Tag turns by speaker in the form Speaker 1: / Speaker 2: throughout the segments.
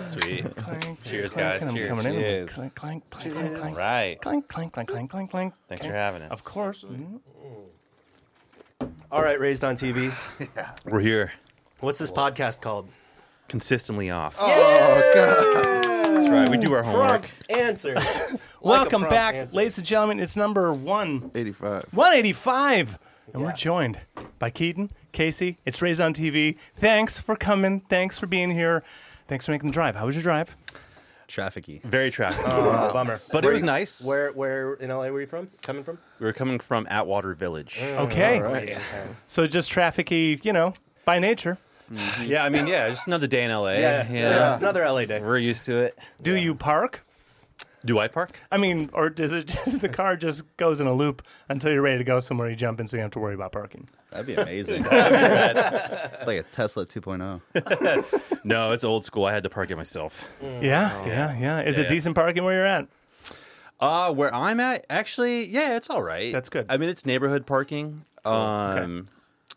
Speaker 1: Sweet. Cheers, guys. Cheers.
Speaker 2: coming in.
Speaker 3: Cheers.
Speaker 2: Clank, clank, clank, clank,
Speaker 1: All
Speaker 2: clank,
Speaker 1: right.
Speaker 2: clank, clank, clank, clank, clank, clank.
Speaker 1: Thanks for having us.
Speaker 2: Of course. Mhm. All right, raised on TV.
Speaker 1: We're here
Speaker 2: What's this podcast called?
Speaker 1: consistently off.
Speaker 3: Oh, God.
Speaker 1: That's right. We do our homework.
Speaker 2: answer.
Speaker 4: Welcome
Speaker 2: prompt
Speaker 4: back,
Speaker 2: answer.
Speaker 4: ladies and gentlemen. It's number one
Speaker 3: 85.
Speaker 4: 185. And we're joined by Keaton, Casey. It's Raised on TV. Thanks for coming. Thanks for being here. Thanks for making the drive. How was your drive?
Speaker 3: Trafficky.
Speaker 1: Very traffic.
Speaker 2: Bummer.
Speaker 1: but it was nice.
Speaker 2: Where, where in LA were you from? Coming from?
Speaker 1: We were coming from Atwater Village.
Speaker 2: Mm.
Speaker 4: Okay.
Speaker 3: Right.
Speaker 4: So just trafficy, you know, by nature.
Speaker 1: Yeah, I mean, yeah, just another day in LA.
Speaker 2: Yeah.
Speaker 3: Yeah.
Speaker 2: Another LA day.
Speaker 1: We're used to it.
Speaker 4: Do you park?
Speaker 1: Do I park?
Speaker 4: I mean, or does it just the car just goes in a loop until you're ready to go somewhere you jump in so you don't have to worry about parking?
Speaker 3: That'd be amazing. it's like a Tesla 2.0.
Speaker 1: No, it's old school. I had to park it myself.
Speaker 4: Yeah,
Speaker 3: Oh.
Speaker 4: yeah, yeah. Is
Speaker 1: Yeah.
Speaker 4: it decent parking where you're at?
Speaker 1: Uh, where I'm at, actually, yeah, it's all right.
Speaker 4: That's good.
Speaker 1: I mean, it's neighborhood parking. Um,
Speaker 4: okay.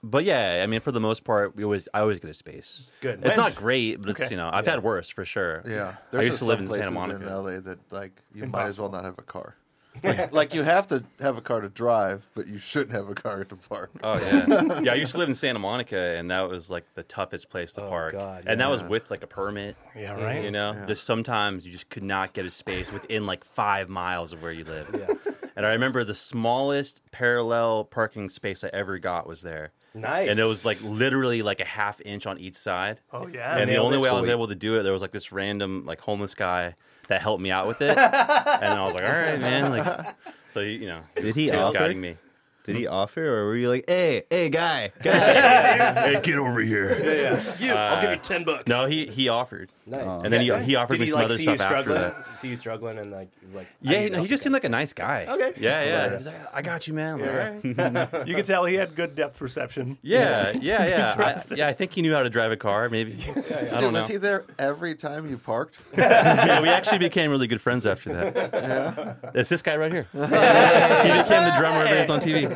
Speaker 1: But yeah, I mean, for the most part, we always I always get a space.
Speaker 4: Good.
Speaker 1: It's not
Speaker 4: When's-
Speaker 1: great, but it's
Speaker 4: Okay.
Speaker 1: you know I've had worse for sure.
Speaker 3: Yeah.
Speaker 1: I used
Speaker 3: just
Speaker 1: to live
Speaker 3: some
Speaker 1: in Santa
Speaker 3: places
Speaker 1: Monica.
Speaker 3: in LA that, like, you might as well not have a car. Like, like, you have to have a car to drive, but you shouldn't have a car to park.
Speaker 1: Oh yeah, yeah. I used to live in Santa Monica, and that was like the toughest place to park.
Speaker 2: God,
Speaker 1: And that was with like a permit.
Speaker 4: Yeah, right.
Speaker 1: You know, just sometimes you just could not get a space within like five miles of where you live. And I remember the smallest parallel parking space I ever got was there.
Speaker 2: Nice.
Speaker 1: And it was like literally like a half inch on each side.
Speaker 4: Oh yeah.
Speaker 1: and the
Speaker 2: nailed
Speaker 1: only
Speaker 2: it.
Speaker 1: way I was
Speaker 3: Sweet.
Speaker 1: able to do it, there was like this random like homeless guy that helped me out with it, and I was like, all right, man, like, so you, you know,
Speaker 5: oh.
Speaker 3: Did he
Speaker 1: he was
Speaker 3: offer?
Speaker 1: guiding me.
Speaker 3: Did he offer, or were you like, hey, hey, guy, guy?
Speaker 1: Hey, get over here.
Speaker 2: You, I'll give you ten bucks.
Speaker 1: No, he he offered.
Speaker 2: Nice.
Speaker 1: And then he, he offered
Speaker 2: Did
Speaker 1: me
Speaker 2: he
Speaker 1: some
Speaker 2: like
Speaker 1: other
Speaker 2: see you
Speaker 1: stuff after
Speaker 2: struggling?
Speaker 1: that.
Speaker 2: See you struggling and like he was like I
Speaker 1: Yeah, he,
Speaker 2: need
Speaker 1: no, he
Speaker 2: help.
Speaker 1: just seemed like a nice guy.
Speaker 2: Okay.
Speaker 1: Yeah, yeah.
Speaker 2: Hilarious.
Speaker 1: He's like, I got you, man. I'm like, "All right."
Speaker 4: You could tell he had good depth perception.
Speaker 1: Yeah, yeah, yeah. I,
Speaker 4: Trust
Speaker 1: yeah, I think he knew how to drive a car. Maybe I
Speaker 3: Dude,
Speaker 1: don't know.
Speaker 3: was he there every time you parked?
Speaker 1: Yeah, we actually became really good friends after that.
Speaker 3: Yeah.
Speaker 1: It's this guy right here. he became the drummer of Raised on TV.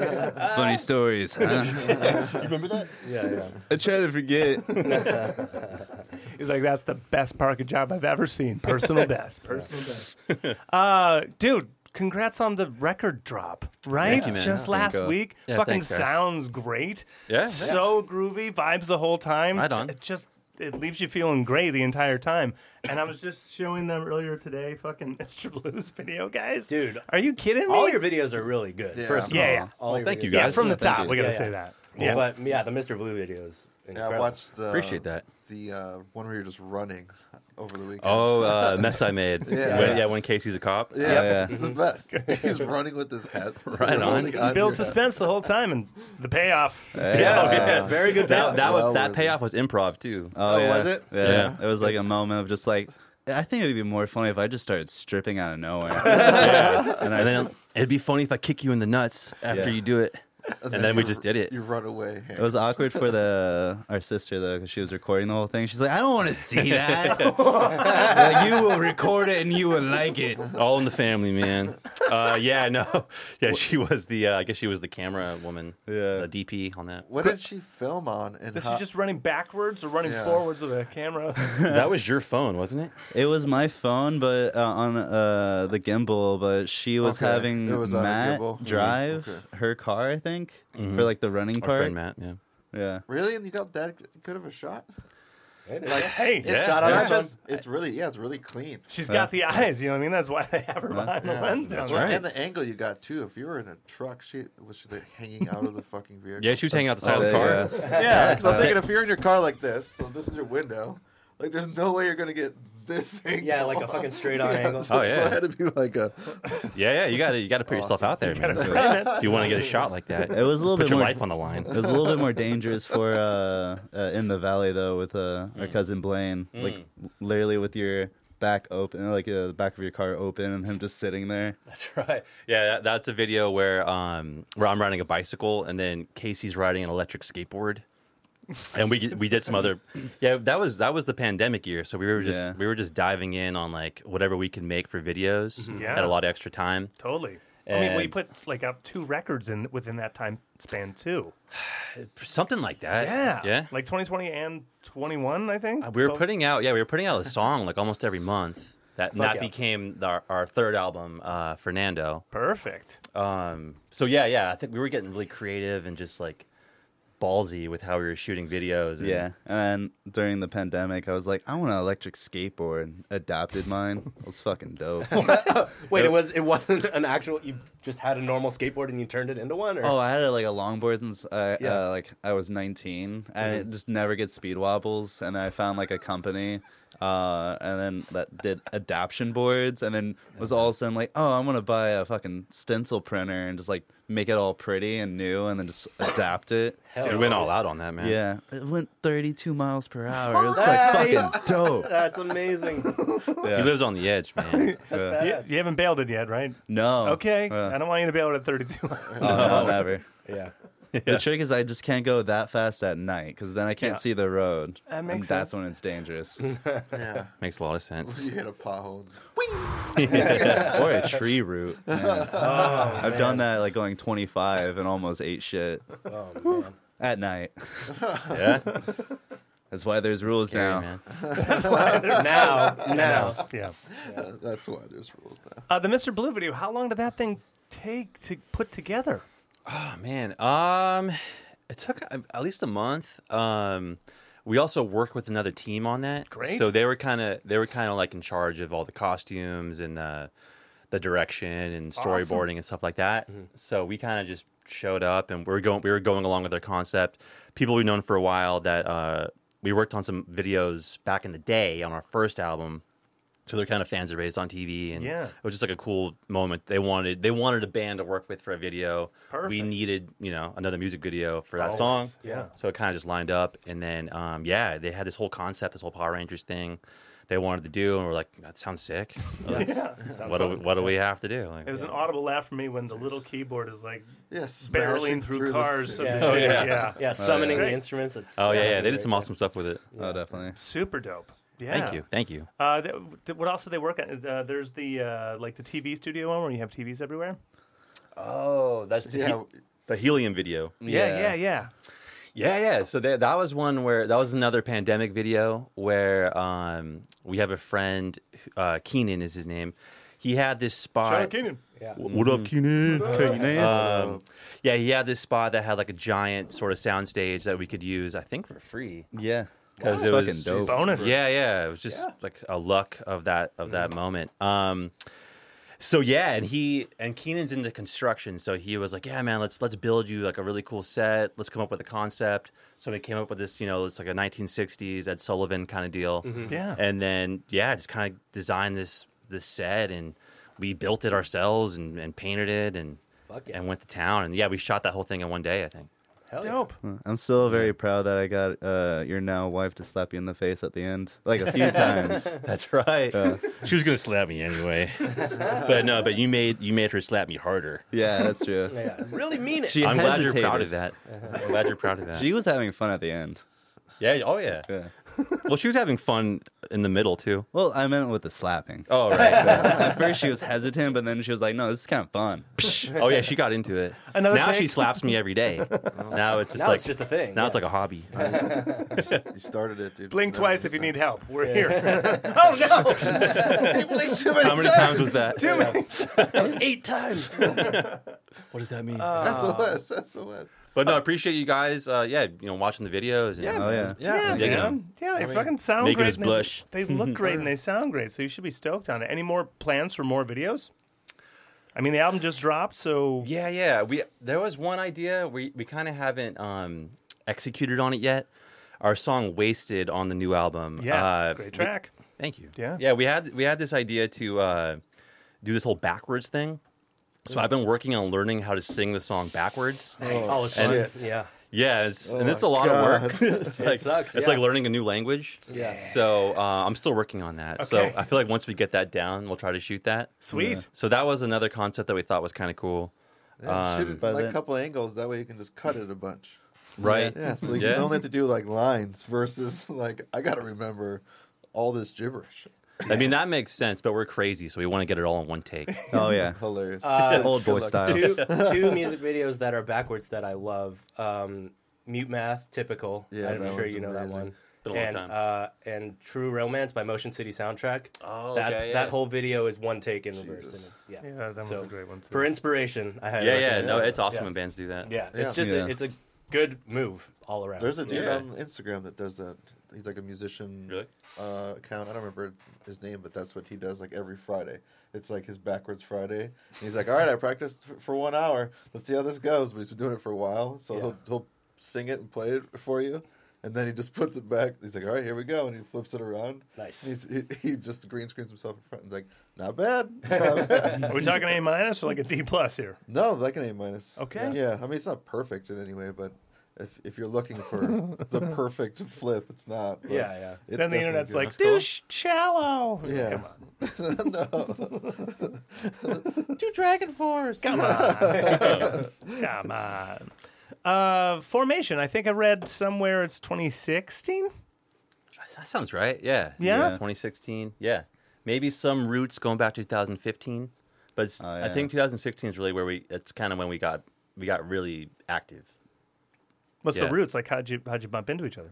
Speaker 3: Funny stories. Huh?
Speaker 2: yeah yeah.
Speaker 3: I try to forget.
Speaker 4: He's like, that's the best parking job I've ever seen. Personal best. Personal best. Uh, dude, congrats on the record drop, right?
Speaker 1: you, man.
Speaker 4: Just
Speaker 1: Thank
Speaker 4: last
Speaker 3: you.
Speaker 4: week.
Speaker 1: Yeah,
Speaker 4: Fucking
Speaker 1: thanks, guys.
Speaker 4: sounds great.
Speaker 1: Yeah,
Speaker 4: So groovy, vibes the whole time.
Speaker 1: Right on.
Speaker 4: It just it leaves you feeling great the entire time. And I was just showing them earlier today, fucking Mr. Blues video, guys.
Speaker 2: Dude.
Speaker 4: Are you kidding me?
Speaker 2: All your videos are really good.
Speaker 3: Yeah.
Speaker 2: First of
Speaker 4: Yeah,
Speaker 2: all,
Speaker 4: yeah.
Speaker 2: all your
Speaker 1: thank you,
Speaker 2: videos.
Speaker 4: yeah,
Speaker 1: guys.
Speaker 4: from the
Speaker 3: Thank
Speaker 4: top.
Speaker 3: you.
Speaker 4: We're gonna
Speaker 2: Yeah,
Speaker 4: say
Speaker 2: yeah.
Speaker 4: that.
Speaker 2: Yeah. But yeah, the Mr. Blue videos.
Speaker 3: Yeah,
Speaker 2: Incredible.
Speaker 3: I watched the.
Speaker 1: Appreciate that.
Speaker 3: The uh, one where you're just running over the weekend.
Speaker 1: Oh, uh, mess I made.
Speaker 3: Yeah.
Speaker 1: When, yeah, when Casey's a cop.
Speaker 3: Yeah,
Speaker 5: Yeah.
Speaker 3: it's the best. He's running with his hat
Speaker 1: Right on.
Speaker 3: holding
Speaker 4: You build
Speaker 3: your-
Speaker 4: suspense the whole time and the payoff.
Speaker 1: Yeah, yeah, very good. That, that, was,
Speaker 3: Well
Speaker 1: that
Speaker 3: worth it.
Speaker 1: payoff was improv too.
Speaker 5: Oh, yeah.
Speaker 2: was it?
Speaker 5: Yeah.
Speaker 1: Yeah.
Speaker 5: It was like a moment of just like, I think it would be more funny if I just started stripping out of nowhere. and I
Speaker 1: and
Speaker 5: just,
Speaker 1: then it'd be funny if I kick you in the nuts after
Speaker 5: Yeah.
Speaker 1: you do it, and, then, we
Speaker 3: you-
Speaker 1: just did it.
Speaker 3: You run away.
Speaker 5: it was awkward for the our sister though because she was recording the whole thing. She's like, I don't want to see that. like, you will record it and you will like it.
Speaker 1: All in the family, man. Uh, yeah, no, yeah. She was the. Uh, I guess she was the camera woman.
Speaker 5: Yeah.
Speaker 1: the DP on that.
Speaker 3: what did she film on? And
Speaker 4: This
Speaker 3: how-
Speaker 4: is just running backwards or running
Speaker 3: Yeah.
Speaker 4: forwards with a camera.
Speaker 1: that was your phone, wasn't it?
Speaker 5: It was my phone, but uh, on uh, the gimbal. But she was
Speaker 3: Okay.
Speaker 5: having
Speaker 3: It was on a
Speaker 5: Matt
Speaker 3: gimbal. Mm-hmm.
Speaker 5: drive
Speaker 3: Okay.
Speaker 5: her car, I think, for like the running
Speaker 1: Mm-hmm. Our
Speaker 5: part.
Speaker 1: friend Matt. Yeah.
Speaker 5: Yeah.
Speaker 3: really, and you got that good of a shot.
Speaker 2: Like,
Speaker 4: hey,
Speaker 3: It's
Speaker 2: Oh,
Speaker 1: shot on
Speaker 3: not
Speaker 1: iPhone.
Speaker 3: just- It's really yeah. It's really clean.
Speaker 4: she's got the eyes. You know what I mean? That's why they have her behind the
Speaker 3: Yeah.
Speaker 4: lens. now.
Speaker 1: right.
Speaker 3: And the angle you got too. If you were in a truck, she was she like hanging out of the fucking vehicle.
Speaker 1: Yeah, she was hanging out the side
Speaker 5: Oh,
Speaker 1: of the
Speaker 5: there
Speaker 1: car.
Speaker 5: you go.
Speaker 3: Yeah, because I'm thinking if you're in your car like this, so this is your window. Like, there's no way you're gonna get this angle.
Speaker 2: yeah, like a fucking straight on angle.
Speaker 3: So,
Speaker 1: Oh, yeah.
Speaker 3: so it had to be like a.
Speaker 1: Yeah, yeah. You got to you got to put yourself out there, man. If you want to get a shot like that,
Speaker 5: It was a little
Speaker 1: put
Speaker 5: bit
Speaker 1: your
Speaker 5: more
Speaker 1: life on the line.
Speaker 5: It was a little bit more dangerous for uh, uh, in the valley though with uh, our
Speaker 1: Mm.
Speaker 5: cousin Blaine, like literally with your back open, like uh, the back of your car open, and him just sitting there.
Speaker 1: That's right. Yeah, that, that's a video where um where I'm riding a bicycle and then Casey's riding an electric skateboard. And we we did some other Yeah, that was that was the pandemic year, so we were just
Speaker 5: Yeah.
Speaker 1: we were just diving in on like whatever we can make for videos.
Speaker 4: Mm-hmm. Yeah.
Speaker 1: Had a lot of extra time.
Speaker 4: Totally. I mean, we
Speaker 1: And-
Speaker 4: put like out two records in within that time span too.
Speaker 1: something like that.
Speaker 4: Yeah,
Speaker 1: yeah. Uh,
Speaker 4: Like 2020 and 21, I think.
Speaker 1: we were
Speaker 4: Both-
Speaker 1: putting out yeah we were putting out a song like almost every month. That that
Speaker 4: yeah.
Speaker 1: became our, our third album, uh, Fernando.
Speaker 4: perfect.
Speaker 1: Um, so yeah, yeah, I think we were getting really creative and just like ballsy with how we were shooting videos. And,
Speaker 5: Yeah, and during the pandemic, I was like, I want an electric skateboard. Adopted mine. It was fucking dope.
Speaker 2: Wait, it was it wasn't an actual. You just had a normal skateboard and you turned it into one. Or?
Speaker 5: oh, I had a, like a longboard since I,
Speaker 2: Yeah.
Speaker 5: uh, like I was 19. I just never get speed wobbles, and I found like a company. Uh, and then that did adoption boards, and then was all of a sudden like, oh, I'm gonna buy a fucking stencil printer and just like make it all pretty and new, and then just adapt it.
Speaker 2: Hell
Speaker 1: Dude,
Speaker 2: no.
Speaker 1: we went all out on that man.
Speaker 5: Yeah, it went 32 miles per hour. It was like
Speaker 2: Nice.
Speaker 5: fucking dope.
Speaker 2: That's amazing.
Speaker 1: he
Speaker 5: Yeah.
Speaker 1: lives on the edge, man.
Speaker 5: Yeah.
Speaker 4: You, you haven't bailed it yet, right?
Speaker 5: No.
Speaker 4: Okay,
Speaker 5: Uh,
Speaker 4: I don't want you to bail it at 32.
Speaker 5: oh, no, never.
Speaker 2: yeah.
Speaker 1: Yeah.
Speaker 5: The trick is I just can't go that fast at night because then I can't
Speaker 4: Yeah.
Speaker 5: see the road.
Speaker 4: That makes
Speaker 5: and that's
Speaker 4: sense.
Speaker 5: when it's dangerous.
Speaker 3: Yeah.
Speaker 1: Makes a lot of sense.
Speaker 3: You hit a pothole.
Speaker 5: or a tree root. man.
Speaker 1: Oh,
Speaker 5: I've done that like going 25 and almost ate shit
Speaker 2: Oh man.
Speaker 5: at night.
Speaker 1: Yeah,
Speaker 5: That's why there's rules
Speaker 1: Scary,
Speaker 5: now.
Speaker 1: man.
Speaker 2: now, now.
Speaker 4: yeah.
Speaker 3: That's why there's rules now.
Speaker 4: Uh, the Mr. Blue video. How long did that thing take to put together?
Speaker 1: Oh man, um, it took uh, at least a month. Um, we also worked with another team on that.
Speaker 4: Great.
Speaker 1: So they were kind of they were kind of like in charge of all the costumes and the the direction and storyboarding and stuff like that.
Speaker 4: Mm-hmm.
Speaker 1: So we kind of just showed up and we are going we were going along with their concept. People we've known for a while that uh, we worked on some videos back in the day on our first album. So they're kind of fans of raised on TV, and
Speaker 4: Yeah.
Speaker 1: it was just like a cool moment. They wanted they wanted a band to work with for a video. We
Speaker 4: Perfect.
Speaker 1: needed you know another music video for that song.
Speaker 4: Always, yeah.
Speaker 1: So it kind of just lined up, and then um, yeah, they had this whole concept, this whole Power Rangers thing they wanted to do, and we're like, that sounds sick. Let's- what do we, what do we have to do? Like,
Speaker 4: It was an audible laugh for me when the little keyboard is like
Speaker 3: Yeah, smashing
Speaker 4: barreling through,
Speaker 3: the
Speaker 4: cars.
Speaker 3: city.
Speaker 4: of the
Speaker 2: Yeah. Oh,
Speaker 4: city.
Speaker 1: yeah.
Speaker 4: yeah.
Speaker 2: Yeah, summoning
Speaker 4: Great.
Speaker 2: the instruments. It's,
Speaker 1: oh yeah, yeah, they did some awesome stuff with it.
Speaker 5: Oh, definitely.
Speaker 4: Super dope. Yeah.
Speaker 1: Thank you, thank you.
Speaker 4: Uh, th- th- what else did they work on? Is, Uh, there's the uh, like the TV studio one where you have TVs everywhere.
Speaker 1: Oh, that's the,
Speaker 3: Yeah,
Speaker 1: the helium video.
Speaker 4: yeah, yeah. yeah.
Speaker 1: Yeah, yeah. So that that was one where that was another pandemic video where um, we have a friend, uh, Keenan is his name. He had this spot.
Speaker 2: Yeah.
Speaker 1: What up, Keenan?
Speaker 3: uh,
Speaker 1: Yeah, he had this spot that had like a giant sort of soundstage that we could use, I think, for free.
Speaker 5: yeah.
Speaker 1: 'Cause
Speaker 5: That's
Speaker 1: it
Speaker 5: fucking
Speaker 1: was-
Speaker 5: dope.
Speaker 4: Bonus.
Speaker 1: Yeah, yeah. Mm-hmm. It was just like a luck of that of that moment. Um so yeah, and he and Keenan's into construction, so he was like, "Yeah, man, let's let's build you like a really cool set. Let's come up with a concept." So we came up with this, you know, it's like a 1960s Ed Sullivan kind of deal.
Speaker 4: Yeah.
Speaker 1: And then yeah, just kind of designed this this set, and we built it ourselves and, and painted it, and
Speaker 2: Fuck yeah.
Speaker 1: and went to town, and yeah, we shot that whole thing in one day, I think.
Speaker 2: Hell yeah.
Speaker 4: Dope.
Speaker 1: Hmm.
Speaker 5: I'm still very proud that I got uh, your now wife to slap you in the face at the end, like a few times.
Speaker 1: That's right. she was gonna slap me anyway, but no. But you made you made her slap me harder.
Speaker 5: Yeah, that's true.
Speaker 2: Yeah. Really mean it.
Speaker 5: She
Speaker 1: I'm glad you're
Speaker 5: hesitated.
Speaker 1: proud of that. I'm glad you're proud of that.
Speaker 5: She was having fun at the end.
Speaker 1: yeah. Oh yeah.
Speaker 5: Yeah.
Speaker 1: Well, she was having fun in the middle too.
Speaker 5: Well, I meant with the slapping.
Speaker 1: Oh right.
Speaker 5: At first, she was hesitant, but then she was like, "No, this is kind of fun."
Speaker 1: oh yeah. She got into it.
Speaker 4: Another
Speaker 1: now
Speaker 4: take?
Speaker 1: she slaps me every day. Now it's just
Speaker 2: now
Speaker 1: like
Speaker 2: it's just a thing.
Speaker 1: now it's like a hobby.
Speaker 3: you started it, dude.
Speaker 4: Blink
Speaker 3: Never
Speaker 4: twice if
Speaker 3: gonna
Speaker 4: you
Speaker 3: stop.
Speaker 4: need help. We're here. oh no!
Speaker 3: He blinked too many,
Speaker 1: How many times was that?
Speaker 4: Too many.
Speaker 2: eight times. Uh, what does that mean?
Speaker 3: SOS, SOS.
Speaker 1: But no, I appreciate you guys. Uh, yeah, you know, watching the videos. And,
Speaker 5: Oh yeah.
Speaker 4: Yeah,
Speaker 1: Digging
Speaker 4: man.
Speaker 1: 'em.
Speaker 4: Yeah, they fucking sound
Speaker 1: making
Speaker 4: great.
Speaker 1: us
Speaker 4: and
Speaker 1: blush.
Speaker 4: They, they look great and they sound great. So you should be stoked on it. Any more plans for more videos? I mean, the album just dropped, so
Speaker 1: Yeah, yeah. We there was one idea we we kind of haven't um, executed on it yet. Our song "Wasted" on the new album.
Speaker 4: yeah,
Speaker 1: uh, we-
Speaker 4: great track.
Speaker 1: thank you.
Speaker 4: Yeah.
Speaker 1: yeah. We had we had this idea to uh, do this whole backwards thing. So I've been working on learning how to sing the song backwards.
Speaker 2: Oh, it's
Speaker 1: And-
Speaker 2: fun. Yeah.
Speaker 1: Yeah, it's, and
Speaker 3: Oh
Speaker 1: it's
Speaker 3: my
Speaker 1: a lot
Speaker 3: God.
Speaker 1: of work. it's like,
Speaker 2: sucks,
Speaker 1: It's
Speaker 2: yeah.
Speaker 1: like learning a new language.
Speaker 2: Yeah.
Speaker 1: So uh, I'm still working on that. So
Speaker 4: Okay.
Speaker 1: I feel like once we get that down, we'll try to shoot that.
Speaker 4: Sweet.
Speaker 1: So that was another concept that we thought was kind of cool.
Speaker 3: Yeah, shoot it
Speaker 5: But
Speaker 3: like a
Speaker 5: then-
Speaker 3: couple angles. That way you can just cut it a bunch.
Speaker 1: Right.
Speaker 3: Yeah, so you
Speaker 1: Yeah.
Speaker 3: don't have to do like lines versus like I gotta remember all this gibberish.
Speaker 1: I mean, that makes sense, but we're crazy, so we want to get it all in one take.
Speaker 5: Oh yeah,
Speaker 3: Hilarious.
Speaker 1: Uh,
Speaker 5: old boy
Speaker 3: Good luck.
Speaker 5: style.
Speaker 2: two two music videos that are backwards that I love. Um, Mute Math, typical.
Speaker 3: Yeah,
Speaker 2: I'm
Speaker 3: that
Speaker 2: sure
Speaker 3: one's
Speaker 2: you know that
Speaker 3: amazing.
Speaker 2: one.
Speaker 1: Been a long
Speaker 2: and
Speaker 1: time.
Speaker 2: Uh, and True Romance by Motion City Soundtrack.
Speaker 1: Oh,
Speaker 2: that
Speaker 1: okay, yeah.
Speaker 2: that whole video is one take in reverse. And
Speaker 3: Jesus.
Speaker 2: it's, yeah,
Speaker 4: Yeah, that one's
Speaker 2: So,
Speaker 4: a great one too.
Speaker 2: For inspiration, I had
Speaker 1: Yeah, yeah, no,
Speaker 3: Yeah.
Speaker 1: it's awesome
Speaker 2: uh, Yeah.
Speaker 1: when bands do that.
Speaker 2: yeah.
Speaker 3: Yeah.
Speaker 2: It's just
Speaker 5: Yeah.
Speaker 2: A, it's a good move all around.
Speaker 3: There's a dude
Speaker 1: Yeah.
Speaker 3: on Instagram that does that. He's like a musician
Speaker 1: Really?
Speaker 3: uh, account. I don't remember his name, but that's what he does like every Friday. It's like his backwards Friday. And he's like, all right, I practiced f- for one hour. Let's see how this goes. But he's been doing it for a while. So
Speaker 2: Yeah.
Speaker 3: he'll, he'll sing it and play it for you. And then he just puts it back. He's like, all right, here we go. And he flips it around.
Speaker 2: Nice.
Speaker 3: And He, he, he just green screens himself in front. And he's like, not bad. Not bad.
Speaker 4: Are we talking A minus or like a D plus here?
Speaker 3: no, like an A minus.
Speaker 4: Okay.
Speaker 3: Yeah. I mean, it's not perfect in any way, but. If, if you're looking for the perfect flip, it's not. but-
Speaker 2: yeah, yeah.
Speaker 3: it's
Speaker 4: then the
Speaker 3: definitely
Speaker 4: internet's
Speaker 3: good.
Speaker 4: like,
Speaker 1: cool.
Speaker 4: douche shallow.
Speaker 3: yeah.
Speaker 4: Come on.
Speaker 3: Two Dragon Force.
Speaker 4: Come on. Come on. Uh, formation. I think I read somewhere it's 2016.
Speaker 1: That sounds right. Yeah.
Speaker 4: Yeah?
Speaker 1: 2016. Yeah. Maybe some roots going back to 2015, but it's-
Speaker 5: Oh,
Speaker 1: I
Speaker 5: yeah.
Speaker 1: think 2016 is really where we. It's kind of when we got we got really active.
Speaker 4: What's
Speaker 1: Yeah.
Speaker 4: the roots? Like, how'd you how'd you bump into each other?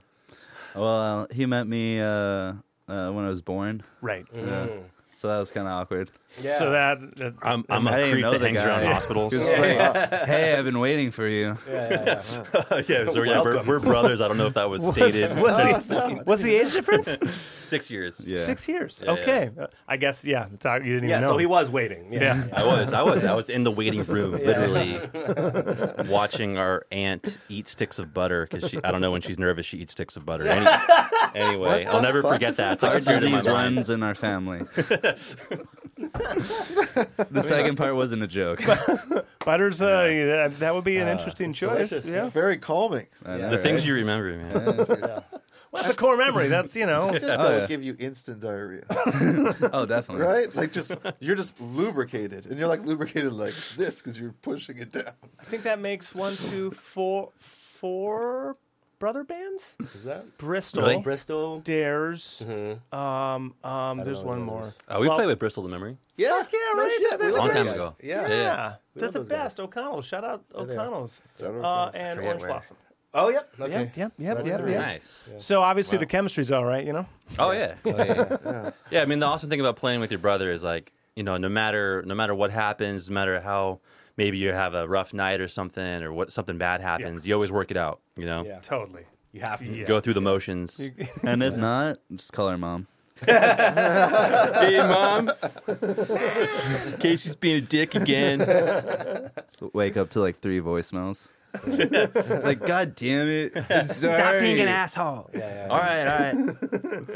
Speaker 5: Well, he met me uh, uh, when I was born,
Speaker 4: Right.
Speaker 5: so that was kind of awkward.
Speaker 2: Yeah.
Speaker 4: So that, that
Speaker 1: I'm,
Speaker 5: I'm a I didn't creep know that the hangs guy. around
Speaker 1: hospitals.
Speaker 5: He was like, "Hey, I've been waiting for you."
Speaker 2: yeah, yeah, yeah.
Speaker 1: yeah, so yeah, we're, we're brothers. I don't know if that was stated.
Speaker 4: what's, the, what's the age difference?
Speaker 1: Six years.
Speaker 5: Yeah.
Speaker 4: Six years.
Speaker 1: Yeah,
Speaker 4: okay. Uh, I guess yeah. It's out, you didn't
Speaker 2: Yeah,
Speaker 4: even know.
Speaker 2: so he was waiting. Yeah.
Speaker 4: Yeah.
Speaker 1: I was, I was, I was in the waiting room, literally watching our aunt eat sticks of butter because she, I don't know when she's nervous, she eats sticks of butter. Any, anyway,
Speaker 3: What
Speaker 1: I'll
Speaker 3: the
Speaker 1: never
Speaker 3: fuck?
Speaker 1: forget that. It's like
Speaker 5: Our
Speaker 1: a disease in my
Speaker 5: disease
Speaker 1: mind.
Speaker 5: runs in our family. the second part wasn't a joke.
Speaker 4: Butters. Uh, that, that would be
Speaker 2: Uh,
Speaker 4: an interesting choice. Yeah.
Speaker 3: Very calming.
Speaker 5: I know,
Speaker 1: The
Speaker 5: right?
Speaker 1: things you remember, man.
Speaker 4: Well, that's a core memory. That's you know.
Speaker 3: I
Speaker 1: Oh,
Speaker 3: feel like that would give you instant diarrhea,
Speaker 5: oh, definitely.
Speaker 3: right? Like just you're just lubricated, and you're like lubricated like this because you're pushing it down.
Speaker 4: I think that makes one, two, four, four brother bands.
Speaker 2: Is that
Speaker 4: Bristol.
Speaker 1: Really?
Speaker 2: Bristol?
Speaker 4: Dares. Um, um,
Speaker 2: Mm-hmm. don't
Speaker 4: there's
Speaker 2: know
Speaker 4: one
Speaker 2: those.
Speaker 4: more.
Speaker 1: Oh, we
Speaker 4: Well-
Speaker 1: played with Bristol the Memory
Speaker 2: Yeah.
Speaker 4: yeah, right,
Speaker 2: shit,
Speaker 4: they're
Speaker 2: we
Speaker 4: the
Speaker 2: love
Speaker 1: a long time
Speaker 2: those guys.
Speaker 1: ago.
Speaker 2: Yeah.
Speaker 4: Yeah,
Speaker 2: We
Speaker 4: they're
Speaker 2: love
Speaker 4: the
Speaker 2: those guys.
Speaker 4: best. O'Connell, shout out
Speaker 2: they are.
Speaker 4: O'Connell's
Speaker 3: Shout out
Speaker 4: uh,
Speaker 3: O'Connell's.
Speaker 4: and
Speaker 1: Forget
Speaker 4: Orange
Speaker 1: where.
Speaker 4: Blossom.
Speaker 2: Oh, yep. Okay.
Speaker 4: Yep, yep,
Speaker 3: that's
Speaker 4: yep,
Speaker 3: three.
Speaker 4: yep.
Speaker 1: Nice.
Speaker 4: So obviously the chemistry's all right, you know.
Speaker 1: Oh yeah.
Speaker 5: Oh, yeah.
Speaker 1: Yeah, I mean the awesome thing about playing with your brother is like, you know, no matter no matter what happens, no matter how maybe you have a rough night or something or what something bad happens, you always work it out, you know.
Speaker 2: Yeah.
Speaker 4: Totally.
Speaker 2: You have to.
Speaker 4: Yeah.
Speaker 1: Go through the motions.
Speaker 5: And if not, just call her mom.
Speaker 1: hey mom. Casey's being a dick again.
Speaker 5: So wake up to like three voicemails. It's like, God damn it. Stop
Speaker 1: asshole.
Speaker 2: yeah, yeah.
Speaker 1: All right, all right.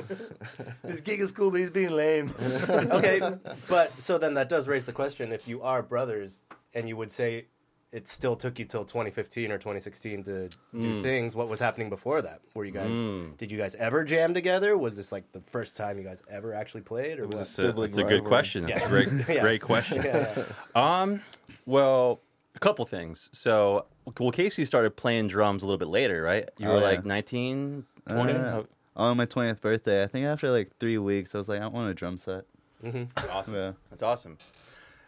Speaker 4: This gig is cool, but he's being lame.
Speaker 2: okay, but so then that does raise the question: if you are brothers, and you would say it still took you till 2015 or 2016 to
Speaker 1: Mm.
Speaker 2: do things, what was happening before that? Were you guys? Did you guys ever jam together? Was this like the first time you guys ever actually played, or was
Speaker 3: was
Speaker 1: It's a,
Speaker 3: Sibling
Speaker 1: that's a good
Speaker 3: rivalry.
Speaker 1: question. That's a great
Speaker 2: Yeah.
Speaker 1: great question.
Speaker 2: it? Yeah, yeah.
Speaker 1: Um, well, a couple things. So, well, Casey started playing drums a little bit later, right? You
Speaker 5: Oh,
Speaker 1: were
Speaker 5: yeah.
Speaker 1: like 19, 20?
Speaker 3: Oh,
Speaker 5: Uh, on my 20th birthday, I think after like three weeks, I was like, I want a drum set.
Speaker 1: awesome.
Speaker 5: Yeah.
Speaker 1: That's awesome.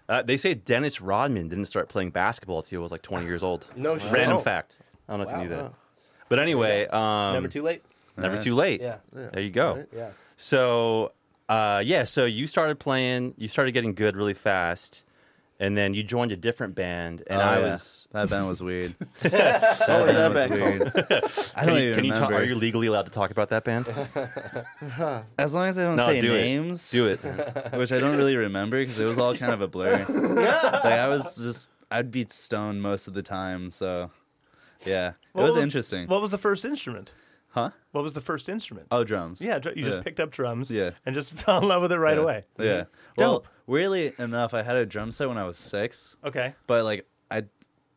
Speaker 1: Uh, they say Dennis Rodman didn't start playing basketball until he was like 20 years old.
Speaker 2: No shit.
Speaker 1: Random
Speaker 2: Oh.
Speaker 1: fact. I don't know if you knew that.
Speaker 3: wow.
Speaker 1: But anyway,
Speaker 2: It's
Speaker 1: um,
Speaker 2: never too late.
Speaker 1: never
Speaker 5: Yeah.
Speaker 1: too late.
Speaker 2: Yeah.
Speaker 3: Yeah.
Speaker 1: There you go.
Speaker 3: Right?
Speaker 2: Yeah.
Speaker 1: So, uh, yeah, so you started playing, you started getting good really fast, and then you joined a different band, and
Speaker 5: Oh,
Speaker 1: I
Speaker 5: yeah.
Speaker 1: was.
Speaker 5: That band was weird.
Speaker 3: What was that
Speaker 5: That
Speaker 3: back
Speaker 5: was
Speaker 3: called?
Speaker 5: weird. I
Speaker 1: Can
Speaker 5: don't
Speaker 1: you,
Speaker 5: even
Speaker 1: can you talk, are
Speaker 5: remember.
Speaker 1: you legally allowed to talk about that band?
Speaker 5: As long as I don't
Speaker 1: No,
Speaker 5: say
Speaker 1: do it.
Speaker 5: names,
Speaker 1: Do it.
Speaker 5: which I don't really remember because it was all kind of a blur. like I was just, I'd be stoned most of the time, so yeah, it was, interesting,
Speaker 4: What was the first instrument?
Speaker 5: huh?
Speaker 4: What was the first instrument?
Speaker 5: Oh, drums.
Speaker 4: yeah, dr- you just picked up drums
Speaker 5: Yeah.
Speaker 4: and just fell in love with it right
Speaker 5: yeah.
Speaker 4: away. Mm-hmm.
Speaker 5: Yeah.
Speaker 4: Dope.
Speaker 5: Well, weirdly enough, I had a drum set when I was six,
Speaker 4: Okay.
Speaker 5: but like I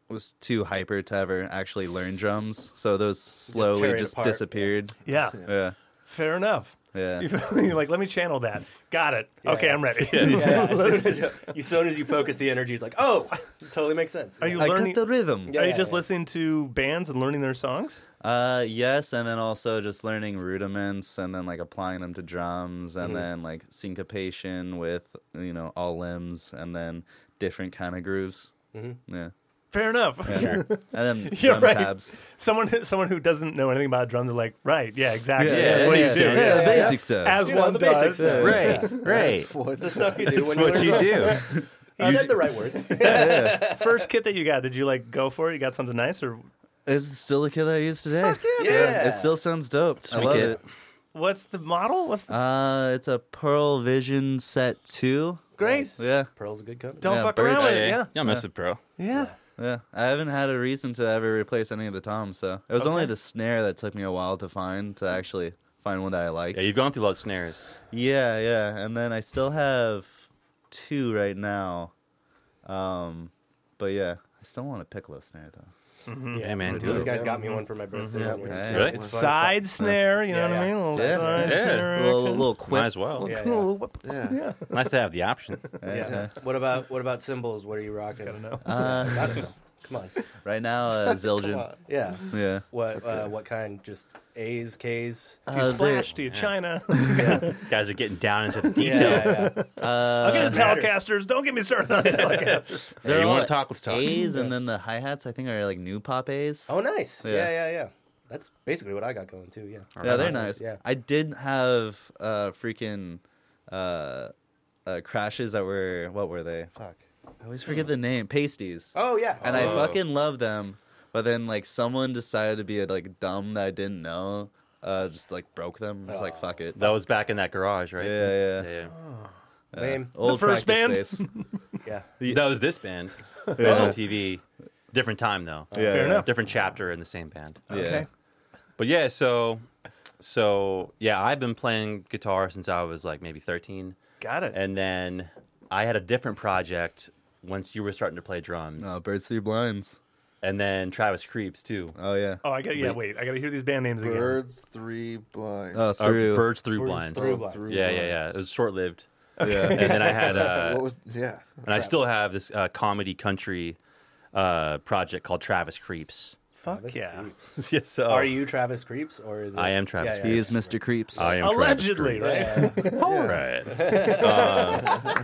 Speaker 5: was too hyper to ever actually learn drums, so those
Speaker 2: tear
Speaker 5: slowly
Speaker 2: it
Speaker 5: just
Speaker 2: apart.
Speaker 5: disappeared.
Speaker 4: Yeah.
Speaker 5: Yeah.
Speaker 4: Fair enough.
Speaker 5: Yeah.
Speaker 4: You feel- You're like, let me channel that. Got it. okay,
Speaker 2: yeah.
Speaker 4: I'm ready.
Speaker 2: Yeah, as soon as you, as soon as you focus the energy, it's like, oh, totally makes sense.
Speaker 4: Are you
Speaker 5: I
Speaker 4: learning?
Speaker 5: got the rhythm.
Speaker 2: Yeah.
Speaker 4: Are you just listening to bands and learning their songs?
Speaker 5: Uh, yes, and then also just learning rudiments and then like applying them to drums and then like syncopation with you know all limbs and then different kind of grooves. Mm-hmm. Yeah.
Speaker 4: Fair enough.
Speaker 5: yeah. And then
Speaker 4: You're
Speaker 5: drum
Speaker 4: right.
Speaker 5: tabs.
Speaker 4: Someone, someone who doesn't know anything about drums, they're like, right, yeah, exactly.
Speaker 5: Yeah,
Speaker 4: That's
Speaker 5: yeah,
Speaker 4: what
Speaker 1: yeah,
Speaker 4: you do.
Speaker 1: yeah, yeah.
Speaker 5: basic stuff.
Speaker 4: As
Speaker 2: You know,
Speaker 4: one
Speaker 2: the basics.
Speaker 4: does.
Speaker 2: Yeah.
Speaker 6: Right, right.
Speaker 3: What?
Speaker 2: the stuff you do when
Speaker 6: What
Speaker 2: you
Speaker 6: you
Speaker 2: learn.
Speaker 6: do?
Speaker 2: You said the right words.
Speaker 4: First kit that you got, did you like go for it? You got something nice, or
Speaker 5: Is it still the kit that I used today?
Speaker 2: yeah, dude.
Speaker 5: It still sounds dope.
Speaker 1: Sweet
Speaker 5: I love
Speaker 1: kit.
Speaker 5: it.
Speaker 4: what's the model? What's the,
Speaker 5: Uh, it's a Pearl Vision Set Two.
Speaker 4: great?
Speaker 2: Nice.
Speaker 5: Yeah,
Speaker 2: Pearl's a good company.
Speaker 4: Don't
Speaker 5: Yeah,
Speaker 4: fuck
Speaker 5: bird
Speaker 4: around with it.
Speaker 1: Okay.
Speaker 4: Yeah,
Speaker 1: yeah, mess with pro.
Speaker 4: yeah.
Speaker 5: yeah. I haven't had a reason to ever replace any of the toms, so it was only the snare that took me a while to find to actually find one that I liked.
Speaker 1: Yeah, you've gone through a lot of snares.
Speaker 5: Yeah, yeah. And then I still have two right now. Um, but yeah, I still want a piccolo snare though.
Speaker 1: Yeah, man, do
Speaker 2: Those
Speaker 1: it.
Speaker 2: guys got me one for my birthday.
Speaker 3: Yeah,
Speaker 2: one
Speaker 3: we
Speaker 2: year.
Speaker 3: just-
Speaker 1: Really?
Speaker 2: It's fun as fuck.
Speaker 4: Side snare. You know
Speaker 2: Yeah,
Speaker 4: what I
Speaker 2: yeah.
Speaker 4: mean? A little
Speaker 5: Yeah.
Speaker 4: side
Speaker 1: Yeah.
Speaker 4: snare
Speaker 5: A little,
Speaker 4: action.
Speaker 5: little
Speaker 1: Might
Speaker 5: quick.
Speaker 1: as well.
Speaker 2: Yeah,
Speaker 4: Cool,
Speaker 2: yeah.
Speaker 4: little whip.
Speaker 3: Yeah.
Speaker 4: Yeah.
Speaker 1: Nice to have the option.
Speaker 2: Yeah. What about what about symbols? What are you rocking?
Speaker 4: I don't know.
Speaker 5: Uh,
Speaker 2: I don't know. Come on.
Speaker 5: right now, uh, Zildjian.
Speaker 3: on.
Speaker 2: Yeah.
Speaker 5: yeah.
Speaker 2: What uh, what kind? Just A's, K's.
Speaker 4: Do you
Speaker 5: Uh, they're-
Speaker 4: splash? Do you China?
Speaker 1: guys are getting down into the
Speaker 2: Yeah,
Speaker 1: details.
Speaker 2: yeah, yeah.
Speaker 4: I'll get to
Speaker 2: matters.
Speaker 4: Telecasters. Don't get me started on Telecasters.
Speaker 1: Hey,
Speaker 5: They're
Speaker 1: you
Speaker 5: all
Speaker 1: want to talk? Let's talk.
Speaker 5: A's and then the hi hats. I think are like new pop A's.
Speaker 2: Oh, nice. Yeah.
Speaker 5: Yeah.
Speaker 2: yeah, yeah, That's basically what I got going too. Yeah.
Speaker 5: yeah, they're
Speaker 1: Alright.
Speaker 5: nice.
Speaker 2: Yeah.
Speaker 5: I did have uh, freaking uh, uh, crashes that were what were they? Fuck, I always forget the name. Pasties.
Speaker 2: Oh yeah.
Speaker 5: and
Speaker 2: oh,
Speaker 5: I
Speaker 1: Oh.
Speaker 5: fucking love them. But then like someone decided to be like dumb that I didn't know, uh, just like broke them. Just like fuck it.
Speaker 1: That was back in that garage, right?
Speaker 5: Yeah, yeah. Uh,
Speaker 2: Lame.
Speaker 5: old
Speaker 4: The first
Speaker 5: practice space.
Speaker 2: yeah.
Speaker 1: That was this band. It was on TV. Different time though.
Speaker 5: Yeah,
Speaker 4: Fair
Speaker 5: yeah.
Speaker 4: enough.
Speaker 1: Different chapter in the same band.
Speaker 5: Yeah.
Speaker 4: Okay.
Speaker 1: But yeah, so so yeah, I've been playing guitar since I was like maybe 13.
Speaker 4: Got it.
Speaker 1: And then I had a different project once you were starting to play drums.
Speaker 5: Oh, birds through blinds.
Speaker 1: And then Travis Creeps too.
Speaker 5: Oh yeah.
Speaker 4: Oh, I got yeah. Wait, I got to hear these band names again.
Speaker 3: Birds three blinds.
Speaker 5: Oh,
Speaker 1: Or
Speaker 5: through.
Speaker 1: Uh, Birds Through
Speaker 2: Birds
Speaker 1: Blinds.
Speaker 2: Through
Speaker 3: Oh,
Speaker 2: Blinds.
Speaker 3: through
Speaker 1: Yeah, yeah,
Speaker 3: blinds.
Speaker 1: yeah. It was short lived.
Speaker 5: Yeah.
Speaker 1: And then I had uh,
Speaker 3: What was? Yeah.
Speaker 1: and I still have this uh, comedy country uh, project called Travis Creeps.
Speaker 4: Fuck yeah.
Speaker 1: yeah, so
Speaker 2: Are you Travis Creeps or is it?
Speaker 1: Oh. I am Travis
Speaker 5: he is Mr. Creeps.
Speaker 1: I am Travis
Speaker 4: Allegedly, right?
Speaker 2: Yeah.
Speaker 1: All right.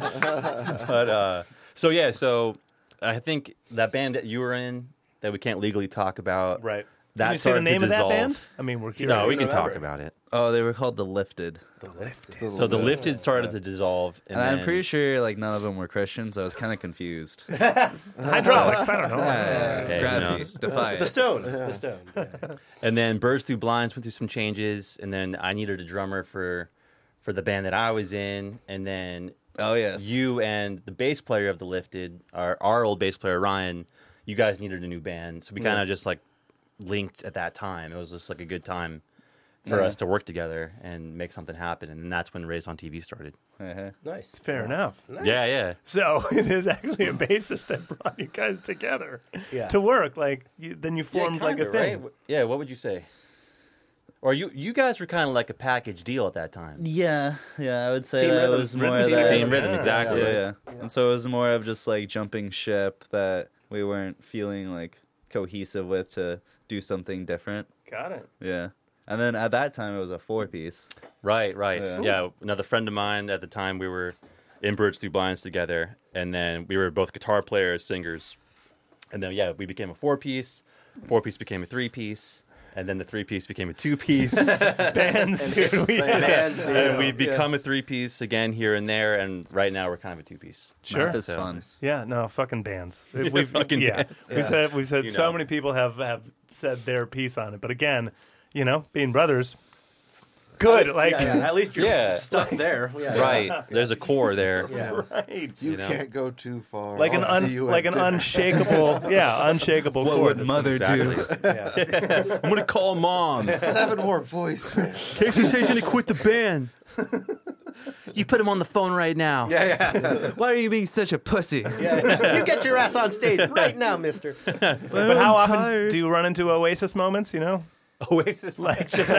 Speaker 1: Um, but uh, so yeah, so I think that band that you were in that we can't legally talk about.
Speaker 2: right.
Speaker 1: That
Speaker 4: Can you say the
Speaker 1: started to
Speaker 4: name of that
Speaker 1: dissolve.
Speaker 4: band? I mean, we're curious.
Speaker 1: No, we can
Speaker 2: Remember.
Speaker 1: talk about it.
Speaker 5: Oh, they were called the Lifted,
Speaker 2: The lift.
Speaker 3: still.
Speaker 1: So the lifted started to dissolve, and,
Speaker 5: and I'm
Speaker 1: then-
Speaker 5: pretty sure like none of them were Christians. I was kind of confused.
Speaker 4: Hydraulics. I don't know.
Speaker 5: Yeah,
Speaker 1: Hey,
Speaker 5: gravity, defy
Speaker 2: The
Speaker 5: it.
Speaker 2: stone. The stone. Yeah.
Speaker 1: And then Birds Through Blinds went through some changes, and then I needed a drummer for for the band that I was in, and then
Speaker 5: Oh yes.
Speaker 1: you and the bass player of the Lifted, our our old bass player Ryan, you guys needed a new band, so we kind of just like linked at that time. It was just like a good time for us to work together and make something happen, and that's when Raised on TV started.
Speaker 5: Uh-huh.
Speaker 2: Nice.
Speaker 4: Fair enough.
Speaker 1: Yeah, yeah,
Speaker 4: So it is actually a basis that brought you guys together
Speaker 2: Yeah.
Speaker 4: to work. Like you, then you formed like a thing.
Speaker 1: Yeah, what would you say? Or you you guys were kind of like a package deal at that time.
Speaker 5: Yeah, yeah. I would say
Speaker 2: Team
Speaker 5: that
Speaker 2: Rhythm.
Speaker 5: was
Speaker 2: Rhythm
Speaker 5: more
Speaker 2: team.
Speaker 5: that-
Speaker 1: Team Rhythm,
Speaker 4: Yeah.
Speaker 1: exactly.
Speaker 5: Yeah, yeah. And so it was more of just like jumping ship that we weren't feeling like cohesive with to do something different.
Speaker 4: Got it.
Speaker 5: Yeah. And then at that time it was a four piece.
Speaker 1: Right, right. Yeah.
Speaker 5: Yeah.
Speaker 1: another friend of mine at the time, we were in Birds Through Blinds together, and then we were both guitar players, singers. And then, yeah, we became a four piece, four piece became a three piece, and then the three piece became a two piece.
Speaker 4: Bands, dude. We,
Speaker 2: Bands, dude.
Speaker 1: and we've become a three piece again here and there, and right now we're kind of a two piece.
Speaker 4: sure.
Speaker 5: Math is fun.
Speaker 4: Yeah, no, fucking bands. We've,
Speaker 1: fucking
Speaker 4: yeah.
Speaker 1: bands.
Speaker 4: We've said we've said
Speaker 1: You
Speaker 4: so
Speaker 1: know.
Speaker 4: many people have have said their piece on it, but again, you know, being brothers, good. Like
Speaker 2: Yeah, yeah. At least you're
Speaker 1: Yeah.
Speaker 2: stuck there. Yeah, yeah.
Speaker 1: Right. There's a core there.
Speaker 2: Yeah.
Speaker 4: right.
Speaker 3: You,
Speaker 1: you know?
Speaker 3: can't go too far.
Speaker 4: like an
Speaker 3: I'll
Speaker 4: un,
Speaker 3: see you at
Speaker 4: like an
Speaker 3: dinner.
Speaker 4: unshakable, yeah, unshakable
Speaker 5: What
Speaker 4: cord.
Speaker 5: would mother
Speaker 1: Exactly.
Speaker 5: do?
Speaker 2: Yeah.
Speaker 1: I'm going to call mom.
Speaker 3: Seven more voices.
Speaker 1: Casey says he's going to quit the band. You put him on the phone right now.
Speaker 2: Yeah, yeah.
Speaker 5: Why are you being such a pussy?
Speaker 2: yeah. You get your ass on stage right now, mister.
Speaker 4: but how often do you run into Oasis moments? You know,
Speaker 2: Oasis like just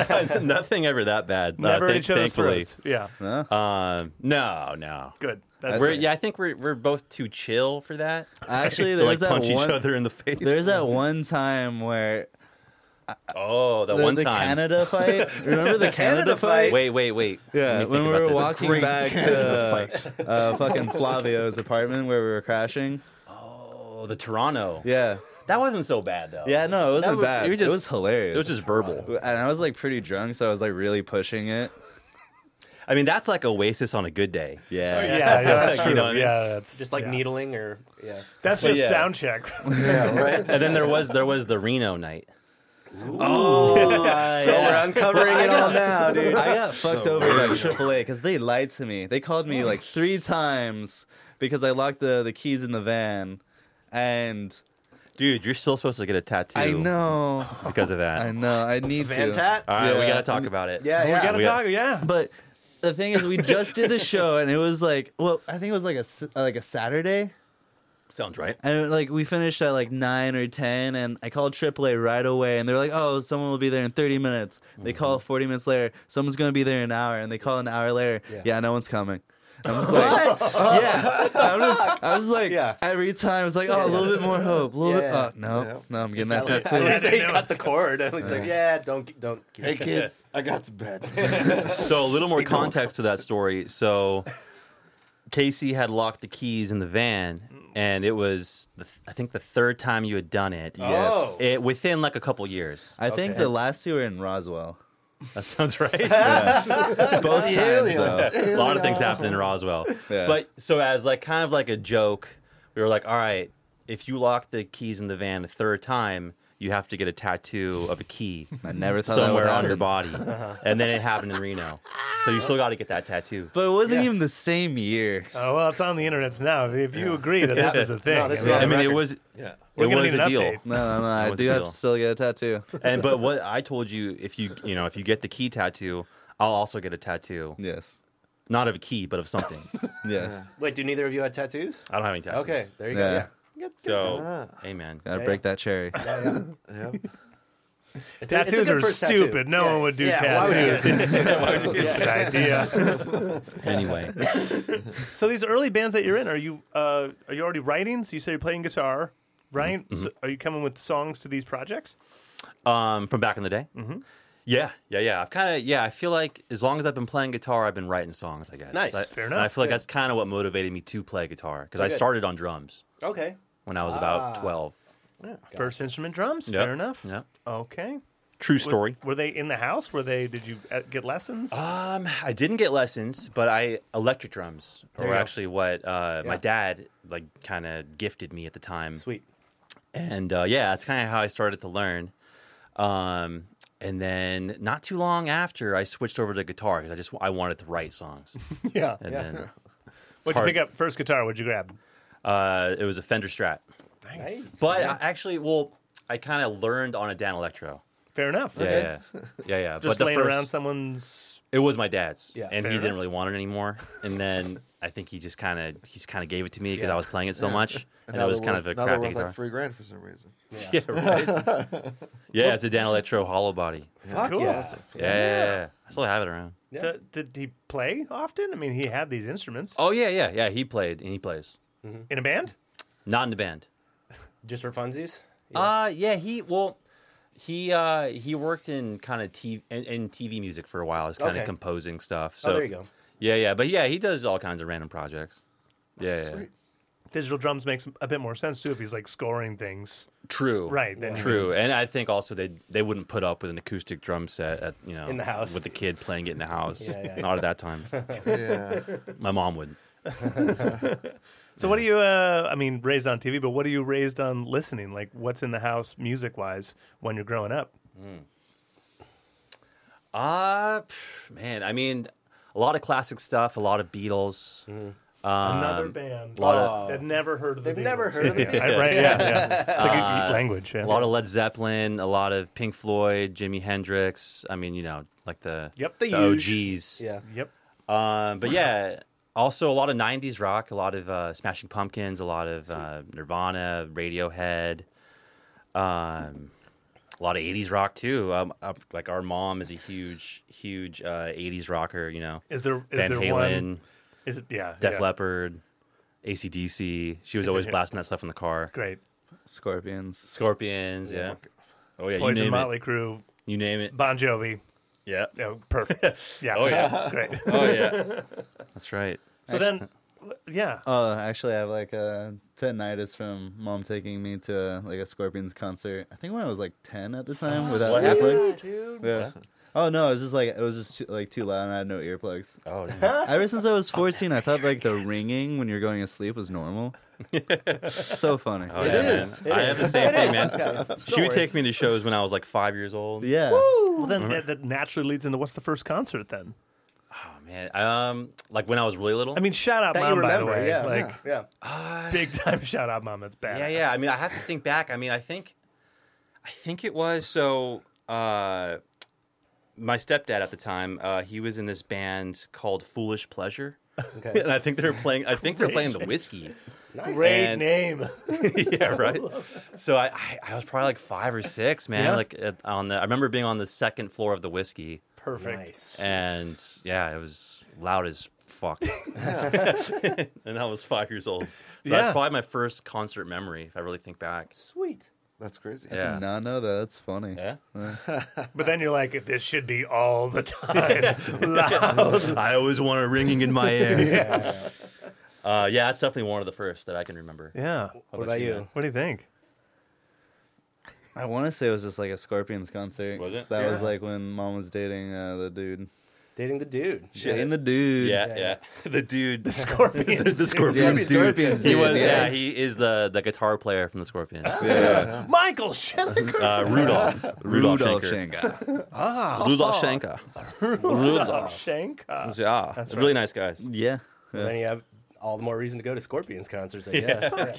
Speaker 1: Nothing ever that bad. Uh,
Speaker 4: Never at
Speaker 1: thank-
Speaker 4: each other's
Speaker 1: thankfully.
Speaker 4: throats. Yeah,
Speaker 5: Huh?
Speaker 1: Um, no, no.
Speaker 4: good. That's
Speaker 1: We're,
Speaker 4: great.
Speaker 1: yeah, I think we're we're both too chill for that.
Speaker 5: Actually,
Speaker 1: To,
Speaker 5: there's
Speaker 1: like
Speaker 5: that
Speaker 1: punch
Speaker 5: one.
Speaker 1: each other in the face.
Speaker 5: There's that one time where
Speaker 1: oh, that
Speaker 5: the,
Speaker 1: one
Speaker 5: the
Speaker 1: time.
Speaker 5: Canada fight. Remember the Canada fight?
Speaker 1: Wait, wait, wait. Let me
Speaker 5: Yeah,
Speaker 1: think
Speaker 5: when we
Speaker 1: about
Speaker 5: were
Speaker 1: this.
Speaker 5: walking
Speaker 3: Great
Speaker 5: back
Speaker 3: Canada
Speaker 5: to uh, fucking Flavio's apartment where we were crashing.
Speaker 1: Oh, the Toronto.
Speaker 5: Yeah,
Speaker 1: That wasn't so bad though.
Speaker 5: yeah, no, it
Speaker 1: That
Speaker 5: wasn't
Speaker 1: was-
Speaker 5: bad.
Speaker 1: you
Speaker 5: it
Speaker 1: just-
Speaker 5: was hilarious.
Speaker 1: It was just verbal.
Speaker 5: and I was like pretty drunk, so I was like really pushing it.
Speaker 1: I mean, that's like Oasis on a good day.
Speaker 5: Yeah,
Speaker 4: yeah, yeah, that's
Speaker 1: You
Speaker 4: true.
Speaker 1: know what I mean?
Speaker 4: Yeah, that's
Speaker 2: just like
Speaker 4: yeah.
Speaker 2: needling or yeah.
Speaker 4: That's
Speaker 1: But
Speaker 4: just
Speaker 1: yeah.
Speaker 4: sound check.
Speaker 3: Yeah, right.
Speaker 1: And then there was there was the Reno night.
Speaker 5: Uh,
Speaker 2: So
Speaker 5: yeah.
Speaker 2: we're uncovering it all now, dude.
Speaker 5: I got fucked
Speaker 3: So
Speaker 5: over by AAA because they lied to me. They called me like three times because I locked the, the keys in the van, and
Speaker 1: Dude, you're still supposed to get a tattoo.
Speaker 5: I know,
Speaker 1: because of that.
Speaker 5: I know, I need
Speaker 2: Van
Speaker 5: to.
Speaker 2: tat?
Speaker 1: All right, we
Speaker 5: Yeah.
Speaker 1: gotta talk about it.
Speaker 2: Yeah,
Speaker 4: We
Speaker 2: yeah.
Speaker 4: gotta
Speaker 1: We-
Speaker 4: talk. Yeah,
Speaker 5: But the thing is, we just did the show, and it was like, well, I think it was like a s- like a Saturday,
Speaker 1: sounds right.
Speaker 5: and like we finished at like nine or ten, and I called AAA right away, and they're like, oh, someone will be there in thirty minutes. They call forty minutes later, someone's gonna be there in an hour, and they call an hour later, yeah,
Speaker 2: Yeah.
Speaker 5: no one's coming. I'm just like, yeah. I was, I was like,
Speaker 2: Yeah.
Speaker 5: every time, I was like, oh, a little bit more hope, a little
Speaker 2: Yeah.
Speaker 5: bit. Oh, no,
Speaker 3: Yeah.
Speaker 5: no, I'm getting that
Speaker 2: At
Speaker 5: tattoo.
Speaker 2: least they cut the cord. At least like, yeah, don't don't.
Speaker 3: Hey kid, I got the bed.
Speaker 1: So a little more context to that story. So Casey had locked the keys in the van, and it was the, I think the third time you had done it.
Speaker 5: Yes.
Speaker 2: Oh.
Speaker 1: It, within like a couple years.
Speaker 5: I think the last two were in Roswell.
Speaker 1: That sounds right.
Speaker 5: Both
Speaker 3: The
Speaker 5: times,
Speaker 3: aliens.
Speaker 5: though.
Speaker 1: a lot of things happened in Roswell.
Speaker 5: Yeah.
Speaker 1: But so as like kind of like a joke, we were like, all right, if you lock the keys in the van a third time, you have to get a tattoo of a key
Speaker 5: I never thought that would
Speaker 1: somewhere on your
Speaker 5: happen.
Speaker 1: body. And then it happened in Reno. So you still got to get that tattoo.
Speaker 5: But it wasn't even the same year.
Speaker 4: Oh, well, it's on the internets now. If you agree that this
Speaker 1: Yeah.
Speaker 4: is a thing,
Speaker 2: No,
Speaker 4: I
Speaker 2: this is
Speaker 4: mean,
Speaker 2: on
Speaker 1: I
Speaker 2: the
Speaker 1: mean, it
Speaker 2: record.
Speaker 1: was
Speaker 3: Yeah.
Speaker 4: we're
Speaker 1: it
Speaker 4: gonna
Speaker 1: was
Speaker 4: need
Speaker 1: a
Speaker 4: an
Speaker 1: deal.
Speaker 4: update.
Speaker 5: No, no, no. I
Speaker 1: was
Speaker 5: do
Speaker 1: the
Speaker 5: have to
Speaker 1: deal.
Speaker 5: still get a tattoo.
Speaker 1: And but what I told you, if you you know if you get the key tattoo, I'll also get a tattoo,
Speaker 5: Yes.
Speaker 1: not of a key, but of something.
Speaker 5: Yes.
Speaker 2: Wait, do neither of you have tattoos?
Speaker 1: I don't have any tattoos.
Speaker 2: Okay, there you
Speaker 5: Yeah.
Speaker 2: go. Yeah.
Speaker 1: So,
Speaker 3: Ah.
Speaker 1: amen.
Speaker 5: Gotta
Speaker 2: Yeah,
Speaker 5: break that cherry.
Speaker 3: Yeah.
Speaker 2: It's a- it's a
Speaker 4: Tattoos
Speaker 2: good
Speaker 4: are
Speaker 2: first tattoo.
Speaker 4: stupid. No
Speaker 2: Yeah.
Speaker 4: one would do
Speaker 2: Yeah, why would you
Speaker 4: tattoos. It's an idea.
Speaker 1: Anyway,
Speaker 4: So these early bands that you're in, are you uh, are you already writing? So you say you're playing guitar, right?
Speaker 1: Mm-hmm.
Speaker 4: So are you coming with songs to these projects?
Speaker 1: um, from back in the day. Mm-hmm. Yeah, yeah, yeah. I've kind of yeah. I feel like as long as I've been playing guitar, I've been writing songs. I guess.
Speaker 2: Nice.
Speaker 1: I,
Speaker 2: Fair
Speaker 1: and I
Speaker 4: enough.
Speaker 1: feel like that's kind of what motivated me to play guitar because I
Speaker 2: Good.
Speaker 1: started on drums
Speaker 2: Okay.
Speaker 1: when I was about
Speaker 2: Ah.
Speaker 1: twelve.
Speaker 4: First instrument drums.
Speaker 1: Yep.
Speaker 4: Fair enough.
Speaker 1: Yeah.
Speaker 4: Okay.
Speaker 1: True
Speaker 4: Were-
Speaker 1: story.
Speaker 4: Were, they in the house? Were they? Did you uh, get lessons?
Speaker 1: Um, I didn't get lessons, but I electric drums
Speaker 4: you
Speaker 1: were
Speaker 4: go.
Speaker 1: actually what uh, my
Speaker 2: Yeah.
Speaker 1: dad like kind of gifted me at the time.
Speaker 2: Sweet.
Speaker 1: and uh, yeah, that's kind of how I started to learn. Um, and then not too long after, I switched over to guitar because I just I wanted to write songs.
Speaker 4: yeah.
Speaker 1: And
Speaker 2: Yeah.
Speaker 1: then
Speaker 4: What'd you
Speaker 1: hard.
Speaker 4: pick up first guitar? What'd you grab?
Speaker 1: uh, it was a Fender Strat,
Speaker 2: Nice.
Speaker 1: but I actually, well, I kind of learned on a Dan Electro.
Speaker 4: Fair enough.
Speaker 1: Yeah, yeah, yeah, yeah.
Speaker 4: Just
Speaker 1: but the
Speaker 4: laying
Speaker 1: first,
Speaker 4: around someone's.
Speaker 1: it was my dad's,
Speaker 2: Yeah.
Speaker 1: and
Speaker 4: Fair
Speaker 1: he didn't
Speaker 4: enough.
Speaker 1: really want it anymore. And then I think he just kind of he's kind of gave it to me because I was playing it so much, and, it
Speaker 3: now
Speaker 1: was
Speaker 3: they're
Speaker 1: kind of
Speaker 3: worth-
Speaker 1: a
Speaker 3: now they're
Speaker 1: crappy
Speaker 3: worth
Speaker 1: guitar.
Speaker 3: like three grand for some reason.
Speaker 1: yeah, right. yeah, it's a Dan Electro Hollow Body.
Speaker 2: Fuck
Speaker 4: Cool.
Speaker 2: yeah.
Speaker 1: Yeah, yeah, yeah. I still have it around.
Speaker 2: Yeah.
Speaker 4: D- did he play often? I mean, he had these instruments
Speaker 1: Oh yeah, yeah, yeah. He played and he plays.
Speaker 4: in a band.
Speaker 1: Not in the band.
Speaker 2: Just for funsies?
Speaker 1: Uh yeah, he well he uh he worked in kind of TV in, in TV music for a while. He's kind of
Speaker 2: Okay.
Speaker 1: composing stuff. So
Speaker 2: oh, there you go.
Speaker 1: Yeah, yeah, but yeah, he does all kinds of random projects. Yeah, yeah.
Speaker 3: Sweet.
Speaker 4: Digital drums makes a bit more sense too if he's like scoring things.
Speaker 1: True.
Speaker 4: Right, then-
Speaker 1: True. And I think also they they wouldn't put up with an acoustic drum set at you know
Speaker 2: In the house.
Speaker 1: with the kid playing it in the house.
Speaker 2: Yeah, yeah,
Speaker 1: Not at that time.
Speaker 3: Yeah.
Speaker 1: My mom would.
Speaker 4: So what are you? Uh, I mean, raised on TV, but what are you raised on listening? Like, what's in the house music wise when you're growing up?
Speaker 1: Ah, pff, man. I mean, a lot of classic stuff, a lot of Beatles. Um,
Speaker 4: Another band.
Speaker 1: a lot of-
Speaker 4: They've never heard of. The
Speaker 2: They've never
Speaker 4: Beatles.
Speaker 2: heard of it.
Speaker 4: I- right? Yeah, yeah. It's like a language. Yeah.
Speaker 1: Uh, A lot of Led Zeppelin, a lot of Pink Floyd, Jimi Hendrix. I mean, you know, like the
Speaker 4: Yep,
Speaker 1: the,
Speaker 4: the
Speaker 1: OGs.
Speaker 2: Yeah.
Speaker 4: Yep.
Speaker 1: Um, but yeah, also a lot of '90s rock, a lot of uh, Smashing Pumpkins, a lot of uh, Nirvana, Radiohead. Um, a lot of 80s rock too. Um, uh, like our mom is a huge, huge uh, 80s rocker. You know,
Speaker 4: Is there is
Speaker 1: Van
Speaker 4: there
Speaker 1: Halen,
Speaker 4: one? Is it yeah?
Speaker 1: Def
Speaker 4: yeah.
Speaker 1: Leppard, ACDC. She was
Speaker 4: Is it
Speaker 1: always
Speaker 4: here?
Speaker 1: blasting that stuff in the car.
Speaker 4: Great.
Speaker 5: Scorpions.
Speaker 1: Scorpions, yeah. Oh yeah, you
Speaker 4: Poison,
Speaker 1: name
Speaker 4: Motley Crue,
Speaker 1: it. You name it.
Speaker 4: Bon Jovi.
Speaker 1: Yeah.
Speaker 4: Oh, perfect. Yeah.
Speaker 1: Oh, yeah.
Speaker 4: Great.
Speaker 1: Oh yeah. That's right.
Speaker 4: So then, yeah.
Speaker 5: Oh, actually, I have like a tinnitus from mom taking me to like a Scorpions concert. I think when I was like ten at the time without earplugs. Yeah. Oh no, it was just like it was just too, like too loud, and I had no earplugs.
Speaker 1: Oh, damn.
Speaker 5: Ever since I was fourteen, I thought like the ringing when you're going to sleep was normal. so funny.
Speaker 1: oh
Speaker 3: It
Speaker 1: yeah,
Speaker 3: is.
Speaker 1: man. I have the same thing, man. she would take me to shows when I was like five years old.
Speaker 5: Yeah.
Speaker 4: Well, then that, that naturally leads into what's the first concert then?
Speaker 1: Oh man. Um, like when I was really little.
Speaker 4: I mean, shout out
Speaker 2: That you
Speaker 4: mom by the
Speaker 2: remember,
Speaker 4: way.
Speaker 2: yeah.
Speaker 4: like
Speaker 2: Yeah.
Speaker 4: big time shout out mom. It's bad.
Speaker 1: Yeah, yeah. I mean, I have to think back. I mean, I think, I think it was so. Uh, my stepdad at the time, uh, he was in this band called Foolish Pleasure,
Speaker 2: Okay.
Speaker 1: and I think they were playing. I think they were playing the whiskey.
Speaker 4: Great
Speaker 1: And-
Speaker 4: name.
Speaker 1: yeah, right. So I, I, I was probably like five or six, man.
Speaker 4: Yeah.
Speaker 1: Like at- on the, I remember being on the second floor of the whiskey,
Speaker 4: Perfect.
Speaker 2: Nice.
Speaker 1: and yeah, it was loud as fuck. and I was five years old. So
Speaker 4: Yeah.
Speaker 1: that's probably my first concert memory, if I really think back.
Speaker 2: Sweet.
Speaker 3: That's crazy.
Speaker 1: Yeah.
Speaker 5: Did not know that. That's funny.
Speaker 1: Yeah.
Speaker 4: But then you're like, this should be all the time. Loud.
Speaker 1: I always want a ringing in my ear. yeah. Uh, yeah, that's definitely one of the first that I can remember.
Speaker 4: Yeah.
Speaker 1: How
Speaker 2: What about you?
Speaker 1: man?
Speaker 4: What do you think?
Speaker 5: I want to say it was just like a Scorpions concert.
Speaker 1: Was it?
Speaker 5: That was
Speaker 2: Yeah.
Speaker 5: like when mom was dating uh, the dude.
Speaker 2: Dating the dude.
Speaker 5: Dating the dude.
Speaker 1: Yeah, yeah, The dude, the
Speaker 4: Scorpions.
Speaker 1: the
Speaker 5: Yeah,
Speaker 1: Scorpions. dude.
Speaker 5: Scorpions.
Speaker 1: He
Speaker 5: dude,
Speaker 1: was, yeah.
Speaker 5: yeah.
Speaker 1: he is the the guitar player from the Scorpions.
Speaker 5: Yeah.
Speaker 4: Michael Shannon.
Speaker 1: Uh, Rudolph, Rudolph,
Speaker 5: Rudolph
Speaker 1: Schenker.
Speaker 5: Schenker.
Speaker 1: Rudolph Schenker. Rudolph.
Speaker 4: Shank.
Speaker 1: Yeah,
Speaker 4: That's
Speaker 1: really nice guys.
Speaker 5: Yeah.
Speaker 2: Well, Then you have all the more reason to go to Scorpions concerts, I guess.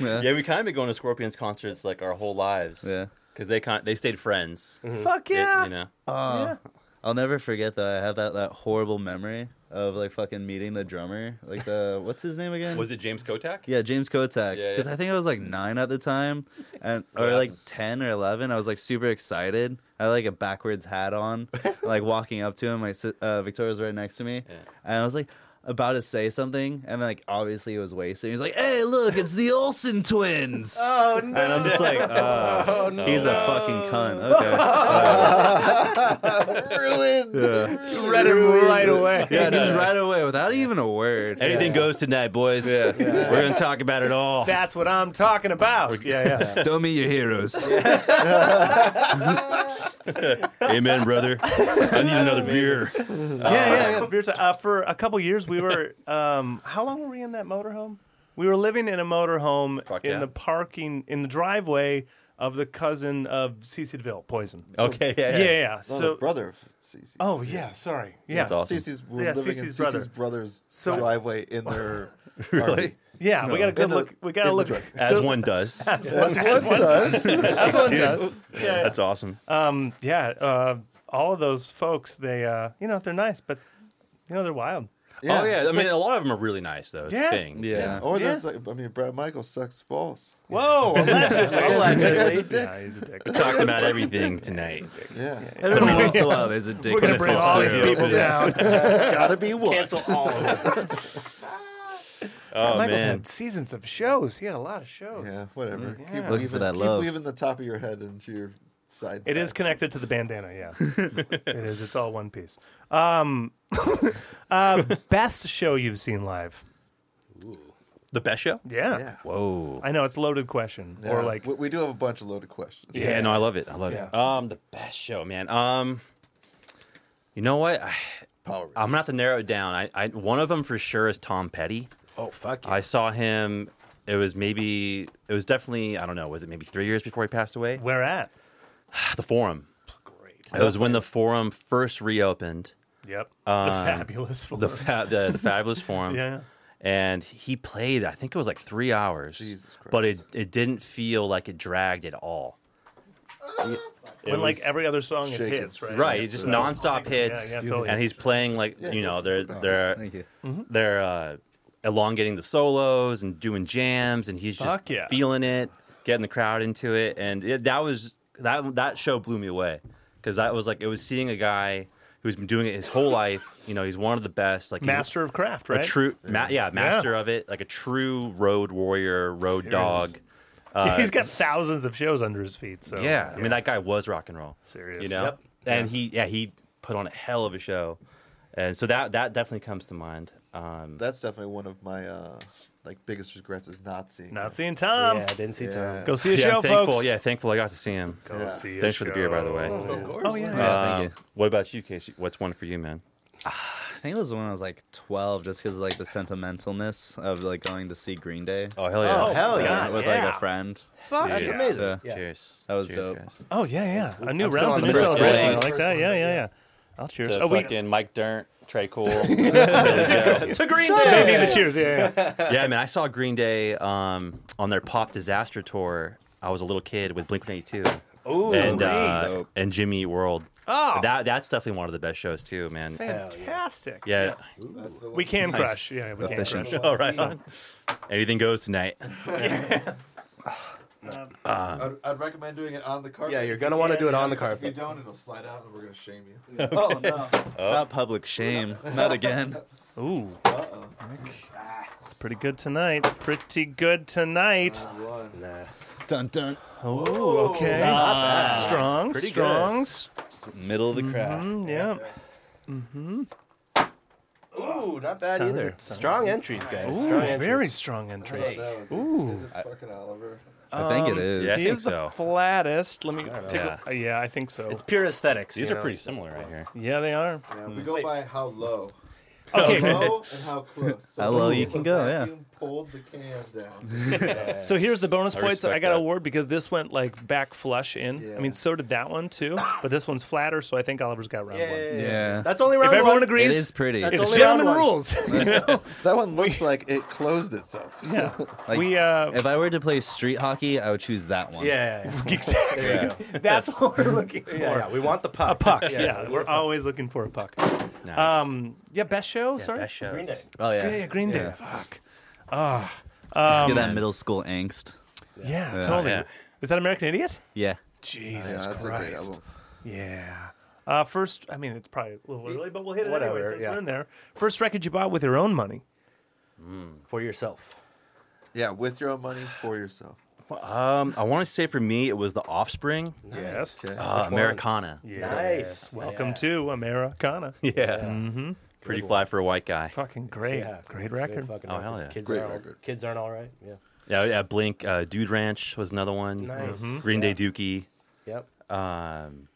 Speaker 5: Yeah.
Speaker 1: Yeah, we kind of been going to Scorpions concerts like our whole lives.
Speaker 5: Yeah.
Speaker 1: because they kind they stayed friends.
Speaker 4: Fuck
Speaker 1: They-
Speaker 4: Mm-hmm. yeah.
Speaker 1: you know.
Speaker 5: Uh, I'll never forget though. I have that, that horrible memory of like fucking meeting the drummer. Like the what's his name again?
Speaker 1: Was it James Kotak?
Speaker 5: Yeah, James Kotak. Because
Speaker 1: Yeah, yeah.
Speaker 5: I think I was like nine at the time, and or like ten or eleven. I was like super excited. I had like a backwards hat on, like walking up to him. My si- uh, Victoria was right next to me, and I was like about to say something, and like obviously it was wasted. He's like, "Hey, look, it's the Olsen twins."
Speaker 2: Oh no.
Speaker 5: And I'm just like, oh, he's a fucking cunt. Okay.
Speaker 3: Ruined.
Speaker 4: You read it right away.
Speaker 5: Yeah, just right away without even a word.
Speaker 1: Anything goes tonight, boys. We're gonna talk about it all.
Speaker 4: That's what I'm talking about. Yeah, yeah.
Speaker 5: Don't meet your heroes.
Speaker 1: Amen, brother. I need another beer.
Speaker 4: yeah, yeah, yeah. it's beer time. Uh, for a couple years, we were. Um, how long were we in that motorhome? We were living in a motorhome
Speaker 1: Fuck
Speaker 4: in
Speaker 1: yeah.
Speaker 4: the parking in the driveway of the cousin of Cece Deville, Poison.
Speaker 5: Oh,
Speaker 1: Okay, yeah,
Speaker 4: Yeah,
Speaker 1: yeah.
Speaker 4: yeah. yeah.
Speaker 3: No,
Speaker 4: So,
Speaker 3: the brother of Cece.
Speaker 4: oh yeah, sorry. Yeah,
Speaker 1: That's awesome.
Speaker 3: Cece's we're
Speaker 4: Yeah,
Speaker 3: living
Speaker 4: Cece's
Speaker 3: in Cece's
Speaker 4: brother.
Speaker 3: brother's
Speaker 4: So-
Speaker 3: driveway in their RV.
Speaker 4: yeah. we got a good
Speaker 3: In the-
Speaker 4: look. We got a
Speaker 3: in the
Speaker 4: look.
Speaker 3: drug-
Speaker 1: As one does.
Speaker 3: That's what it does.
Speaker 4: That's what it does. Yeah,
Speaker 1: That's awesome.
Speaker 4: yeah. Um, yeah. Uh, all of those folks, they, uh, you know, they're nice, but you know, they're wild.
Speaker 1: oh yeah, I
Speaker 3: it's
Speaker 1: mean,
Speaker 3: like-
Speaker 1: a lot of them are really nice though.
Speaker 4: Yeah.
Speaker 1: Yeah. Thing.
Speaker 5: Yeah.
Speaker 3: or
Speaker 4: Yeah.
Speaker 3: there's like I mean Brad Michael sucks balls.
Speaker 4: Whoa, allegedly.
Speaker 3: Allegedly. He's a dick.
Speaker 4: Yeah, he's a dick.
Speaker 1: Talked about everything tonight.
Speaker 3: Yeah.
Speaker 5: Every once in a while, there's a dick.
Speaker 4: We're gonna
Speaker 5: that
Speaker 4: bring
Speaker 5: slips
Speaker 4: all these
Speaker 5: through.
Speaker 4: people down.
Speaker 3: It's gotta be one.
Speaker 2: Cancel all of them.
Speaker 1: Oh
Speaker 4: Michael's
Speaker 1: man.
Speaker 4: had seasons of shows. He had a lot of shows.
Speaker 3: Yeah, whatever. Keep
Speaker 4: Looking
Speaker 3: weaving-
Speaker 5: for that
Speaker 3: keep
Speaker 5: love.
Speaker 3: weaving the top of your head into your side.
Speaker 4: It is connected to the bandana, yeah. it is. It's all one piece. Um, uh, best show you've seen live?
Speaker 1: The best show?
Speaker 4: Yeah.
Speaker 3: Yeah.
Speaker 1: Whoa.
Speaker 4: I know it's a loaded question.
Speaker 3: Yeah.
Speaker 4: Or like,
Speaker 3: we, we do have a bunch of loaded questions.
Speaker 1: Yeah, no, I love it. I love it. Um, the best show, man. Um, you know what? I,
Speaker 3: Power.
Speaker 1: I'm gonna have to narrow it down. I, I one of them for sure is Tom Petty.
Speaker 2: Oh fuck you.
Speaker 1: I saw him. It was maybe. It was definitely. I don't know. Was it maybe three years before he passed away?
Speaker 4: where at?
Speaker 1: The Forum.
Speaker 4: Great.
Speaker 1: It was when the Forum first reopened.
Speaker 4: Yep. the fabulous four.
Speaker 1: Um, The fa- the, the fabulous Forum.
Speaker 4: yeah.
Speaker 1: and he played i think it was like three hours
Speaker 3: Jesus
Speaker 1: but it, it didn't feel like it dragged at all
Speaker 4: When like every other song is
Speaker 3: shaking.
Speaker 4: hits, right? uh,
Speaker 1: right it's just nonstop hits
Speaker 4: Oh, yeah, totally.
Speaker 1: and he's playing like you know they're they're
Speaker 5: Thank you.
Speaker 4: Mm-hmm.
Speaker 1: they're uh, elongating the solos and doing jams and he's just
Speaker 4: Fuck yeah.
Speaker 1: feeling it getting the crowd into it and it, that was that that show blew me away because that was like it was seeing a guy who's been doing it his whole life. You know, he's one of the best,
Speaker 5: Mm.
Speaker 1: like he's
Speaker 4: Master of craft, right?
Speaker 1: a true, ma- yeah, master of it, like a true road warrior, road
Speaker 4: Serious.
Speaker 1: dog. Uh,
Speaker 4: He's got thousands of shows under his feet. So
Speaker 1: yeah, I mean that guy was rock and roll.
Speaker 4: Serious.
Speaker 1: you know,
Speaker 2: Yep.
Speaker 1: and he yeah he put on a hell of a show, and so that that definitely comes to mind. Um,
Speaker 3: That's definitely one of my uh, like biggest regrets is not seeing.
Speaker 4: not
Speaker 3: it.
Speaker 4: seeing Tom.
Speaker 2: yeah, I didn't see
Speaker 3: Yeah.
Speaker 2: time.
Speaker 4: Go see a
Speaker 1: yeah,
Speaker 4: show,
Speaker 1: I'm thankful.
Speaker 4: folks.
Speaker 1: Yeah, thankful I got to see him.
Speaker 4: Go
Speaker 3: Yeah.
Speaker 4: see a
Speaker 1: Thanks for the beer, by the
Speaker 4: show.
Speaker 1: way.
Speaker 3: Oh, yeah.
Speaker 5: Oh yeah. thank you.
Speaker 1: Um, what about you, Casey? What's one for you, man?
Speaker 5: I think it was when I was like 12, just because like the sentimentalness of like going to see Green Day.
Speaker 1: Oh hell yeah!
Speaker 4: Oh,
Speaker 5: uh,
Speaker 4: hell yeah.
Speaker 5: With like
Speaker 4: yeah.
Speaker 5: a friend.
Speaker 2: Fuck, that's
Speaker 1: Yeah.
Speaker 2: amazing.
Speaker 5: Yeah.
Speaker 2: Yeah.
Speaker 1: Cheers.
Speaker 5: That was
Speaker 1: Cheers,
Speaker 5: dope.
Speaker 1: guys.
Speaker 4: Oh yeah, yeah. A new
Speaker 5: I'm still
Speaker 4: rounds
Speaker 5: on
Speaker 4: of
Speaker 5: the
Speaker 4: new
Speaker 5: first
Speaker 4: celebration.
Speaker 1: one.
Speaker 4: I like that. Yeah, yeah, yeah. I'll cheers.
Speaker 1: To
Speaker 4: oh, we,
Speaker 1: fucking Mike Dirnt, Trey Cool.
Speaker 4: to Green Day. Baby, the cheers. Yeah, yeah.
Speaker 1: yeah, man, I saw Green Day um, on their Pop Disaster tour. I was a little kid with Blink 182
Speaker 2: Ooh,
Speaker 1: and
Speaker 2: great.
Speaker 1: uh,
Speaker 5: Dope.
Speaker 1: and Jimmy Eat World.
Speaker 4: Oh.
Speaker 1: that that's definitely one of the best shows too, man.
Speaker 4: Fantastic.
Speaker 1: Yeah.
Speaker 3: That's the one.
Speaker 4: We can
Speaker 1: Nice.
Speaker 4: crush. Yeah, we can
Speaker 5: Efficient.
Speaker 4: crush.
Speaker 1: All right. On. Anything goes tonight.
Speaker 3: I'd, I'd recommend doing it on the carpet.
Speaker 2: yeah, you're gonna want to do it on the
Speaker 3: If you
Speaker 2: carpet.
Speaker 3: don't, it'll slide out, and we're gonna shame you.
Speaker 5: Oh no. Not public shame. Not again.
Speaker 4: Ooh. It's pretty good tonight. Pretty good tonight.
Speaker 3: Run.
Speaker 2: Nah.
Speaker 5: dun dun.
Speaker 4: Oh, okay. strong,
Speaker 1: Pretty
Speaker 4: strong.
Speaker 5: Middle of the crowd.
Speaker 4: Mm, yeah.
Speaker 2: Ooh, not bad
Speaker 4: Sounded-
Speaker 2: either.
Speaker 4: sounded-
Speaker 2: Strong entries, guys.
Speaker 4: Ooh,
Speaker 2: Strong entries.
Speaker 4: very strong
Speaker 3: I don't
Speaker 4: entries.
Speaker 3: know. Is it,
Speaker 4: Ooh.
Speaker 3: is it fucking Oliver?
Speaker 5: I think
Speaker 4: Um,
Speaker 5: it is.
Speaker 1: yeah. I
Speaker 4: He
Speaker 1: think
Speaker 4: is the
Speaker 1: so.
Speaker 4: flattest. Let me take
Speaker 1: Yeah.
Speaker 4: a, uh, yeah, I think so.
Speaker 2: It's pure aesthetics.
Speaker 1: These
Speaker 2: you
Speaker 1: are
Speaker 2: know?
Speaker 1: pretty similar right here.
Speaker 4: yeah, they are.
Speaker 3: Yeah, we go by how low,
Speaker 4: Okay,
Speaker 3: low, and how close. So
Speaker 5: How low you
Speaker 3: the
Speaker 5: can go, yeah.
Speaker 3: vacuum Pulled the can down.
Speaker 4: So here's the bonus
Speaker 1: I
Speaker 4: points that I
Speaker 1: respect
Speaker 4: got
Speaker 1: that.
Speaker 4: award because this went like back flush in. I
Speaker 3: Yeah.
Speaker 4: mean, so did that one too, but this one's flatter, so I think Oliver's got round one.
Speaker 2: Yeah.
Speaker 5: Yeah.
Speaker 2: That's only round
Speaker 4: If everyone
Speaker 2: one.
Speaker 5: It
Speaker 4: agrees,
Speaker 5: is pretty.
Speaker 2: That's
Speaker 4: it's
Speaker 2: only
Speaker 4: gentleman
Speaker 2: round one.
Speaker 4: rules. you know?
Speaker 3: That one looks like it closed itself.
Speaker 4: yeah.
Speaker 5: Like,
Speaker 4: we uh,
Speaker 5: If I were to play street hockey, I would choose that one.
Speaker 2: Yeah, yeah,
Speaker 4: exactly.
Speaker 5: Yeah.
Speaker 4: That's what we're looking for.
Speaker 2: yeah. yeah, yeah. We want the puck. A
Speaker 4: Puck. Yeah, we're always looking for a puck.
Speaker 1: Nice.
Speaker 4: Um, yeah, best show.
Speaker 1: Yeah,
Speaker 4: sorry,
Speaker 1: best shows.
Speaker 2: Green Day.
Speaker 5: Oh yeah.
Speaker 4: Yeah, yeah, Green Day.
Speaker 5: Yeah.
Speaker 4: Fuck.
Speaker 5: Just get that middle school angst.
Speaker 4: Yeah, totally.
Speaker 1: Yeah.
Speaker 4: Is that American Idiot?
Speaker 5: Yeah.
Speaker 4: Jesus
Speaker 3: that's a great
Speaker 4: Christ.
Speaker 3: album.
Speaker 4: yeah. Uh, first, I mean, it's probably a little early, but we'll hit it
Speaker 2: Whatever,
Speaker 4: anyway since
Speaker 2: yeah.
Speaker 4: we're in there. First record you bought with your own money.
Speaker 2: For yourself.
Speaker 3: Yeah, with your own money for yourself.
Speaker 1: Um, I want to say for me it was The Offspring,
Speaker 4: Yes.
Speaker 1: uh, Americana.
Speaker 4: Yeah.
Speaker 2: Nice.
Speaker 4: Welcome
Speaker 2: Yeah.
Speaker 4: to Americana.
Speaker 1: Yeah. Mm-hmm. Pretty fly for a white guy.
Speaker 4: Fucking great. Great record.
Speaker 2: fucking
Speaker 1: Oh,
Speaker 2: record.
Speaker 1: hell yeah.
Speaker 2: Kids
Speaker 3: Great
Speaker 2: aren't,
Speaker 3: record.
Speaker 2: Kids aren't all right. Yeah.
Speaker 1: Yeah, yeah. Blink, uh, Dude Ranch was another one. Mm-hmm.
Speaker 2: Nice. Mhm.
Speaker 1: Green Day Dookie.
Speaker 2: Yep.
Speaker 1: Um,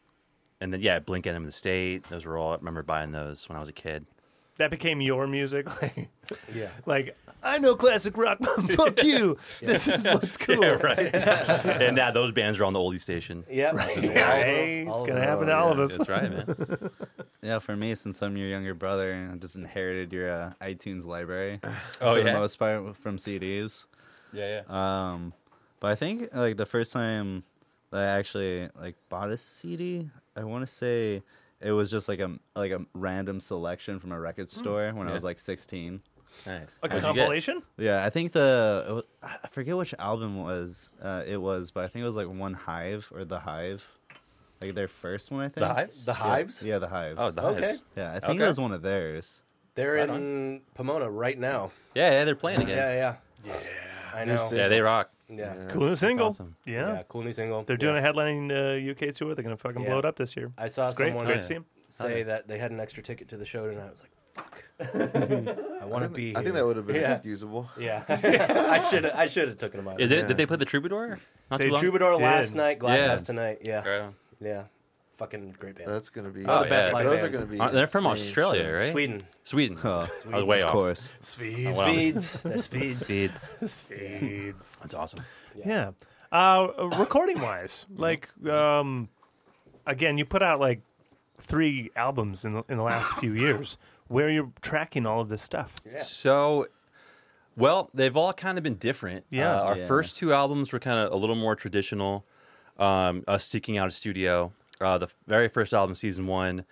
Speaker 1: and then yeah, Blink Enemy of the State. Those were all I remember buying those when I was a kid.
Speaker 4: That became your music. Like,
Speaker 2: Yeah.
Speaker 4: like I know classic rock, but fuck you. This is what's cool.
Speaker 1: right. and that those bands were on the oldie station.
Speaker 2: Yep.
Speaker 4: Hey, it's going to happen to all of us.
Speaker 1: That's right, man. Oh,
Speaker 5: Yeah, for me, since I'm your younger brother, I just inherited your uh, iTunes library
Speaker 1: Oh
Speaker 5: for the
Speaker 1: yeah,
Speaker 5: most part from CDs.
Speaker 1: yeah, yeah.
Speaker 5: Um, but I think like the first time that I actually like bought a CD, I want to say it was just like a like a random selection from a record store when
Speaker 1: Hmm.
Speaker 5: I
Speaker 1: Yeah.
Speaker 5: was like 16.
Speaker 1: Nice.
Speaker 4: Like a
Speaker 1: What'd you get?
Speaker 4: compilation?
Speaker 5: Yeah, I think the it wa- I forget which album was uh, it was, but I think it was like One Hive or The Hive, like their first one. I think
Speaker 1: The Hives.
Speaker 2: The Hives?
Speaker 5: Yeah, The Hives.
Speaker 1: Oh, the
Speaker 2: Okay.
Speaker 1: Hives.
Speaker 5: yeah, I think
Speaker 1: Okay.
Speaker 5: it was one of theirs.
Speaker 2: They're
Speaker 1: Right
Speaker 2: in Pomona right now.
Speaker 1: Yeah, yeah. They're playing again.
Speaker 2: Yeah, yeah. Yeah. I know.
Speaker 3: sick.
Speaker 1: Yeah, they rock.
Speaker 2: Yeah. yeah.
Speaker 4: Cool new single.
Speaker 1: awesome.
Speaker 4: Yeah.
Speaker 2: Cool new single.
Speaker 4: They're
Speaker 2: Yeah.
Speaker 4: doing a headlining uh, UK tour. They're going to fucking
Speaker 2: Yeah.
Speaker 4: blow it up this year.
Speaker 2: I saw
Speaker 4: Great.
Speaker 2: someone
Speaker 4: Great
Speaker 1: yeah.
Speaker 4: to see 'em.
Speaker 2: say that they had an extra ticket to the show tonight. I was like, fuck. I want
Speaker 3: I
Speaker 2: to
Speaker 3: think,
Speaker 2: be.
Speaker 3: I think
Speaker 2: here.
Speaker 3: that would have been
Speaker 2: Yeah.
Speaker 3: excusable.
Speaker 2: Yeah. I should I should have taken him out.
Speaker 1: Is it,
Speaker 3: Yeah.
Speaker 1: Did they play the Troubadour? Not
Speaker 4: They
Speaker 1: too long.
Speaker 2: Troubadour
Speaker 4: Did.
Speaker 2: last night, Glass
Speaker 1: Yeah.
Speaker 2: House tonight. Yeah.
Speaker 1: Right on.
Speaker 2: Yeah. Fucking great band.
Speaker 3: That's gonna be.
Speaker 1: Oh, the best
Speaker 3: yeah.
Speaker 2: live
Speaker 3: Those are
Speaker 2: bands.
Speaker 3: gonna be.
Speaker 1: Aren't- they're from
Speaker 3: insane
Speaker 1: Australia,
Speaker 3: shows.
Speaker 1: right?
Speaker 2: Sweden.
Speaker 1: Sweden.
Speaker 5: Oh,
Speaker 1: I was way
Speaker 5: of
Speaker 1: off.
Speaker 5: course.
Speaker 4: Speeds.
Speaker 1: Wow.
Speaker 2: Speeds. They're speeds.
Speaker 1: Speeds.
Speaker 4: Speeds.
Speaker 1: That's awesome.
Speaker 4: Yeah. Uh, recording wise, like, um, again, you put out like three albums in the, in the last few years. Where you're tracking all of this stuff?
Speaker 2: Yeah.
Speaker 1: So, well, they've all kind of been different.
Speaker 4: Yeah.
Speaker 1: Uh, our
Speaker 5: Yeah.
Speaker 1: first two albums were kind of a little more traditional. Um, us seeking out a studio. Uh, the very first album, season one,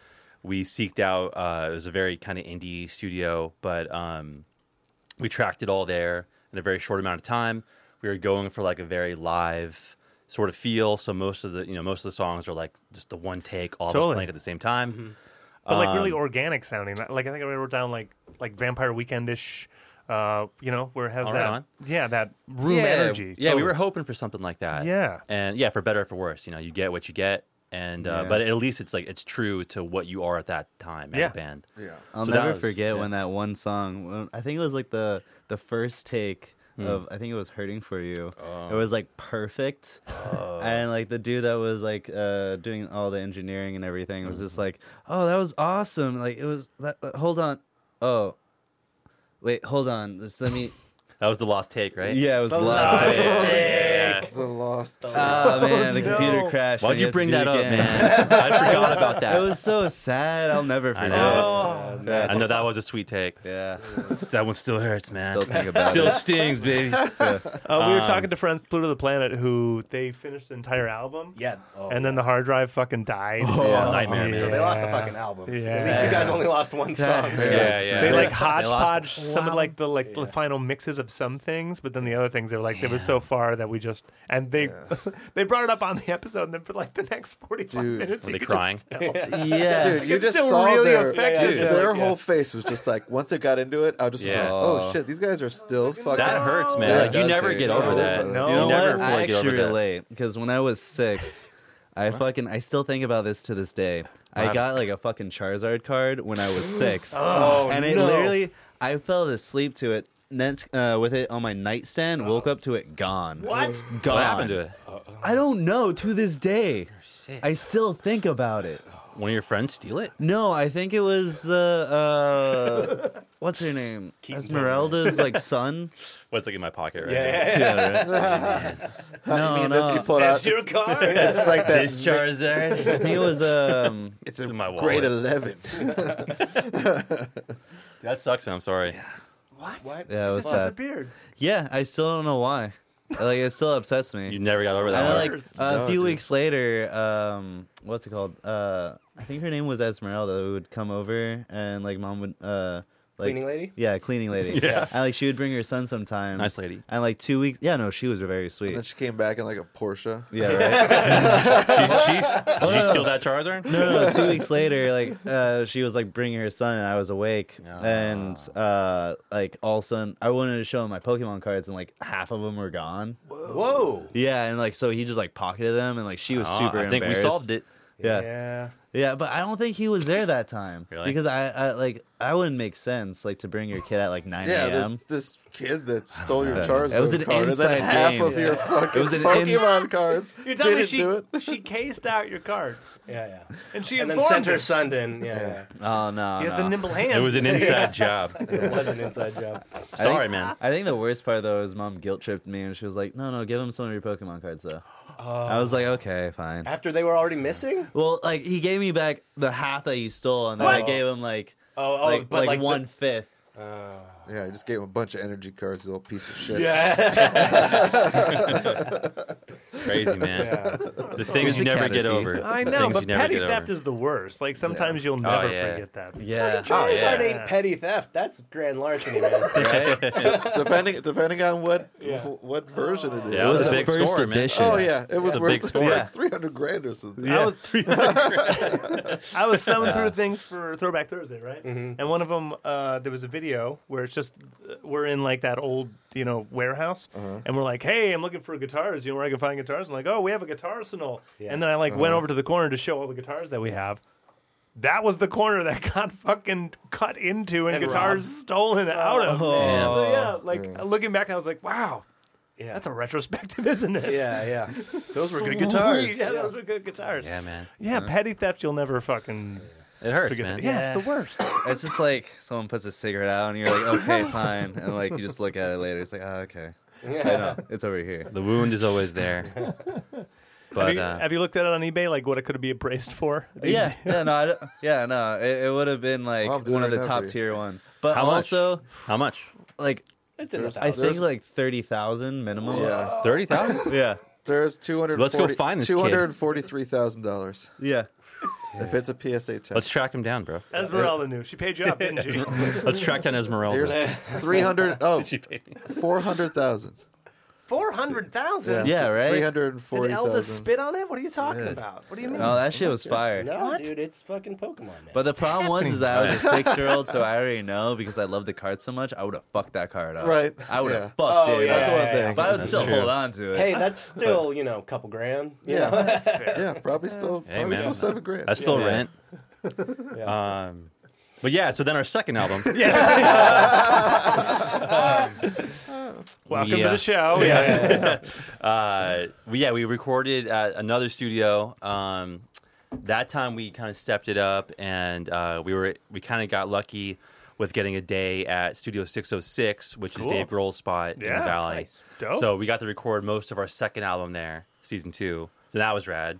Speaker 1: we seeked out. Uh, it was a very kind of indie studio, but um, we tracked it all there in a very short amount of time. We were going for like a very live sort of feel. So most of the you know most of the songs are like just the one take, all of us
Speaker 4: Totally.
Speaker 1: playing at the same time.
Speaker 4: but like
Speaker 1: Um,
Speaker 4: really organic sounding. Like I think I wrote down like like Vampire Weekendish, uh, you know, where it has
Speaker 1: All right
Speaker 4: that
Speaker 1: on.
Speaker 4: yeah that room
Speaker 1: yeah,
Speaker 4: energy.
Speaker 1: Yeah, we
Speaker 4: totally.
Speaker 1: were hoping for something like that.
Speaker 4: Yeah.
Speaker 1: and yeah, for better or for worse, you know, you get what you get, and uh,
Speaker 5: Yeah.
Speaker 1: but at least it's like it's true to what you are at that time as
Speaker 4: Yeah.
Speaker 1: a band.
Speaker 3: Yeah.
Speaker 5: I'll
Speaker 1: So that
Speaker 5: never
Speaker 1: was-
Speaker 5: forget
Speaker 1: yeah.
Speaker 5: when that one song. when- I think it was like the the first take
Speaker 1: Hmm.
Speaker 5: of. I think it was "Hurting for You."
Speaker 1: Oh.
Speaker 5: It was like perfect, and like the dude that was like uh, doing all the engineering and everything was
Speaker 1: Mm-hmm.
Speaker 5: just like, "Oh, that was awesome!" Like it was. That, that- hold on. Oh, wait. Hold on. Just let me.
Speaker 1: That was the lost take, right?
Speaker 5: Yeah, it was the last.
Speaker 1: take.
Speaker 3: The lost.
Speaker 5: Oh man, the
Speaker 4: no.
Speaker 5: computer crashed.
Speaker 1: Why'd
Speaker 5: We
Speaker 1: you
Speaker 5: had to
Speaker 1: bring
Speaker 5: do it
Speaker 1: that up,
Speaker 5: again.
Speaker 1: man? I forgot about that.
Speaker 5: It was so sad. I'll never
Speaker 1: I
Speaker 5: forget.
Speaker 1: know.
Speaker 5: That-
Speaker 1: I know that was a sweet take.
Speaker 5: Yeah,
Speaker 1: That one still hurts, man.
Speaker 5: still think about
Speaker 1: Still
Speaker 5: it.
Speaker 1: stings, baby.
Speaker 4: Uh,
Speaker 1: um,
Speaker 4: we were talking to friends Pluto the Planet who they finished the entire album.
Speaker 2: Yeah. Oh.
Speaker 4: And then the hard drive fucking died.
Speaker 5: Yeah.
Speaker 1: nightmare.
Speaker 2: so they lost a
Speaker 4: Yeah.
Speaker 2: fucking album.
Speaker 4: Yeah.
Speaker 2: At least you guys only lost one song.
Speaker 3: Yeah.
Speaker 1: yeah.
Speaker 4: They like
Speaker 1: They lost-
Speaker 4: hodgepodge some of like the like the final mixes of some things, but then the other things they were like they was so far that we just and they they brought it up on the episode and then for like the next forty five
Speaker 3: Dude.
Speaker 4: minutes
Speaker 1: Were
Speaker 4: you
Speaker 1: they
Speaker 4: could just
Speaker 1: crying?
Speaker 5: yeah.
Speaker 3: Dude, you
Speaker 4: It's
Speaker 3: just
Speaker 4: still
Speaker 3: saw
Speaker 4: really
Speaker 3: their,
Speaker 4: effective.
Speaker 3: dude,
Speaker 4: Yeah.
Speaker 3: their
Speaker 4: Yeah.
Speaker 3: whole face was just like once it got into it, I was just
Speaker 1: Yeah.
Speaker 3: like, oh shit, these guys are still fucking.
Speaker 1: That hurts, man.
Speaker 3: Yeah,
Speaker 1: like you
Speaker 5: that's
Speaker 1: never
Speaker 5: it.
Speaker 1: get over
Speaker 3: No,
Speaker 1: that.
Speaker 3: no.
Speaker 1: You
Speaker 5: You know
Speaker 1: never
Speaker 5: what?
Speaker 1: fully
Speaker 5: I
Speaker 1: get
Speaker 5: actually
Speaker 1: over that.
Speaker 5: relate because when I was six, I fucking I still think about this to this day. I
Speaker 1: happened?
Speaker 5: got like a fucking Charizard card when I was six,
Speaker 1: Oh,
Speaker 5: and it
Speaker 2: Oh,
Speaker 4: no.
Speaker 5: literally I fell asleep to it. Net, uh, with it on my nightstand, woke up to it gone.
Speaker 4: What?
Speaker 5: Gone.
Speaker 1: What happened to it?
Speaker 5: I don't know. To this day, I still think about it.
Speaker 1: One of your friends steal it?
Speaker 5: No, I think it was the uh, what's her name, Esmeralda's like son.
Speaker 1: What's like in my pocket right now?
Speaker 2: Yeah.
Speaker 5: Yeah, right?
Speaker 3: No, you mean
Speaker 5: no.
Speaker 3: this? You pull it
Speaker 2: That's
Speaker 3: out.
Speaker 2: your car.
Speaker 3: It's like that.
Speaker 1: This Charizard.
Speaker 5: I think it was um,
Speaker 3: It's a
Speaker 1: in my wallet.
Speaker 3: grade eleven.
Speaker 1: that sucks, man. I'm sorry.
Speaker 2: what?
Speaker 5: yeah, it was
Speaker 4: just
Speaker 5: sad.
Speaker 4: disappeared.
Speaker 5: Yeah, I still don't know why. like it still upsets me.
Speaker 1: You never got over that.
Speaker 5: And then,
Speaker 1: one.
Speaker 5: like
Speaker 4: worst.
Speaker 5: a
Speaker 3: No,
Speaker 5: few
Speaker 3: dude.
Speaker 5: weeks later, um, what's it called? Uh, I think her name was Esmeralda. Who would come over and like mom would uh, like,
Speaker 2: Cleaning lady?
Speaker 5: Yeah, cleaning lady. yeah, and like she would bring her son sometimes.
Speaker 1: Nice lady.
Speaker 5: And like two weeks. Yeah, no, she was very sweet.
Speaker 3: And then she came back in like a Porsche.
Speaker 5: yeah, right.
Speaker 1: She- she's- did you steal that Charizard?
Speaker 5: no, no, no, two weeks later, like uh, she was like bringing her son, and I was awake, and uh, like all of a sudden, I wanted to show him my Pokemon cards, and like half of them were gone.
Speaker 2: Whoa.
Speaker 5: Yeah, and like so he just like pocketed them, and like she was
Speaker 1: Oh,
Speaker 5: super.
Speaker 1: I think we
Speaker 5: embarrassed.
Speaker 1: solved it.
Speaker 5: Yeah. yeah,
Speaker 4: Yeah.
Speaker 5: but I don't think he was there that time
Speaker 1: Really?
Speaker 5: because I, I like I wouldn't make sense like to bring your kid at like nine
Speaker 3: Yeah, this
Speaker 5: a.m.
Speaker 3: this kid that stole your
Speaker 5: Yeah.
Speaker 3: Charizard
Speaker 5: It was an
Speaker 3: card, and then
Speaker 5: inside
Speaker 3: half
Speaker 5: game.
Speaker 3: of your fucking
Speaker 5: was an in-
Speaker 3: Pokemon cards.
Speaker 4: You're telling
Speaker 3: didn't
Speaker 4: me she
Speaker 3: do it.
Speaker 4: she cased out your cards
Speaker 2: Yeah, yeah.
Speaker 4: and she
Speaker 2: And then
Speaker 4: informed
Speaker 2: sent her
Speaker 4: him.
Speaker 2: son in. Yeah, yeah.
Speaker 5: Oh no,
Speaker 4: He has
Speaker 5: no.
Speaker 4: the nimble hands.
Speaker 1: It was an inside job.
Speaker 2: It was an inside job.
Speaker 1: Sorry, man.
Speaker 5: I think the worst part though is mom guilt tripped me and she was like, "No, no, give him some of your Pokemon cards though." I was like, "Okay, fine."
Speaker 2: After they were already missing?
Speaker 5: Well, like he gave me back the half that he stole, and then I
Speaker 2: What?
Speaker 5: gave him like
Speaker 2: Oh, oh,
Speaker 5: like,
Speaker 2: but
Speaker 5: like,
Speaker 2: like the-
Speaker 5: one fifth.
Speaker 3: Yeah, I just gave him a bunch of energy cards. Little piece of shit.
Speaker 1: Crazy, man.
Speaker 4: Yeah.
Speaker 1: The things you
Speaker 5: a
Speaker 1: never
Speaker 5: cat
Speaker 1: get
Speaker 5: if you-
Speaker 1: over.
Speaker 4: I
Speaker 1: The
Speaker 4: know,
Speaker 1: things
Speaker 4: but
Speaker 1: you never
Speaker 4: petty
Speaker 1: get
Speaker 4: theft
Speaker 1: over.
Speaker 4: is the worst. Like sometimes you'll never
Speaker 1: yeah.
Speaker 4: forget that.
Speaker 1: Yeah. Oh,
Speaker 2: Charizard
Speaker 1: yeah.
Speaker 2: ain't petty theft. That's grand larceny, man. Right?
Speaker 3: depending depending on what
Speaker 4: Yeah.
Speaker 3: wh- what version it is.
Speaker 1: Yeah, it was
Speaker 5: The
Speaker 1: a big
Speaker 5: first
Speaker 1: score, man.
Speaker 5: edition.
Speaker 3: Oh yeah, it was
Speaker 1: a
Speaker 3: worth
Speaker 1: big score.
Speaker 5: Yeah.
Speaker 3: like three hundred grand or something.
Speaker 4: I was I was thumbing through things for Throwback Thursday, right?
Speaker 2: Mm-hmm.
Speaker 4: And one of them, uh, there was a video where it's just uh, we're in like that old, you know, warehouse,
Speaker 2: Uh-huh.
Speaker 4: and we're like, "Hey, I'm looking for guitars. You know where I can find guitars?" And like, "Oh, we have a guitar arsenal."
Speaker 2: Yeah. Uh-huh.
Speaker 4: And then I like went over to the corner to show all the guitars that we have. That was the corner that got fucking cut into and,
Speaker 2: And Oh.
Speaker 4: guitars stolen out of.
Speaker 1: Damn.
Speaker 4: So yeah, like
Speaker 3: Yeah.
Speaker 4: looking back, I was like, "Wow,
Speaker 2: Yeah.
Speaker 4: that's a retrospective, isn't it?"
Speaker 2: yeah, yeah. Those were good
Speaker 4: Sweet.
Speaker 2: guitars.
Speaker 4: Yeah, those were good guitars.
Speaker 1: Yeah, man.
Speaker 4: Yeah, petty theft you'll never fucking
Speaker 1: It hurts,
Speaker 4: forget.
Speaker 1: man.
Speaker 4: that. Yeah, it's the worst.
Speaker 5: It's just like someone puts a cigarette out, and you're like, "Okay, fine," and like you just look at it later. It's like, "Oh, okay, I know it's over here."
Speaker 1: The wound is always there.
Speaker 4: have,
Speaker 1: But
Speaker 4: you,
Speaker 1: uh,
Speaker 4: have you looked at it on eBay? Like what it could be appraised for? these
Speaker 5: Yeah,
Speaker 4: days?
Speaker 5: yeah, no, I don't, yeah, no. It, it would have been like
Speaker 3: Well, I'm doing
Speaker 5: one of
Speaker 3: it
Speaker 5: the
Speaker 3: now for
Speaker 5: top
Speaker 3: you.
Speaker 5: tier ones, but
Speaker 1: How much?
Speaker 5: also
Speaker 1: how much?
Speaker 5: like
Speaker 2: It's in the
Speaker 5: I
Speaker 2: thousands.
Speaker 5: think like thirty thousand minimum.
Speaker 3: Yeah,
Speaker 1: Thirty thousand.
Speaker 5: yeah,
Speaker 3: there's two hundred.
Speaker 1: Let's go find this kid.
Speaker 3: two hundred forty-three thousand dollars.
Speaker 5: yeah.
Speaker 3: If it's a PSA 10
Speaker 1: Let's track him down, bro.
Speaker 4: Esmeralda knew. She paid you up, didn't she?
Speaker 1: Let's track down Esmeralda.
Speaker 3: here's three hundred. Oh,
Speaker 1: She paid me.
Speaker 3: four hundred thousand.
Speaker 4: Four hundred thousand.
Speaker 5: Yeah, right?
Speaker 3: Three hundred and
Speaker 4: Did
Speaker 3: forty
Speaker 4: Elvis
Speaker 3: thousand.
Speaker 4: spit on it? What are you talking about? What do you mean?
Speaker 1: Uh,
Speaker 5: Oh, that shit was fire.
Speaker 2: No,
Speaker 4: What?
Speaker 2: dude, it's fucking Pokemon, man.
Speaker 5: But the problem was is that I was a six year old, so I already know because I love the card so much. I would have fucked that card up.
Speaker 3: Right.
Speaker 5: I would have
Speaker 3: Yeah.
Speaker 5: fucked
Speaker 2: Oh,
Speaker 5: it.
Speaker 2: yeah,
Speaker 5: up.
Speaker 3: That's
Speaker 2: yeah,
Speaker 3: one
Speaker 2: yeah.
Speaker 3: thing.
Speaker 5: But I would
Speaker 3: That's
Speaker 5: still
Speaker 3: true.
Speaker 5: hold on to it.
Speaker 2: hey, that's still you know a couple grand. you
Speaker 3: Yeah.
Speaker 2: know?
Speaker 3: Yeah, probably still, probably
Speaker 1: man.
Speaker 3: still seven grand.
Speaker 1: That's still
Speaker 5: Yeah.
Speaker 1: rent. Um, but yeah, so then our second album.
Speaker 4: Yes. Welcome to
Speaker 1: Yeah.
Speaker 4: the show. Yeah. yeah, yeah.
Speaker 1: uh, we, yeah, we recorded at another studio. Um, that time we kind of stepped it up, and uh, we were we kind of got lucky with getting a day at Studio 606, which
Speaker 4: Cool.
Speaker 1: is Dave Grohl's spot in
Speaker 4: Yeah,
Speaker 1: the Valley.
Speaker 4: nice. Dope.
Speaker 1: So we got to record most of our second album there, season two. So that was rad.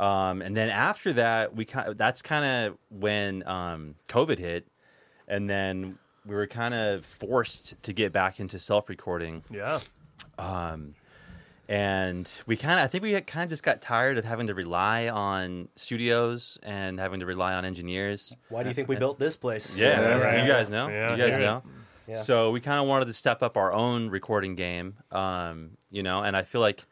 Speaker 1: Um, and then after that, we kind that's kind of when um, COVID hit, and then we were kind of forced to get back into self recording
Speaker 4: Yeah.
Speaker 1: and we kind of i think we kind of just got tired of having to rely on studios and having to rely on engineers
Speaker 2: Why do you think we built this place?
Speaker 1: yeah,
Speaker 3: Yeah, right.
Speaker 1: you guys know
Speaker 4: Yeah,
Speaker 1: you guys
Speaker 4: yeah.
Speaker 1: know
Speaker 2: Yeah.
Speaker 1: so we kind of wanted to step up our own recording game um, you know and i feel like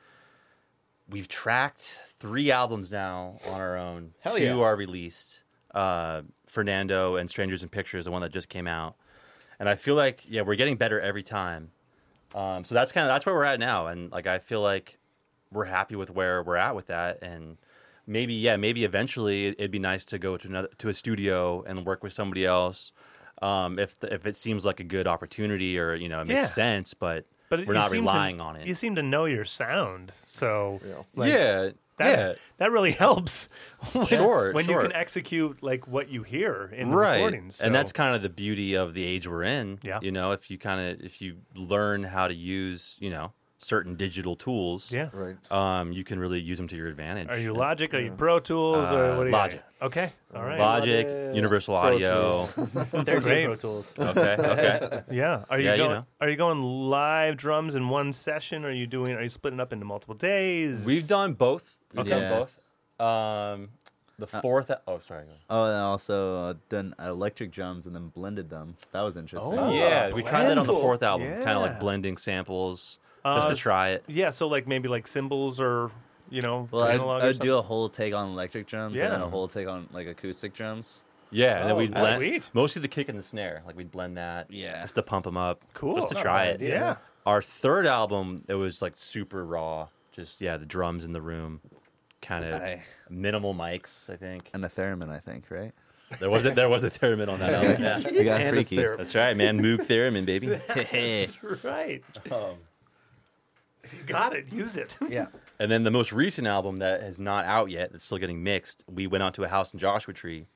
Speaker 1: we've tracked three albums now on our own
Speaker 2: Hell
Speaker 1: two
Speaker 2: yeah.
Speaker 1: are released uh, fernando and strangers in pictures the one that just came out and i feel like yeah we're getting better every time um, so that's kind of that's where we're at now and like i feel like we're happy with where we're at with that and maybe yeah maybe eventually it'd be nice to go to another to a studio and work with somebody else um, if the, if it seems like a good opportunity or you know it makes
Speaker 4: Yeah.
Speaker 1: sense but,
Speaker 4: But
Speaker 1: we're
Speaker 4: you
Speaker 1: not
Speaker 4: seem to-
Speaker 1: relying on it
Speaker 4: You seem to know your sound, so
Speaker 3: Yeah.
Speaker 4: like,
Speaker 1: yeah
Speaker 4: that that really helps. When,
Speaker 1: Sure,
Speaker 4: when
Speaker 1: sure.
Speaker 4: you can execute like what you hear in the
Speaker 1: right
Speaker 4: recordings, so-
Speaker 1: and that's kind of the beauty of the age we're in
Speaker 4: Yeah.
Speaker 1: you know if you kind of if you learn how to use you know certain digital tools
Speaker 4: yeah.
Speaker 3: right.
Speaker 1: um, you can really use them to your advantage
Speaker 4: Are you Logic? Are you Pro Tools?
Speaker 1: Uh,
Speaker 4: or what are you,
Speaker 1: Logic.
Speaker 4: Okay, all right.
Speaker 1: Logic,
Speaker 2: Logic,
Speaker 1: Universal
Speaker 3: Pro
Speaker 1: Audio.
Speaker 2: they're
Speaker 4: Great.
Speaker 2: Pro Tools.
Speaker 1: okay, okay.
Speaker 4: Yeah. Are you
Speaker 1: Yeah, you
Speaker 4: going?
Speaker 1: know.
Speaker 4: Are you going live drums in one session? Are you doing? Are you splitting up into multiple days?
Speaker 1: We've done both. We've
Speaker 5: Yeah.
Speaker 1: done both. Um, the fourth. oh, sorry.
Speaker 5: Oh, and I also uh, done electric drums and then blended them. That was interesting.
Speaker 4: Oh.
Speaker 1: yeah, we tried that on the
Speaker 4: blend.
Speaker 1: fourth album, kind of
Speaker 4: Yeah.
Speaker 1: like blending samples
Speaker 4: Uh,
Speaker 1: just to try it.
Speaker 4: Yeah. So like maybe like cymbals or you know
Speaker 5: Well, I'd,
Speaker 4: analog or
Speaker 5: I'd
Speaker 4: something?
Speaker 5: do a whole take on electric drums and then
Speaker 4: Yeah.
Speaker 5: a whole take on like acoustic drums.
Speaker 1: Yeah, and then
Speaker 2: Oh,
Speaker 1: we'd
Speaker 4: that's
Speaker 1: blend
Speaker 4: sweet.
Speaker 1: mostly the kick and the snare. Like we'd blend that.
Speaker 5: Yeah.
Speaker 1: just to pump them up.
Speaker 4: Cool.
Speaker 1: just to
Speaker 4: Not
Speaker 1: try
Speaker 2: bad
Speaker 1: it.
Speaker 2: idea.
Speaker 4: Yeah.
Speaker 1: Our third album, it was like super raw. Just yeah, the drums in the room, kind of
Speaker 5: Aye.
Speaker 1: minimal mics. I think
Speaker 5: And a theremin, I think, right?
Speaker 1: there was a, there was a theremin on that album. Yeah.
Speaker 5: We got
Speaker 3: And a
Speaker 5: freaky.
Speaker 3: therapy.
Speaker 1: That's right, man. Moog theremin, baby.
Speaker 4: Right. Um, you got it. Use it.
Speaker 2: Yeah.
Speaker 1: And then the most recent album that is not out yet, that's still getting mixed, we went out to a house in Joshua Tree.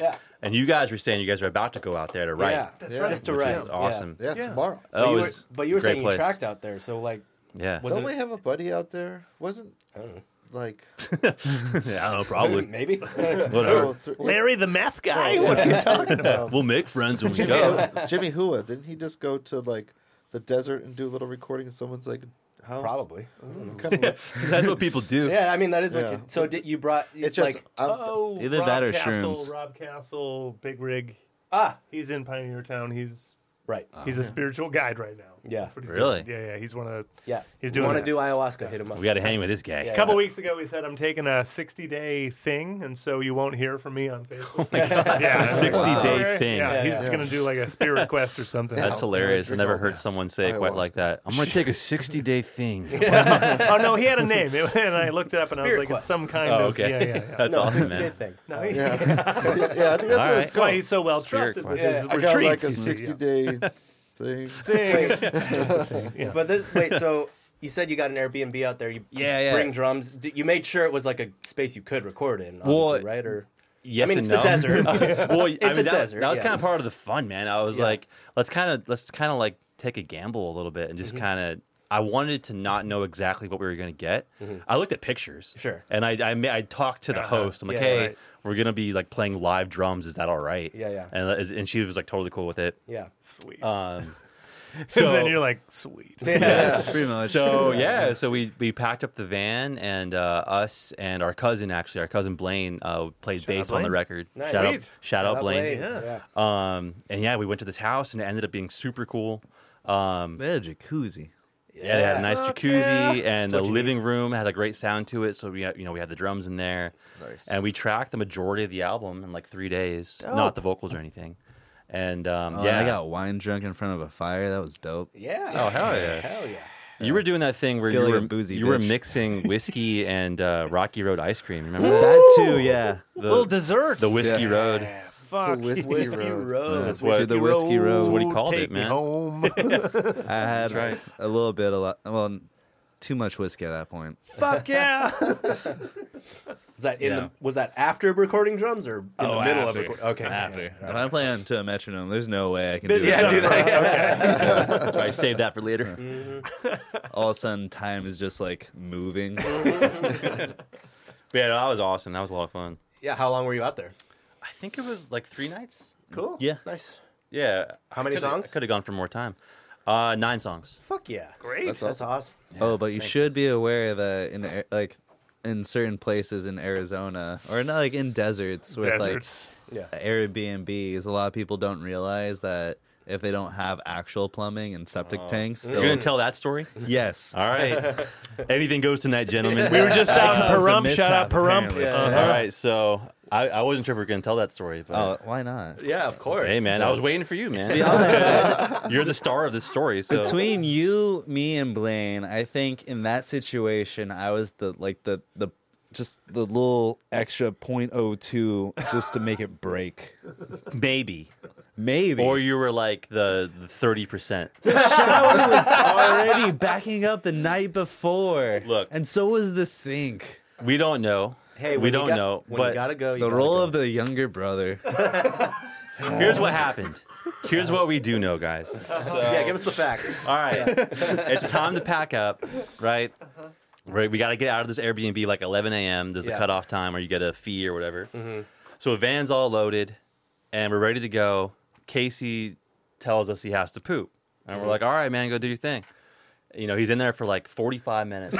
Speaker 2: Yeah.
Speaker 1: And you guys were saying you guys are about to go out there to write.
Speaker 2: Yeah.
Speaker 4: That's
Speaker 3: Yeah.
Speaker 4: right.
Speaker 2: Just to
Speaker 1: which
Speaker 2: write.
Speaker 1: is awesome.
Speaker 3: Yeah,
Speaker 4: Yeah.
Speaker 3: tomorrow.
Speaker 2: Yeah. So
Speaker 1: Oh,
Speaker 2: you
Speaker 1: it
Speaker 2: were,
Speaker 1: was
Speaker 2: but you were
Speaker 1: great
Speaker 2: saying
Speaker 1: place.
Speaker 2: you tracked out there, so like,
Speaker 1: Yeah.
Speaker 2: Was
Speaker 3: Don't
Speaker 2: it-
Speaker 3: we have a buddy out there? Wasn't like
Speaker 1: yeah, I don't know, probably.
Speaker 2: maybe.
Speaker 1: Whatever.
Speaker 3: oh, th-
Speaker 4: Larry the math guy.
Speaker 3: Yeah.
Speaker 4: What are you talking?
Speaker 1: We'll make friends when we
Speaker 3: Jimmy,
Speaker 1: go.
Speaker 3: Hua- Jimmy Hua, didn't he just go to like the desert and do a little recording in someone's like house?
Speaker 2: Probably.
Speaker 3: Kind of like,
Speaker 1: That's what people do.
Speaker 2: Yeah, I mean that is what.
Speaker 3: Yeah.
Speaker 2: you... So did you brought?
Speaker 3: it's
Speaker 2: It's
Speaker 3: just
Speaker 2: like
Speaker 3: I'm,
Speaker 4: Oh,
Speaker 5: Either
Speaker 4: Rob
Speaker 5: that or
Speaker 4: Castle,
Speaker 5: shrooms.
Speaker 4: Rob Castle, Big Rig.
Speaker 2: ah
Speaker 4: He's in Pioneer Town. He's
Speaker 2: right.
Speaker 1: Ah.
Speaker 5: Oh,
Speaker 4: he's a spiritual guide right now.
Speaker 2: Yeah.
Speaker 4: That's what he's
Speaker 1: Really?
Speaker 4: Doing. Yeah, yeah. He's one of the.
Speaker 2: Yeah.
Speaker 4: He's
Speaker 2: You
Speaker 4: doing
Speaker 2: want to
Speaker 4: that.
Speaker 2: do ayahuasca? Hit him up.
Speaker 1: We got to hang with this guy.
Speaker 2: Yeah.
Speaker 4: A couple weeks ago, we said I'm taking a 60 day thing, and so you won't hear from me on Facebook. yeah,
Speaker 1: Oh A 60-day thing.
Speaker 4: Yeah,
Speaker 1: Yeah,
Speaker 4: he's
Speaker 3: yeah.
Speaker 4: gonna do like a spirit quest or something.
Speaker 1: That's hilarious. I
Speaker 3: drink
Speaker 1: never
Speaker 3: all
Speaker 1: heard
Speaker 3: this.
Speaker 1: someone say it quite like
Speaker 3: Ayahuasca.
Speaker 1: that. I'm going to take a 60 day thing.
Speaker 4: oh no, he had a name, It- and I looked it up, and I was
Speaker 2: Spirit
Speaker 4: like, it's
Speaker 2: quest.
Speaker 4: some kind
Speaker 1: Oh,
Speaker 4: of.
Speaker 1: okay.
Speaker 4: Yeah, yeah, yeah.
Speaker 1: That's
Speaker 2: No,
Speaker 1: awesome,
Speaker 2: it's a
Speaker 1: man.
Speaker 2: good thing.
Speaker 4: No, he-
Speaker 3: yeah. yeah, yeah, I think that's
Speaker 1: All right.
Speaker 3: what it's
Speaker 4: That's why
Speaker 3: called.
Speaker 4: he's so well
Speaker 1: Spirit
Speaker 4: trusted with
Speaker 1: quest.
Speaker 4: his
Speaker 2: Yeah,
Speaker 3: I
Speaker 4: retreats.
Speaker 3: got like a
Speaker 4: and-
Speaker 3: 60 day thing.
Speaker 4: Things. Yeah.
Speaker 2: But this wait, so you said you got an Airbnb out there. You
Speaker 1: Yeah, yeah.
Speaker 2: bring drums. D- You made sure it was like a space you could record in, obviously,
Speaker 1: Well,
Speaker 2: right? Or
Speaker 1: Yes
Speaker 2: I mean,
Speaker 1: and
Speaker 2: it's
Speaker 1: no.
Speaker 2: the desert.
Speaker 1: well, I mean,
Speaker 2: a
Speaker 1: that,
Speaker 2: desert,
Speaker 1: That was
Speaker 2: yeah.
Speaker 1: kind of part of the fun, man. I was
Speaker 2: Yeah.
Speaker 1: like, let's kind of let's kind of like take a gamble a little bit and just kind of. I wanted to not know exactly what we were going to get. I looked at pictures,
Speaker 2: Sure.
Speaker 1: and I I, ma- I talked to the host. I'm like,
Speaker 2: Yeah,
Speaker 1: hey,
Speaker 2: right.
Speaker 1: we're going to be like playing live drums. Is that all right?
Speaker 2: Yeah, yeah.
Speaker 1: And uh, and she was like totally cool with it.
Speaker 2: yeah,
Speaker 4: Sweet.
Speaker 1: Um,
Speaker 4: and
Speaker 1: so
Speaker 4: then you're like, sweet.
Speaker 5: Yeah, pretty much.
Speaker 1: so yeah, so we we packed up the van and uh, us and our cousin actually, our cousin Blaine uh, plays
Speaker 4: out
Speaker 1: bass on the
Speaker 4: Blaine.
Speaker 1: record.
Speaker 2: Nice.
Speaker 1: Shout
Speaker 4: Sweet.
Speaker 1: out, shout out Blaine. Oh,
Speaker 4: Yeah.
Speaker 1: Um, and yeah, we went to this house and it ended up being super cool. Um,
Speaker 5: They had a jacuzzi.
Speaker 1: Yeah, they had a nice
Speaker 4: Fuck
Speaker 1: jacuzzi,
Speaker 4: yeah.
Speaker 1: and the living room had a great sound to it. So we, had, you know, we had the drums in there,
Speaker 3: Nice.
Speaker 1: and we tracked the majority of the album in like three days, not the vocals or anything. And um,
Speaker 5: Oh,
Speaker 1: yeah,
Speaker 5: I got wine drunk in front of a fire. That was dope.
Speaker 2: Yeah.
Speaker 1: Oh, hell yeah.
Speaker 2: Hell yeah.
Speaker 1: you were doing that thing where you
Speaker 5: Feel like
Speaker 1: were
Speaker 5: a boozy
Speaker 1: you were
Speaker 5: bitch.
Speaker 1: mixing whiskey and uh, Rocky Road ice cream. Remember that?
Speaker 5: That too, yeah.
Speaker 1: The,
Speaker 4: Little desserts.
Speaker 1: the whiskey
Speaker 3: Yeah.
Speaker 1: road.
Speaker 4: Fuck.
Speaker 3: Whiskey Road.
Speaker 1: That's
Speaker 5: Whiskey
Speaker 1: what
Speaker 5: Uh, the Whiskey Road. That's
Speaker 1: what he called
Speaker 4: take
Speaker 1: it,
Speaker 4: me
Speaker 1: man.
Speaker 4: Home.
Speaker 5: I had
Speaker 1: right.
Speaker 5: a little bit, a lot. Well, n- too much whiskey at that point.
Speaker 4: Fuck yeah.
Speaker 2: Was that in
Speaker 1: Yeah.
Speaker 2: the, was that after recording drums or in the
Speaker 1: Oh,
Speaker 2: middle of
Speaker 1: after.
Speaker 2: recording? Okay.
Speaker 5: If I play on to a metronome, there's no way I can do
Speaker 4: Busy
Speaker 5: this.
Speaker 4: stuff.
Speaker 5: on-
Speaker 1: I saved that for later.
Speaker 5: All of a sudden, time is just like moving.
Speaker 1: But yeah, that was awesome. That was a lot of fun.
Speaker 2: Yeah. How long were you out there?
Speaker 1: I think it was like three nights.
Speaker 2: Cool.
Speaker 5: Yeah.
Speaker 2: Nice.
Speaker 1: Yeah.
Speaker 2: How many
Speaker 1: Could've-
Speaker 2: songs?
Speaker 1: I could have gone for more time. Uh, nine songs.
Speaker 2: Fuck yeah.
Speaker 4: Great.
Speaker 3: That's
Speaker 2: That's
Speaker 3: awesome.
Speaker 2: awesome.
Speaker 5: oh, but you should be aware that in Ar- like in certain places in Arizona or not like in deserts with
Speaker 4: Deserts.
Speaker 2: Yeah.
Speaker 5: like Airbnbs, a lot of people don't realize that if they don't have actual plumbing and septic tanks,
Speaker 1: You're
Speaker 5: they'll
Speaker 1: gonna tell that story?
Speaker 5: yes.
Speaker 1: All right. Anything goes tonight, gentlemen. Uh,
Speaker 4: We were just out in
Speaker 5: Caused a
Speaker 4: Pahrump. Shout out
Speaker 5: mishap,
Speaker 4: Pahrump. Uh,
Speaker 5: apparently.
Speaker 1: All right. So I, I wasn't sure if we were gonna tell that story, but
Speaker 5: Oh, why not?
Speaker 2: Yeah. Of course.
Speaker 1: hey, man, I was waiting for you,
Speaker 5: Be
Speaker 1: man.
Speaker 5: honest,
Speaker 1: You're the star of this story. So
Speaker 5: between you, me, and Blaine, I think in that situation, I was the like the the just the little extra .02 just to make it break.
Speaker 1: maybe,
Speaker 5: Maybe.
Speaker 1: or you were like the thirty percent.
Speaker 5: shower was already backing up the night before.
Speaker 1: Look.
Speaker 5: and so was the sink.
Speaker 1: We don't know.
Speaker 2: Hey,
Speaker 1: we
Speaker 2: when you
Speaker 1: don't
Speaker 2: got-
Speaker 1: know.
Speaker 2: When
Speaker 1: but
Speaker 2: you gotta go. You
Speaker 5: The
Speaker 2: gotta
Speaker 5: role
Speaker 2: go.
Speaker 5: of the younger brother.
Speaker 1: here's what happened. Here's what we do know, guys.
Speaker 2: yeah. Give us the facts.
Speaker 1: All right, it's time to pack up, right? Right, we got to get out of this Airbnb like 11 a.m. There's a
Speaker 2: Yeah.
Speaker 1: cutoff time, or you get a fee or whatever. So a van's all loaded, and we're ready to go. Casey tells us he has to poop, and we're like, "All right, man, go do your thing." You know, he's in there for like 45 minutes.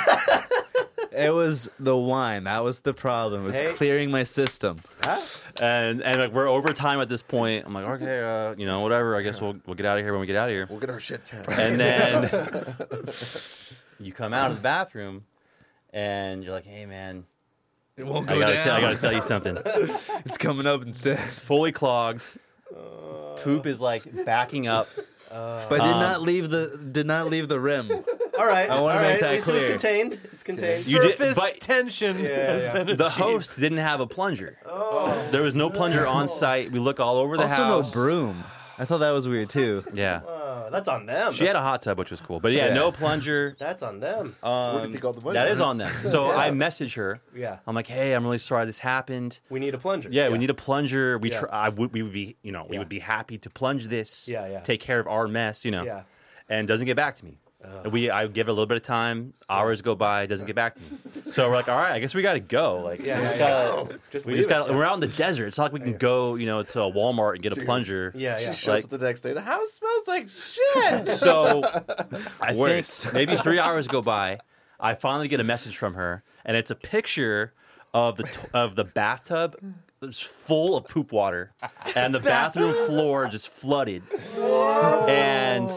Speaker 5: it was the wine. That was the problem. It was
Speaker 2: Hey.
Speaker 5: clearing my system.
Speaker 1: and and like we're over time at this point. I'm like, okay, uh, you know, whatever. I guess we'll we'll get out of here when we get out of here.
Speaker 3: We'll get our shit down.
Speaker 1: And then you come out of the bathroom, and you're like, hey man,
Speaker 5: It won't
Speaker 1: I gotta tell I gotta tell you something.
Speaker 5: It's coming up instead.
Speaker 1: Fully clogged, poop is like backing up.
Speaker 5: But did not leave the did not leave Uh-huh. the rim.
Speaker 2: All right.
Speaker 5: I wanna
Speaker 2: all
Speaker 5: make
Speaker 2: right,
Speaker 5: that
Speaker 2: at least It was
Speaker 5: clear.
Speaker 2: contained. It's contained.
Speaker 1: You did-
Speaker 4: Surface
Speaker 1: but-
Speaker 4: tension has
Speaker 2: yeah.
Speaker 4: been
Speaker 1: The
Speaker 4: achieved.
Speaker 1: host didn't have a plunger.
Speaker 3: Oh.
Speaker 1: there was no plunger on site. We look all over the
Speaker 5: also no
Speaker 1: house.
Speaker 5: broom. I thought that was weird too.
Speaker 1: yeah,
Speaker 2: Oh, that's on them.
Speaker 1: she had Uh, a hot tub, which was cool. But yeah,
Speaker 5: Yeah.
Speaker 1: no plunger. Um,
Speaker 2: that's on them.
Speaker 3: Where did they all the money?
Speaker 1: That
Speaker 3: went?
Speaker 1: is on them. So I message her.
Speaker 2: Yeah.
Speaker 1: I'm like, hey, I'm really sorry this happened.
Speaker 2: we need a plunger.
Speaker 1: Yeah, we need a plunger. We
Speaker 2: Yeah.
Speaker 1: try. I would. We would be. You know, we
Speaker 2: Yeah.
Speaker 1: would be happy to plunge this.
Speaker 2: Yeah, yeah.
Speaker 1: Take care of our mess. You know.
Speaker 2: Yeah. Uh-huh.
Speaker 1: And doesn't get back to me. We I give it a little bit of time. Hours go by. Doesn't get back to me. So we're like, all right, I guess we gotta go. Like,
Speaker 2: Yeah,
Speaker 1: we
Speaker 2: yeah,
Speaker 1: just
Speaker 2: yeah.
Speaker 1: gotta.
Speaker 2: Just
Speaker 1: We
Speaker 2: leave
Speaker 1: just
Speaker 2: it.
Speaker 1: gotta. We're out in the desert. It's not like we can go. You know, to a Walmart and get a
Speaker 3: Dude.
Speaker 1: plunger.
Speaker 2: Yeah.
Speaker 3: She
Speaker 2: Yeah.
Speaker 3: shows
Speaker 1: Like-
Speaker 3: up the next day. The house smells like shit.
Speaker 1: So I
Speaker 5: Worse.
Speaker 1: think maybe three hours go by. I finally get a message from her, and it's a picture of the t- of the bathtub that's full of poop water, and the bathroom floor just flooded. And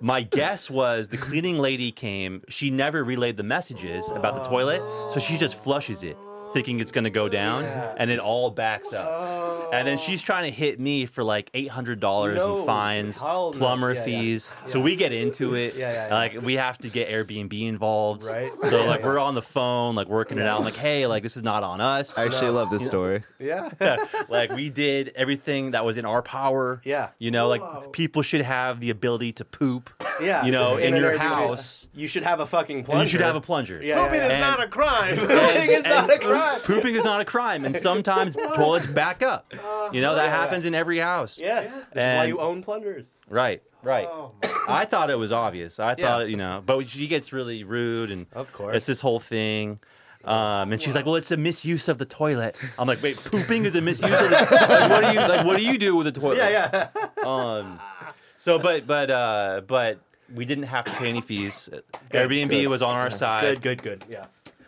Speaker 1: my guess was the cleaning lady came. She never relayed the messages about the toilet, so she just flushes it, thinking it's gonna go down, and it all backs up. And then she's trying to hit me for like eight hundred dollars
Speaker 2: No.
Speaker 1: in fines,
Speaker 2: Hell no.
Speaker 1: plumber
Speaker 2: Yeah, yeah.
Speaker 1: fees. So we get into it.
Speaker 2: Yeah, yeah,
Speaker 1: and,
Speaker 2: yeah.
Speaker 1: Like we have to get Airbnb involved.
Speaker 2: Right.
Speaker 1: So
Speaker 2: Yeah,
Speaker 1: like
Speaker 2: yeah.
Speaker 1: we're on the phone, like working it out. I'm like, hey, like this is not on us.
Speaker 5: I actually love this story.
Speaker 2: Yeah.
Speaker 1: like we did everything that was in our power.
Speaker 2: Yeah.
Speaker 1: You know,
Speaker 4: Whoa.
Speaker 1: like people should have the ability to poop.
Speaker 2: Yeah.
Speaker 1: You know, in
Speaker 2: an
Speaker 1: your
Speaker 2: Airbnb.
Speaker 1: house.
Speaker 2: You should have a fucking plunger.
Speaker 1: And you should have a plunger.
Speaker 2: Yeah,
Speaker 4: Pooping
Speaker 2: yeah,
Speaker 4: is
Speaker 1: And-
Speaker 4: not a crime.
Speaker 2: Pooping is not a crime.
Speaker 1: Pooping is not a crime, and sometimes toilets back up. You know that
Speaker 2: Uh, yeah.
Speaker 1: happens in every house.
Speaker 2: Yes. This is why
Speaker 1: And-
Speaker 2: you own plungers.
Speaker 1: Right. Right.
Speaker 4: Oh,
Speaker 1: I thought it was obvious. I thought, you know, but she gets really rude and
Speaker 2: Of course.
Speaker 1: it's this whole thing. Um, and she's like, "Well, it's a misuse of the toilet." I'm like, "Wait, pooping is a misuse of the like, what do you like? What do you do with the toilet?"
Speaker 2: Yeah. Yeah.
Speaker 1: Um, so, but but uh, but we didn't have to pay any fees. Airbnb
Speaker 3: good.
Speaker 1: was on our side.
Speaker 2: good. Good. Yeah.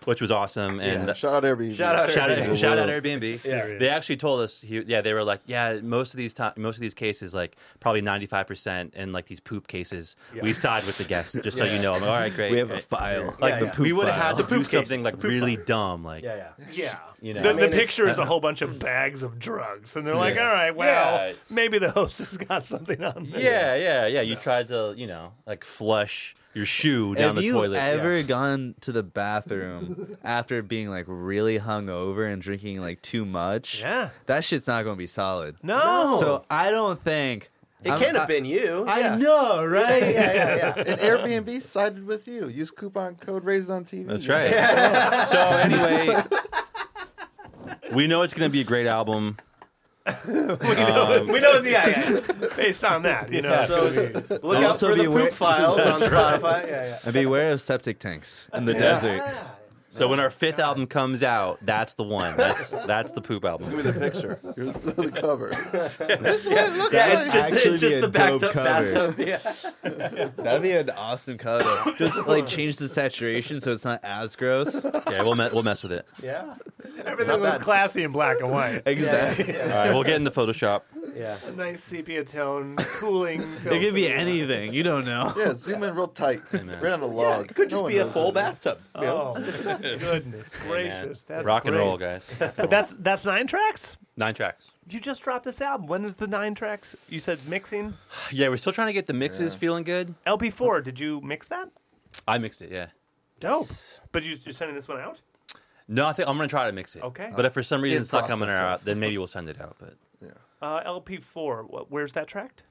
Speaker 1: which was awesome. And
Speaker 3: Yeah, shout out Airbnb.
Speaker 2: Shout out
Speaker 1: shout
Speaker 2: Airbnb.
Speaker 1: out, shout out Airbnb.
Speaker 4: Serious.
Speaker 1: They actually told us, he- yeah, they were like, yeah, most of these time, most of these cases, like probably ninety five percent, in like these poop cases, we side with the guests. Just so you know, I'm like, all right, great.
Speaker 5: We have a
Speaker 1: great."
Speaker 5: file.
Speaker 1: like
Speaker 4: Yeah,
Speaker 1: the
Speaker 4: yeah.
Speaker 1: poop we would have had to
Speaker 5: file.
Speaker 1: do
Speaker 4: poop cases,
Speaker 1: something
Speaker 4: the
Speaker 1: like
Speaker 4: poop
Speaker 1: really dumb, like
Speaker 2: Yeah, yeah.
Speaker 4: Yeah.
Speaker 1: You know.
Speaker 4: the,
Speaker 1: I
Speaker 4: the
Speaker 2: mean, it's-
Speaker 4: picture is a whole bunch of bags of drugs, and they're like,
Speaker 1: Yeah.
Speaker 4: "All right, well,
Speaker 1: Yeah, it's-
Speaker 4: maybe the host has got something on this."
Speaker 1: yeah, yeah, yeah. You tried to, you know, like flush your shoe down
Speaker 5: Have
Speaker 1: the
Speaker 5: you
Speaker 1: toilet.
Speaker 5: ever gone to the bathroom after being like really hungover and drinking like too much?
Speaker 4: Yeah.
Speaker 5: that shit's not going to be solid.
Speaker 4: No.
Speaker 5: so I don't think
Speaker 2: It
Speaker 5: I'm-
Speaker 2: can't
Speaker 5: I-
Speaker 2: have been you.
Speaker 5: I
Speaker 2: yeah.
Speaker 5: know, right? Yeah, yeah, yeah.
Speaker 3: And Airbnb sided with you. Use coupon code raised on TV.
Speaker 1: That's right. so anyway, we know it's going to be a great album.
Speaker 4: we know,
Speaker 1: Um,
Speaker 4: it's-
Speaker 2: We know it's yeah, yeah.
Speaker 4: based on that, you know.
Speaker 2: So look out
Speaker 5: Also
Speaker 2: for the
Speaker 5: be
Speaker 2: poop
Speaker 5: aware-
Speaker 2: files on Spotify. Yeah, yeah.
Speaker 5: And beware of septic tanks in the desert.
Speaker 1: So when our fifth album comes out, that's the one. That's that's the poop album.
Speaker 3: Give me the picture. Here's the cover. this is what it looks
Speaker 2: Yeah,
Speaker 3: like.
Speaker 2: it's just
Speaker 5: actually
Speaker 2: it's
Speaker 5: be
Speaker 2: just
Speaker 5: a
Speaker 2: the backed
Speaker 5: dope
Speaker 2: up
Speaker 5: cover.
Speaker 2: bathtub. Yeah.
Speaker 5: That'd be an awesome color. Just like change the saturation so it's not as gross.
Speaker 1: Yeah, we'll me- we'll mess with it.
Speaker 2: Yeah.
Speaker 4: Everything was classy in black and white.
Speaker 5: Exactly.
Speaker 1: All right, we'll get into Photoshop.
Speaker 2: Yeah.
Speaker 4: A nice sepia tone, cooling.
Speaker 5: It could be anything. You don't know.
Speaker 3: Yeah, zoom in real tight. Right on the log.
Speaker 2: It could just
Speaker 3: No one
Speaker 2: be a
Speaker 3: knows
Speaker 2: full
Speaker 3: what it is.
Speaker 2: bathtub.
Speaker 4: Oh, goodness gracious! That's
Speaker 1: Rock and
Speaker 4: great.
Speaker 1: roll, guys.
Speaker 4: But that's that's nine tracks.
Speaker 1: Nine tracks.
Speaker 4: You just dropped this album. When is the nine tracks? You said mixing
Speaker 1: Yeah, we're still trying to get the mixes feeling good.
Speaker 4: LP4. Did you mix that?
Speaker 1: I mixed it. Yeah.
Speaker 4: Dope. But you, you're sending this one out?
Speaker 1: No, I think I'm gonna try to mix it.
Speaker 4: Okay.
Speaker 1: But if for some reason
Speaker 3: In
Speaker 1: it's not coming
Speaker 3: process, yeah.
Speaker 1: out, then maybe we'll send it out. But
Speaker 4: Uh, LP4. What, where's that tracked?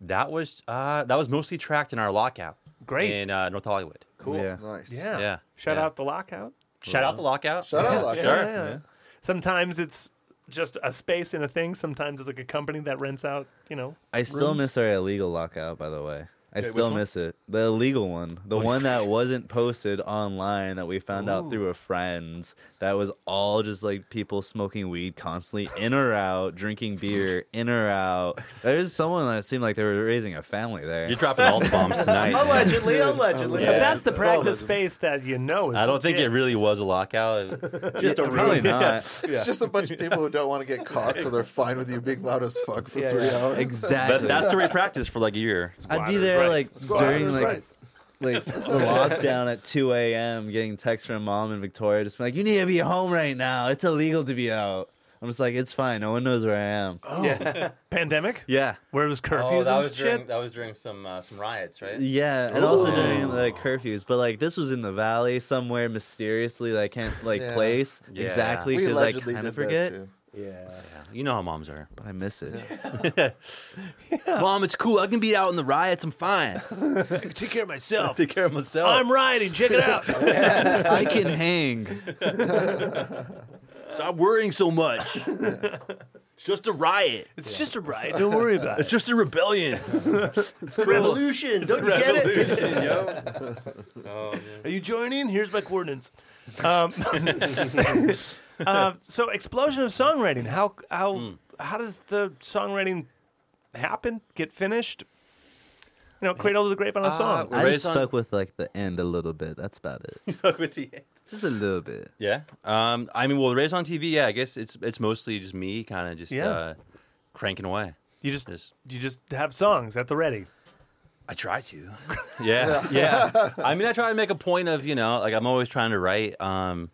Speaker 1: that was uh, that was mostly tracked in our lockout.
Speaker 4: Great.
Speaker 1: In uh, North Hollywood.
Speaker 4: Cool.
Speaker 5: Yeah.
Speaker 3: Nice.
Speaker 4: Yeah.
Speaker 1: Yeah.
Speaker 4: Shout
Speaker 1: Yeah.
Speaker 4: out the lockout.
Speaker 1: Shout out the lockout.
Speaker 3: Shout out, Lock.
Speaker 1: Sure.
Speaker 4: Sometimes it's just a space in a thing. Sometimes it's like a company that rents out, you know.
Speaker 5: I still
Speaker 4: rooms.
Speaker 5: miss our illegal lockout, by the way. I
Speaker 4: which
Speaker 5: still
Speaker 4: one?
Speaker 5: miss it. The illegal one. The one that wasn't posted online that we found out through a friend's. That was all just like people smoking weed constantly, in or out, drinking beer, in or out. There's someone that seemed like they were raising a family there.
Speaker 1: You're dropping all the bombs tonight. man.
Speaker 2: Allegedly, allegedly.
Speaker 4: But
Speaker 3: Yeah.
Speaker 4: that's the
Speaker 3: It's
Speaker 4: practice
Speaker 3: all-
Speaker 4: space that you know is
Speaker 1: I don't think it
Speaker 4: legit.
Speaker 1: really was a lockout.
Speaker 5: just a Probably not.
Speaker 3: It's just a bunch of people who don't want to get caught, so they're fine with you being loud as fuck for
Speaker 2: Yeah,
Speaker 3: three
Speaker 2: yeah.
Speaker 3: hours.
Speaker 1: But
Speaker 5: Exactly.
Speaker 1: that's where we practiced for like a year.
Speaker 5: I'd be
Speaker 4: Squatters'
Speaker 5: there
Speaker 4: rights.
Speaker 5: like
Speaker 3: Squad
Speaker 5: during
Speaker 3: is
Speaker 5: like
Speaker 3: right.
Speaker 5: like the lockdown at 2 a.m. getting texts from mom in Victoria, just like, you need to be home right now. It's illegal to be out. I'm just like, it's fine. No one knows where I am.
Speaker 1: Oh.
Speaker 4: pandemic
Speaker 5: Yeah.
Speaker 4: where it was curfews and shit.
Speaker 1: that was during some uh, some riots, right?
Speaker 5: Yeah, and also during the curfews, but like this was in the valley somewhere mysteriously that I can't like
Speaker 3: Yeah.
Speaker 5: place
Speaker 1: Yeah.
Speaker 5: exactly
Speaker 3: We
Speaker 5: because I
Speaker 3: allegedly
Speaker 5: kind
Speaker 3: did
Speaker 5: of
Speaker 3: that
Speaker 5: forget,
Speaker 3: too.
Speaker 2: Yeah.
Speaker 1: You know how moms are.
Speaker 5: but I miss it.
Speaker 1: Mom, it's cool. I can be out in the riots. I'm fine.
Speaker 4: Take care of myself.
Speaker 1: Take care of myself.
Speaker 4: I'm riding. Check it out.
Speaker 5: I can hang.
Speaker 1: Stop worrying so much. It's just a riot.
Speaker 4: It's just a ride. Don't worry about it.
Speaker 1: just a rebellion.
Speaker 2: Revolution. Don't you get it?
Speaker 4: Are you joining? Here's my coordinates. Um, uh, so, explosion of songwriting. How how
Speaker 1: Hmm.
Speaker 4: how does the songwriting happen? Get finished? You know, cradle to the grape on
Speaker 1: Uh,
Speaker 4: a song.
Speaker 1: We're
Speaker 5: I just
Speaker 1: raised on-
Speaker 5: fuck with like the end a little bit. That's about it. Just a little bit.
Speaker 1: Yeah. Um. I mean, well, raised on TV. Yeah. I guess it's it's mostly just me, kind of just
Speaker 4: Yeah.
Speaker 1: uh, cranking away.
Speaker 4: You just
Speaker 1: Just-
Speaker 4: you just have songs at the ready.
Speaker 1: I try to. Yeah, yeah. I mean, I try to make a point of you know, like I'm always trying to write um,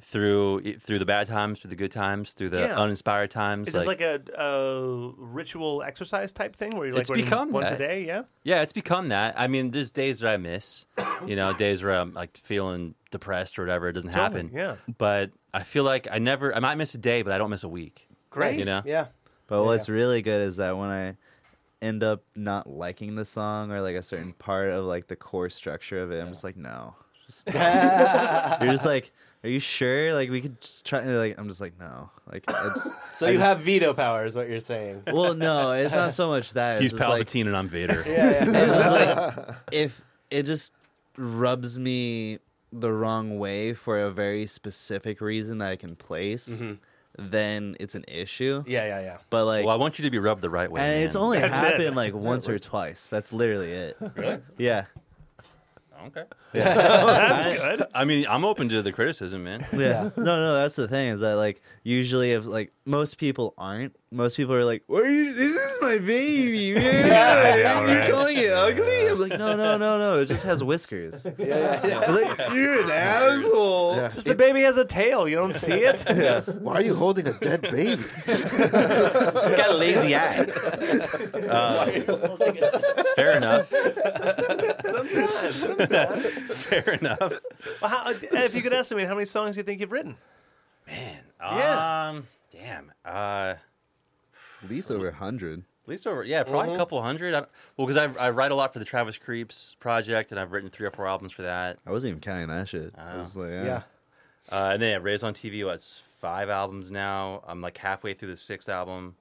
Speaker 1: through through the bad times, through the good times, through the
Speaker 4: Yeah.
Speaker 1: uninspired times.
Speaker 4: Is this like a, a ritual exercise type thing where you're like
Speaker 1: It's
Speaker 4: writing
Speaker 1: become
Speaker 4: one
Speaker 1: that.
Speaker 4: today? Yeah.
Speaker 1: yeah, it's become that. I mean, there's days that I miss, you know, days where I'm like feeling depressed or whatever. It doesn't
Speaker 4: Totally,
Speaker 1: happen.
Speaker 4: yeah.
Speaker 1: But I feel like I never. I might miss a day, but I don't miss a week.
Speaker 4: Great.
Speaker 1: You know.
Speaker 2: Yeah.
Speaker 5: But what's really good is that when I end up not liking the song or like a certain part of like the core structure of it, I'm just like, no. Just You're just like, are you sure? Like we could just try. and, Like I'm just like, no. Like it's
Speaker 2: So you have veto power, is what you're saying.
Speaker 5: well, no. It's not so much that it's
Speaker 1: He's
Speaker 5: just like-
Speaker 1: Palpatine and I'm Vader.
Speaker 2: Yeah, yeah.
Speaker 5: it's just like if it just rubs me the wrong way for a very specific reason that I can place, then it's an issue.
Speaker 2: Yeah, yeah, yeah.
Speaker 5: But like,
Speaker 1: Well, I want you to be rubbed the right way.
Speaker 5: and
Speaker 1: man.
Speaker 5: it's only
Speaker 4: That's it.
Speaker 5: happened like once or twice. That's literally it. Really? Yeah.
Speaker 1: Okay.
Speaker 4: That's good.
Speaker 1: I mean, I'm open to the criticism, man.
Speaker 5: Yeah. no, no, that's the thing is that like usually if like most people aren't, most people are like, "What are you? This is my baby, man.
Speaker 2: yeah,
Speaker 5: You're
Speaker 2: right.
Speaker 5: calling it ugly?" I'm like, "No, no, no, no. It just has whiskers." yeah, Like, you're an asshole.
Speaker 3: Yeah.
Speaker 4: Just the baby has a tail. You don't see it.
Speaker 3: Why are you holding a dead baby?
Speaker 5: It's got a lazy eye.
Speaker 1: Uh, Fair enough.
Speaker 4: Sometimes, sometimes.
Speaker 1: Fair enough.
Speaker 4: Well, how, if you could estimate how many songs you think you've written,
Speaker 1: Man.
Speaker 4: Yeah.
Speaker 1: Um. Damn. Uh.
Speaker 5: At least over hundred.
Speaker 1: At least over, yeah, probably
Speaker 4: Mm-hmm.
Speaker 1: a couple hundred. I, don't- well, because I, I write a lot for the Travis Creeps project, and I've written three or four albums for that.
Speaker 5: I wasn't even counting that shit. I was like, yeah.
Speaker 2: Yeah.
Speaker 1: Uh, and then yeah, Raised on TV, what's five albums now? I'm like halfway through the sixth album.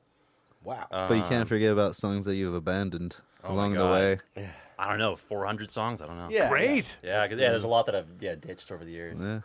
Speaker 2: Wow.
Speaker 5: But you can't forget about songs that you've abandoned
Speaker 1: Oh my
Speaker 5: along the
Speaker 1: God.
Speaker 5: way.
Speaker 1: I don't know, 400 songs. I don't know.
Speaker 2: Yeah.
Speaker 4: great.
Speaker 1: yeah, 'cause- yeah. There's a lot that I've yeah ditched over the years. Yeah,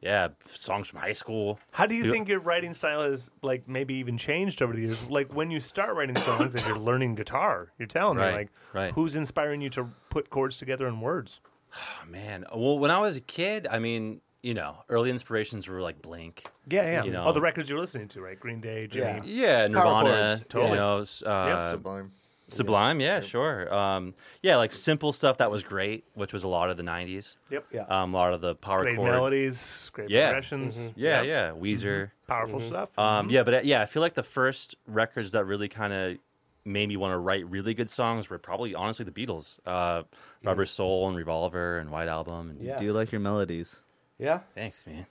Speaker 5: Yeah.
Speaker 1: songs from high school.
Speaker 4: How do you
Speaker 1: Do-
Speaker 4: think your writing style has like maybe even changed over the years? Like when you start writing songs and you're learning guitar, you're telling me
Speaker 1: Right,
Speaker 4: like
Speaker 1: right.
Speaker 4: who's inspiring you to put chords together in words?
Speaker 1: Oh, man, well, when I was a kid, I mean, you know, early inspirations were like Blink.
Speaker 4: Yeah, yeah.
Speaker 1: You know.
Speaker 4: All the records you're listening to, right? Green Day, Jimmy.
Speaker 2: Yeah.
Speaker 1: Yeah, Nirvana.
Speaker 4: chords, totally.
Speaker 1: You know, s- uh,
Speaker 3: Sublime.
Speaker 1: Sublime. Yeah, sure. Um, yeah, like simple stuff that was great, which was a lot of the '90s.
Speaker 4: Yep.
Speaker 2: Yeah.
Speaker 1: Um, a lot of the power
Speaker 4: Great
Speaker 1: chord.
Speaker 4: melodies, great
Speaker 1: Yeah.
Speaker 4: progressions.
Speaker 1: Yeah, yeah, Weezer.
Speaker 4: Powerful stuff. Mm-hmm.
Speaker 1: Um, yeah, but uh, yeah, I feel like the first records that really kind of made me want to write really good songs were probably honestly the Beatles, uh, Rubber Soul and Revolver and White Album. And
Speaker 2: Yeah.
Speaker 5: Do you like your melodies?
Speaker 2: Yeah.
Speaker 1: Thanks, man.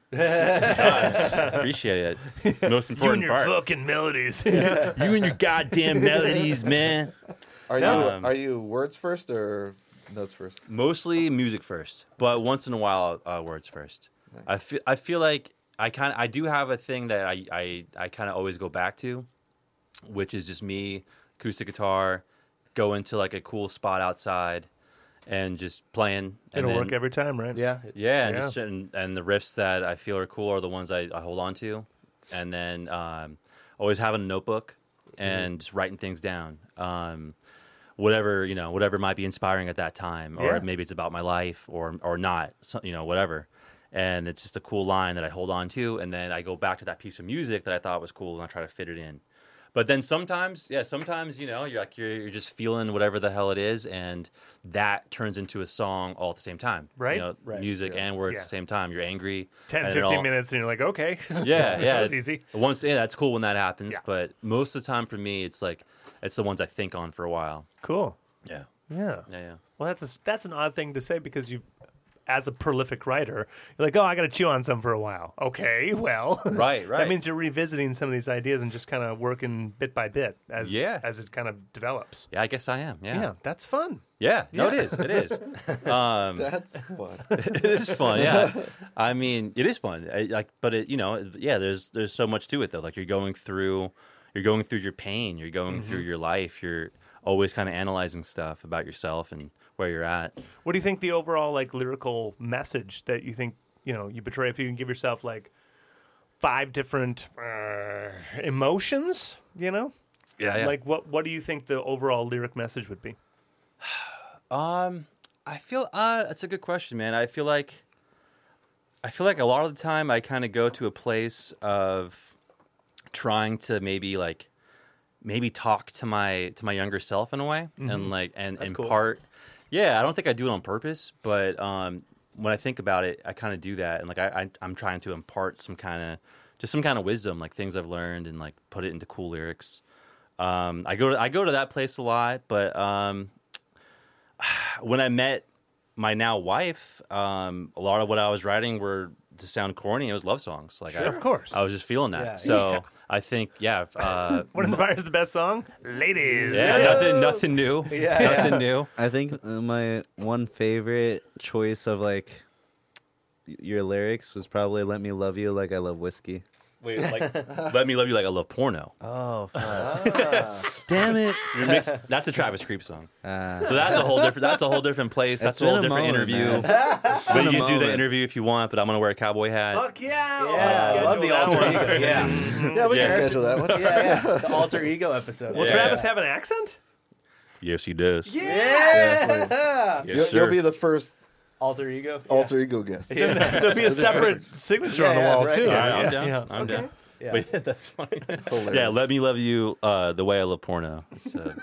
Speaker 1: Appreciate it. Most
Speaker 4: you and
Speaker 1: important
Speaker 4: your
Speaker 1: part.
Speaker 4: fucking melodies.
Speaker 1: You and your goddamn melodies, man.
Speaker 3: Are you
Speaker 1: Um,
Speaker 3: are you words first or notes first?
Speaker 1: Mostly music first, but once in a while, uh, words first. I feel I feel like I kind of I do have a thing that I I, I kind of always go back to, which is just me acoustic guitar, go into like a cool spot outside, and just playing. and
Speaker 4: It'll
Speaker 1: then-
Speaker 4: work every time, right?
Speaker 2: Yeah.
Speaker 1: Yeah, and
Speaker 4: Yeah.
Speaker 1: just and, and the riffs that I feel are cool are the ones I, I hold on to, and then um, always having a notebook
Speaker 4: Mm-hmm.
Speaker 1: and just writing things down. Um, whatever you know, whatever might be inspiring at that time, or
Speaker 4: Yeah.
Speaker 1: maybe it's about my life, or or not, so, you know, whatever. And it's just a cool line that I hold on to, and then I go back to that piece of music that I thought was cool, and I try to fit it in. But then sometimes, yeah, sometimes you know, you're like you're, you're just feeling whatever the hell it is, and that turns into a song all at the same time, You
Speaker 4: Right.
Speaker 1: know,
Speaker 2: Right.
Speaker 1: music and words
Speaker 4: Yeah.
Speaker 1: at the same time. You're angry.
Speaker 4: 10,
Speaker 1: and it
Speaker 4: 15
Speaker 1: all-
Speaker 4: minutes, and you're like, okay.
Speaker 1: Yeah, yeah.
Speaker 4: was easy.
Speaker 1: Once, yeah, that's cool when that happens.
Speaker 4: Yeah.
Speaker 1: But most of the time for me, it's like it's the ones I think on for a while.
Speaker 4: cool.
Speaker 1: Yeah,
Speaker 4: Yeah.
Speaker 1: yeah, yeah.
Speaker 4: Well, that's a, that's an odd thing to say because you, as a prolific writer, you're like, oh, I got to chew on some for a while. Okay, well,
Speaker 1: Right, right.
Speaker 4: that means you're revisiting some of these ideas and just kind of working bit by bit as
Speaker 1: Yeah.
Speaker 4: as it kind of develops.
Speaker 1: Yeah, I guess I am. Yeah, yeah.
Speaker 4: that's fun.
Speaker 1: No, it is. It is. Um,
Speaker 3: That's fun.
Speaker 1: it is fun. Yeah, I mean, it is fun. I, like, but it, you know, it- yeah. There's there's so much to it though. Like you're going through, you're going through your pain. You're going
Speaker 4: Mm-hmm.
Speaker 1: through your life. You're always kind of analyzing stuff about yourself and where you're at.
Speaker 4: What do you think the overall like lyrical message that you think you know you portray? If you can give yourself like five different uh, emotions, you know,
Speaker 1: Uh, Yeah,
Speaker 4: like what what do you think the overall lyric message would be?
Speaker 1: Um, I feel uh, that's a good question, man. I feel like I feel like a lot of the time I kind of go to a place of trying to maybe like maybe talk to my to my younger self in a way and like and in
Speaker 4: Mm-hmm. cool.
Speaker 1: part yeah i don't think i do it on purpose but um when i think about it i kind of do that and like I, I i'm trying to impart some kind of just some kind of wisdom like things i've learned and like put it into cool lyrics um i go to i go to that place a lot but um when I met my now wife, um, a lot of what I was writing were to sound corny. It was love songs, like I,
Speaker 4: Sure, of course.
Speaker 1: I was just feeling that.
Speaker 2: Yeah.
Speaker 1: so
Speaker 4: Yeah.
Speaker 1: I think, yeah, uh,
Speaker 4: What inspires the best song? Ladies.
Speaker 1: yeah, nothing, nothing new,
Speaker 2: Yeah,
Speaker 1: nothing new.
Speaker 5: I think uh, my one favorite choice of like y- your lyrics was probably "Let me love you like I love whiskey."
Speaker 1: Wait, like, let me love you like I love porno.
Speaker 5: Oh, damn it!
Speaker 1: You're mixed- that's a Travis Creep song.
Speaker 5: Uh,
Speaker 1: So that's a whole different. That's a whole different place.
Speaker 5: It's
Speaker 1: that's a whole
Speaker 5: been a
Speaker 1: different
Speaker 5: moment,
Speaker 1: interview.
Speaker 5: man.
Speaker 1: But
Speaker 5: been
Speaker 1: you can do
Speaker 5: a
Speaker 1: the
Speaker 5: moment.
Speaker 1: interview if you want. But I'm gonna wear a cowboy hat.
Speaker 4: Fuck yeah!
Speaker 2: Yeah, I love the alter
Speaker 4: one.
Speaker 2: ego. Yeah.
Speaker 3: Yeah, we
Speaker 1: Yeah.
Speaker 3: can schedule that one.
Speaker 2: yeah, yeah. The alter ego episode.
Speaker 4: Will
Speaker 1: Yeah.
Speaker 4: Travis have an accent?
Speaker 1: Yes, he does.
Speaker 2: Yeah.
Speaker 3: You'll, you'll be the first
Speaker 2: alter ego. Yeah.
Speaker 3: Alter ego guest.
Speaker 4: Yeah, There'll be a separate signature on the
Speaker 2: Yeah, yeah,
Speaker 4: wall
Speaker 2: right.
Speaker 4: too.
Speaker 2: Yeah,
Speaker 1: All right, I'm
Speaker 4: Yeah,
Speaker 1: down.
Speaker 4: yeah.
Speaker 1: I'm down.
Speaker 2: Yeah.
Speaker 1: But yeah, that's funny.
Speaker 3: Hilarious.
Speaker 1: yeah, let me love you uh, the way I love porno. It's, uh,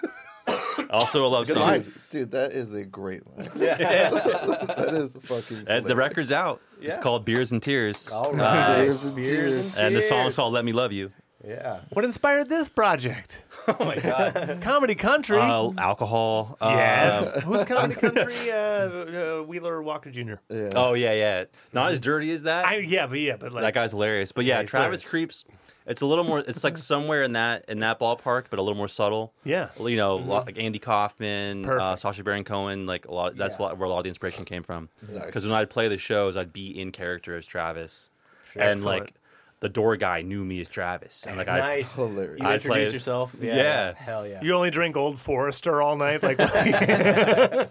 Speaker 1: also a love
Speaker 3: Good
Speaker 1: song.
Speaker 3: line. Dude, that is a great line. that is fucking.
Speaker 1: And the
Speaker 3: hilarious.
Speaker 1: record's out. It's
Speaker 2: Yeah.
Speaker 1: called Beers and Tears.
Speaker 2: All
Speaker 1: Uh,
Speaker 2: right.
Speaker 3: Beers and tears.
Speaker 1: and the song's called Let Me Love You.
Speaker 2: Yeah.
Speaker 4: What inspired this project?
Speaker 1: Oh my god.
Speaker 4: Comedy Country.
Speaker 1: Uh, alcohol. uh,
Speaker 4: yes. Who's Comedy Country? Uh, uh, Wheeler Walker Jr.
Speaker 3: Yeah.
Speaker 1: oh yeah, yeah. Not as dirty as that.
Speaker 4: I, yeah, but yeah, but like
Speaker 1: that guy's hilarious. But yeah,
Speaker 4: he's
Speaker 1: Travis
Speaker 4: hilarious.
Speaker 1: Creeps. It's a little more. It's like somewhere in that in that ballpark, but a little more subtle.
Speaker 4: yeah.
Speaker 1: You know, lo- like Andy Kaufman, uh,
Speaker 4: Perfect.
Speaker 1: Sasha Baron Cohen. Like a lot. That's a
Speaker 2: Yeah.
Speaker 1: lot where a lot of the inspiration came from.
Speaker 3: Nice.
Speaker 1: Because when I'd play the shows, I'd be in character as Travis, and
Speaker 4: Excellent.
Speaker 1: like the door guy knew me as Travis, and like I.
Speaker 2: nice.
Speaker 3: Hilarious.
Speaker 2: You
Speaker 1: I
Speaker 2: introduce
Speaker 1: played-
Speaker 2: yourself. Yeah.
Speaker 1: Yeah.
Speaker 2: Hell yeah.
Speaker 4: You only drink Old Forester all night, like
Speaker 2: yeah.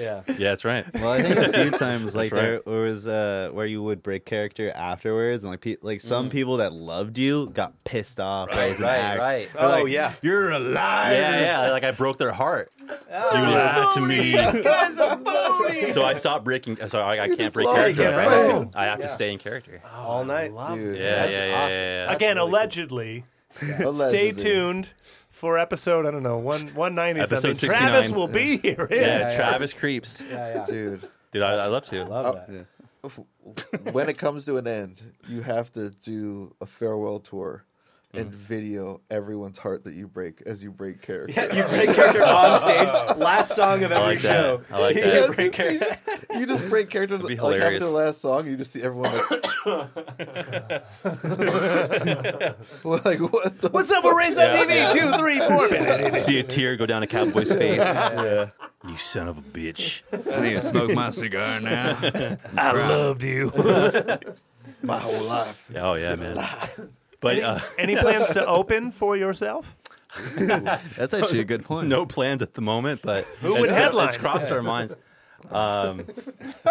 Speaker 1: Yeah, that's right.
Speaker 5: Well, I think a few times like
Speaker 1: right.
Speaker 5: there was uh, where you would break character afterwards, and like pe- like some people that loved you got pissed off. Right, right,
Speaker 1: Mm. right.
Speaker 2: Oh yeah.
Speaker 5: You're alive.
Speaker 1: Yeah, yeah. Like I broke their heart. you lied to me.
Speaker 4: guy's a phony.
Speaker 1: So I stopped breaking. So I, I can't
Speaker 3: just
Speaker 1: break
Speaker 3: lied.
Speaker 1: character.
Speaker 4: Yeah,
Speaker 1: right? I,
Speaker 4: right.
Speaker 1: have to- I have to
Speaker 2: Yeah.
Speaker 1: stay in character.
Speaker 2: All night.
Speaker 3: Dude,
Speaker 1: Yeah, yeah,
Speaker 3: that's
Speaker 1: yeah, yeah, yeah, yeah.
Speaker 4: Again, allegedly. Stay
Speaker 3: Allegedly.
Speaker 4: tuned for episode I don't know one one ninety
Speaker 1: Episode
Speaker 4: something.
Speaker 1: 69.
Speaker 4: Travis will be here. Yeah.
Speaker 1: Yeah,
Speaker 2: yeah, yeah.
Speaker 1: Travis creeps.
Speaker 2: Yeah. Yeah.
Speaker 3: Dude,
Speaker 1: Dude, I, I love to.
Speaker 2: Love
Speaker 4: Oh.
Speaker 2: that.
Speaker 3: when it comes to an end, you have to do a farewell tour
Speaker 1: Mm.
Speaker 3: and video everyone's heart that you break as you break character.
Speaker 2: you break character on stage. Last song of every
Speaker 1: like that.
Speaker 2: show.
Speaker 1: I like
Speaker 2: You
Speaker 1: that.
Speaker 3: Yeah,
Speaker 2: break
Speaker 3: dude,
Speaker 2: character.
Speaker 3: you, just, you just break character
Speaker 1: be
Speaker 3: like after
Speaker 1: hilarious.
Speaker 3: the last song. You just see everyone like, like what the
Speaker 4: What's up? We're raised on
Speaker 1: Yeah. uh,
Speaker 4: TV. Two, three, four minutes.
Speaker 1: See a tear go down a cowboy's face. You son of a bitch.
Speaker 5: I need to smoke my cigar now.
Speaker 4: I loved you.
Speaker 3: my whole life.
Speaker 1: Oh yeah, man. But uh,
Speaker 4: Any plans to open for yourself?
Speaker 5: That's actually a good point.
Speaker 1: no plans at the moment. But who
Speaker 4: would headline?
Speaker 1: It's crossed our minds. Um,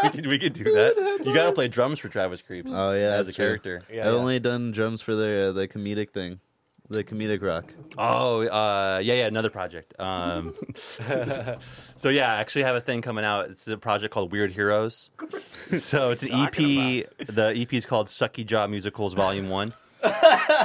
Speaker 1: we, could, we could do that. You got to play drums for Travis Creeps.
Speaker 5: Oh, yeah,
Speaker 1: as
Speaker 5: that's
Speaker 1: a
Speaker 5: true.
Speaker 1: character.
Speaker 5: I've only done drums for the uh, the comedic thing, the comedic rock.
Speaker 1: Oh, uh, yeah, yeah, another project. Um, so yeah, I actually have a thing coming out. It's a project called Weird Heroes. So it's an EP. The EP is called Sucky Job Musicals Volume One.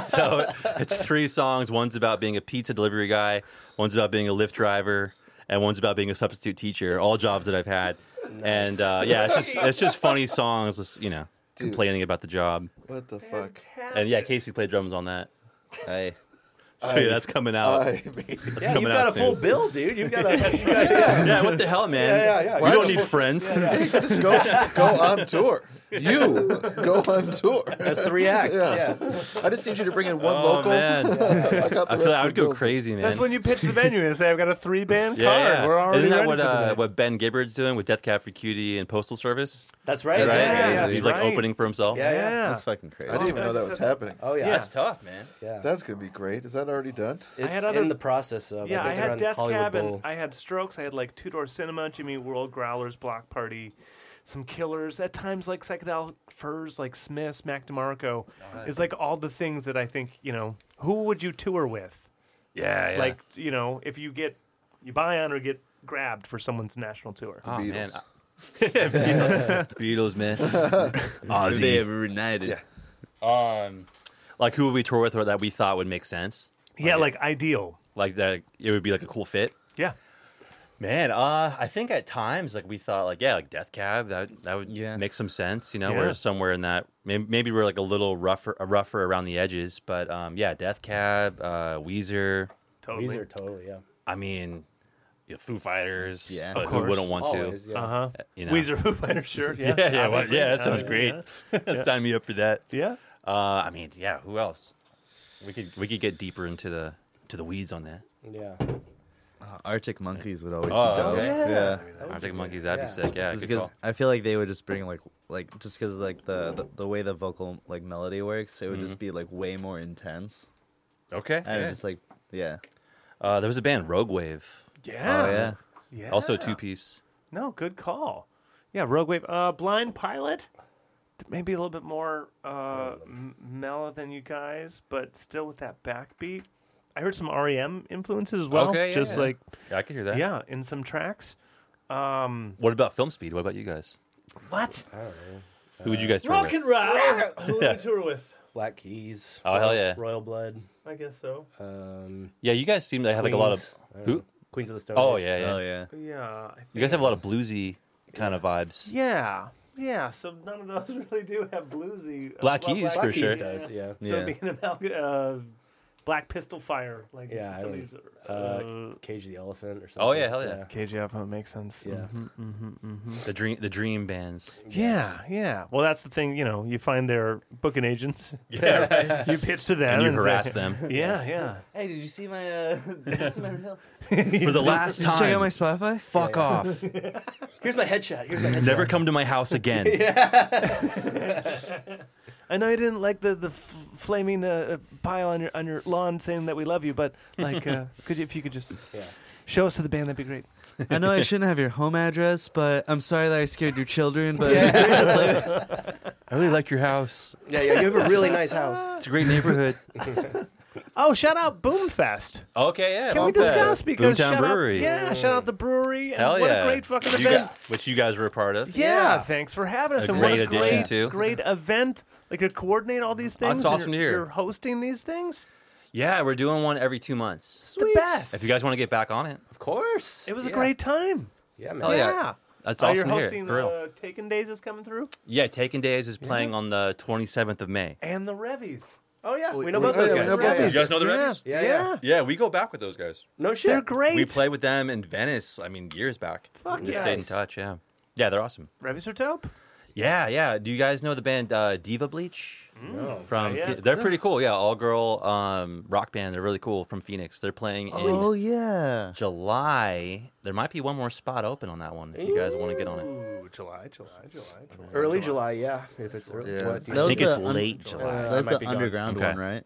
Speaker 1: so it's three songs. One's about being a pizza delivery guy. One's about being a Lyft driver, and one's about being a substitute teacher. All jobs that I've had. And uh, yeah, it's just it's just funny songs. just, You know, complaining about the job.
Speaker 3: What the fuck?
Speaker 1: And yeah, Casey played drums on that.
Speaker 5: Hey,
Speaker 1: So yeah, that's coming out.
Speaker 3: I mean,
Speaker 1: That's
Speaker 2: Yeah, you've
Speaker 1: coming out
Speaker 2: got a full
Speaker 1: soon.
Speaker 2: bill, dude. You've got a.
Speaker 1: Yeah, what the hell, man?
Speaker 2: Yeah, yeah, yeah.
Speaker 1: We
Speaker 3: Why
Speaker 1: don't
Speaker 3: don't
Speaker 1: need
Speaker 3: we-
Speaker 1: friends.
Speaker 3: just go go on tour. You go on tour.
Speaker 2: That's three acts.
Speaker 3: Yeah.
Speaker 2: Yeah.
Speaker 3: I just need you to bring in one
Speaker 1: Oh,
Speaker 3: local.
Speaker 1: man.
Speaker 3: I got the
Speaker 1: I feel
Speaker 3: rest
Speaker 1: like I
Speaker 3: of
Speaker 1: would go
Speaker 3: the bill.
Speaker 1: crazy, man.
Speaker 4: That's when you pitch the venue and say, "I've got a three band
Speaker 1: yeah,
Speaker 4: card.
Speaker 1: yeah.
Speaker 4: We're already
Speaker 1: Isn't that
Speaker 4: ready
Speaker 1: what
Speaker 4: for the
Speaker 1: uh,
Speaker 4: night."
Speaker 1: what Ben Gibbard's doing with Death Cab for Cutie and Postal Service?
Speaker 2: That's right.
Speaker 5: That's
Speaker 1: right?
Speaker 5: yeah,
Speaker 1: He's-
Speaker 5: yeah,
Speaker 1: He's
Speaker 4: that's
Speaker 1: like
Speaker 4: right.
Speaker 1: opening for himself.
Speaker 2: Yeah, yeah.
Speaker 4: yeah.
Speaker 5: that's fucking crazy.
Speaker 3: I didn't even know that was happening.
Speaker 2: Oh yeah.
Speaker 1: that's tough, man.
Speaker 2: yeah.
Speaker 3: That's gonna be great. Is that already done?
Speaker 2: it's
Speaker 4: had other-
Speaker 2: in the process of.
Speaker 4: Yeah, I
Speaker 2: think they're
Speaker 4: had
Speaker 2: on
Speaker 4: Death
Speaker 2: Hollywood
Speaker 4: Cab and
Speaker 2: Bowl.
Speaker 4: I had Strokes. I had like Two Door Cinema, Jimmy World, Growlers, Block Party, some Killers. At times, like psychedelic furs, like Smiths, Mac DeMarco. It's like all the things that I think you know. Who would you tour with?
Speaker 1: Yeah, yeah.
Speaker 4: Like you know, if you get you buy on or get grabbed for someone's national tour.
Speaker 1: oh, man.
Speaker 3: Beatles.
Speaker 1: Beatles, man.
Speaker 5: They
Speaker 1: Ozzy.
Speaker 5: have reunited.
Speaker 3: Yeah.
Speaker 1: Um, like who would we tour with or that we thought would make sense?
Speaker 4: yeah, like ideal.
Speaker 1: Like that, it would be like a cool fit.
Speaker 4: Yeah,
Speaker 1: Man, uh, I think at times like we thought like yeah, like Death Cab that that would
Speaker 5: Yeah.
Speaker 1: make some sense, you know.
Speaker 4: Yeah.
Speaker 1: We're somewhere in that maybe, maybe we're like a little rougher, uh, rougher around the edges, but um, yeah, Death Cab, uh, Weezer.
Speaker 4: totally.
Speaker 2: These are totally yeah.
Speaker 1: I mean, you know, Foo Fighters.
Speaker 5: Yeah.
Speaker 1: but
Speaker 5: Of
Speaker 1: who
Speaker 4: course.
Speaker 1: wouldn't want
Speaker 2: Always
Speaker 1: to?
Speaker 2: yeah.
Speaker 4: Uh huh.
Speaker 1: You know,
Speaker 4: Weezer, Foo Fighters, sure. Yeah,
Speaker 1: Yeah, yeah, well,
Speaker 4: obviously.
Speaker 1: yeah. That sounds
Speaker 4: Uh,
Speaker 1: great. Sign me up for that.
Speaker 4: Yeah.
Speaker 1: Uh, I mean, yeah. Who else? We could we could get deeper into the to the weeds on that.
Speaker 2: Yeah.
Speaker 5: Arctic Monkeys would always
Speaker 1: Oh,
Speaker 5: be dope.
Speaker 1: okay.
Speaker 5: Yeah.
Speaker 1: I think monkeys. That'd
Speaker 2: yeah.
Speaker 1: be sick. Yeah,
Speaker 5: Just
Speaker 1: good
Speaker 5: 'cause
Speaker 1: call.
Speaker 5: I feel like they would just bring like like just because like the, the the way the vocal like melody works, it would just be like way more intense.
Speaker 1: Okay.
Speaker 5: And
Speaker 1: yeah.
Speaker 5: just like yeah.
Speaker 1: Uh, there was a band, Rogue Wave,
Speaker 4: Yeah.
Speaker 5: Oh yeah.
Speaker 4: yeah.
Speaker 1: also two piece.
Speaker 4: No, good call. Yeah, Rogue Wave. Uh, Blind Pilot. Maybe a little bit more uh, m- mellow than you guys, but still with that backbeat. I heard some REM influences as well.
Speaker 1: Okay, yeah,
Speaker 4: just
Speaker 1: yeah.
Speaker 4: like,
Speaker 1: Yeah, I could hear that.
Speaker 4: yeah, in some tracks. Um,
Speaker 1: What about film speed? What about you guys?
Speaker 4: what?
Speaker 1: Who would you guys tour
Speaker 4: Uh, Rock
Speaker 1: with?
Speaker 4: and roll. Who would
Speaker 1: Yeah.
Speaker 4: we tour with?
Speaker 2: Black Keys.
Speaker 1: Oh, hell yeah.
Speaker 2: Royal Blood.
Speaker 4: I guess so.
Speaker 2: Um,
Speaker 1: Yeah, you guys seem to have like a lot of
Speaker 2: Queens. I don't
Speaker 1: who?
Speaker 2: know. Queens of the Stone.
Speaker 1: Oh
Speaker 2: Age.
Speaker 1: yeah, yeah.
Speaker 5: Oh yeah.
Speaker 4: Yeah. I
Speaker 1: You guys
Speaker 4: think-
Speaker 1: have a lot of bluesy kind of vibes.
Speaker 4: Yeah. Yeah. So none of those really do have bluesy. uh,
Speaker 1: Black
Speaker 4: well,
Speaker 1: Keys,
Speaker 2: Black
Speaker 1: for
Speaker 2: Keys
Speaker 1: sure.
Speaker 2: does, yeah.
Speaker 4: So it'd be an amalgam uh, Black Pistol Fire, like
Speaker 2: Yeah, I
Speaker 4: some of
Speaker 2: don't-
Speaker 4: these.
Speaker 2: Uh,
Speaker 4: Uh,
Speaker 2: Cage the Elephant or something.
Speaker 1: Oh, yeah, hell yeah.
Speaker 4: KGF makes sense.
Speaker 2: Yeah.
Speaker 1: The dream, the dream bands.
Speaker 4: Yeah, yeah. Well, that's the thing. You know, you find their booking agents.
Speaker 1: Yeah.
Speaker 4: you pitch to them
Speaker 1: And you
Speaker 4: say-
Speaker 1: harass them.
Speaker 4: Yeah, yeah.
Speaker 5: Hey, did you see my? Uh, did you see my reel?
Speaker 1: For the last
Speaker 5: Did you
Speaker 1: time,
Speaker 5: check out my Spotify?
Speaker 1: fuck off.
Speaker 2: Here's my headshot. Here's my headshot.
Speaker 1: Never come to my house again.
Speaker 4: I know you didn't like the the f- flaming uh, uh, pile on your on your lawn saying that we love you, but like, uh, could you, if you could just
Speaker 2: Yeah.
Speaker 4: show us to the band, that'd be great.
Speaker 5: I know I shouldn't have your home address, but I'm sorry that I scared your children. But
Speaker 1: I really like your house.
Speaker 2: Yeah, yeah. You have a really nice house.
Speaker 1: It's a great neighborhood.
Speaker 4: Oh, shout out Boomfest.
Speaker 1: okay, yeah.
Speaker 4: Can we
Speaker 1: Bump that.
Speaker 4: discuss because
Speaker 1: Boomtown
Speaker 4: shout
Speaker 1: Brewery.
Speaker 4: out, yeah, shout out the brewery. And
Speaker 1: Hell
Speaker 4: what
Speaker 1: yeah.
Speaker 4: a great fucking
Speaker 1: You
Speaker 4: event.
Speaker 1: got- which you guys were a part of.
Speaker 4: yeah,
Speaker 2: Yeah.
Speaker 4: thanks for having us.
Speaker 1: A
Speaker 4: and what
Speaker 1: great
Speaker 4: a
Speaker 1: addition,
Speaker 4: great,
Speaker 1: too.
Speaker 4: Great event. Like you're coordinating all these things.
Speaker 1: That's
Speaker 4: and you're-
Speaker 1: awesome to hear.
Speaker 4: You're hosting these things.
Speaker 1: Yeah, we're doing one every two months.
Speaker 4: It's the best.
Speaker 1: If you guys want to get back on it,
Speaker 2: Of course.
Speaker 4: It was
Speaker 2: Yeah.
Speaker 4: a great time.
Speaker 2: Yeah, man.
Speaker 1: Hell yeah. that's
Speaker 4: Oh,
Speaker 1: awesome
Speaker 4: you're
Speaker 1: to hear,
Speaker 4: hosting
Speaker 1: for real.
Speaker 4: uh, Taken Days is coming through
Speaker 1: yeah, Taken Days is playing on the 27th of May.
Speaker 4: and the Revies. Oh yeah,
Speaker 2: We know about
Speaker 3: yeah,
Speaker 2: those
Speaker 3: we
Speaker 2: guys.
Speaker 3: know about
Speaker 2: Yeah, yeah.
Speaker 3: those.
Speaker 1: You guys know the Revies?
Speaker 4: Yeah,
Speaker 2: Yeah,
Speaker 4: yeah.
Speaker 2: yeah.
Speaker 1: Yeah, we go back with those guys.
Speaker 2: No shit.
Speaker 4: They're great.
Speaker 1: We played with them in Venice. I mean, years back.
Speaker 4: Fuck
Speaker 1: Just
Speaker 4: yes.
Speaker 1: stayed in touch. Yeah, yeah, they're awesome.
Speaker 4: Revies are dope.
Speaker 1: Yeah, yeah. Do you guys know the band uh, Diva Bleach?
Speaker 2: No.
Speaker 1: From
Speaker 4: Not yet.
Speaker 1: Phe- they're pretty cool. Yeah, all girl um, rock band. They're really cool from Phoenix. They're playing in
Speaker 5: Oh, yeah.
Speaker 1: July. There might be one more spot open on that one if you guys want to get on it.
Speaker 4: Ooh, July, July, July, July.
Speaker 2: Early July, yeah. If it's early.
Speaker 3: Yeah.
Speaker 2: What do you
Speaker 5: That
Speaker 1: I
Speaker 5: was
Speaker 1: think
Speaker 5: the
Speaker 1: it's
Speaker 5: un-
Speaker 1: late July.
Speaker 2: Uh,
Speaker 5: That was
Speaker 2: I might
Speaker 5: the
Speaker 2: be gone.
Speaker 5: underground
Speaker 1: Okay.
Speaker 5: one, right?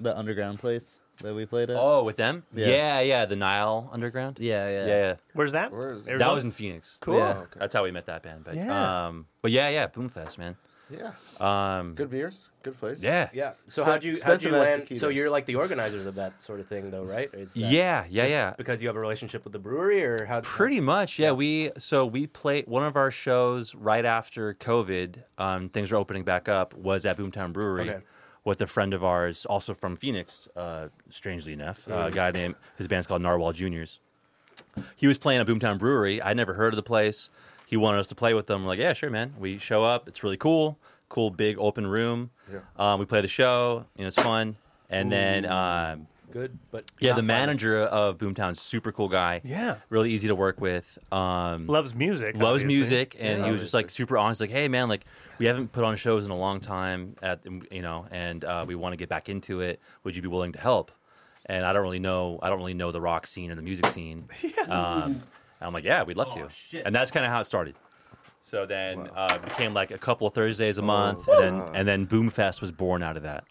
Speaker 5: The underground place that we played at.
Speaker 1: Oh, with them?
Speaker 5: Yeah.
Speaker 1: Yeah, yeah. the Nile Underground.
Speaker 5: Yeah,
Speaker 1: yeah.
Speaker 5: yeah.
Speaker 1: yeah.
Speaker 4: Where's that?
Speaker 3: Where is it?
Speaker 1: That
Speaker 4: Arizona?
Speaker 1: was in Phoenix.
Speaker 4: cool.
Speaker 5: Yeah.
Speaker 1: That's how we met that band. But
Speaker 4: Yeah.
Speaker 1: um, but yeah, yeah, Boomfest, man.
Speaker 3: Yeah.
Speaker 1: Um,
Speaker 3: Good beers. Good place.
Speaker 1: yeah.
Speaker 2: Yeah. So how'd you how'd you
Speaker 3: expensive ass
Speaker 2: land?
Speaker 3: taquitos.
Speaker 2: So you're like the organizers of that sort of thing, though, right? Is that
Speaker 1: Yeah, yeah, yeah.
Speaker 2: Because you have a relationship with the brewery, or how?
Speaker 1: Pretty much, yeah. We so we played one of our shows right after COVID. Um, things were opening back up. Was at Boomtown Brewery
Speaker 2: Okay.
Speaker 1: with a friend of ours, also from Phoenix. Uh, strangely enough, uh, a guy named his band's called Narwhal Juniors. He was playing at Boomtown Brewery. I never heard of the place. He wanted us to play with them. We're like, yeah, sure, man. We show up. It's really cool. Cool big open room.
Speaker 3: Yeah.
Speaker 1: Um, we play the show. You know, it's fun. And then. Um,
Speaker 2: good, but
Speaker 1: yeah,
Speaker 2: not
Speaker 1: the
Speaker 2: fun.
Speaker 1: manager of Boomtown's super cool guy.
Speaker 4: Yeah.
Speaker 1: Really easy to work with. Um,
Speaker 4: Loves music.
Speaker 1: loves
Speaker 4: obviously.
Speaker 1: music and
Speaker 3: Yeah.
Speaker 1: he was just like super honest like, "Hey man, like we haven't put on shows in a long time at you know, and uh, we want to get back into it. Would you be willing to help?" And I don't really know I don't really know the rock scene or the music scene. Um, I'm like, "Yeah, we'd love
Speaker 4: Oh,
Speaker 1: to." And that's kind of how it started. So then uh, it became like a couple of
Speaker 4: Oh,
Speaker 1: Thursdays a month and then and then Boomfest was born out of that.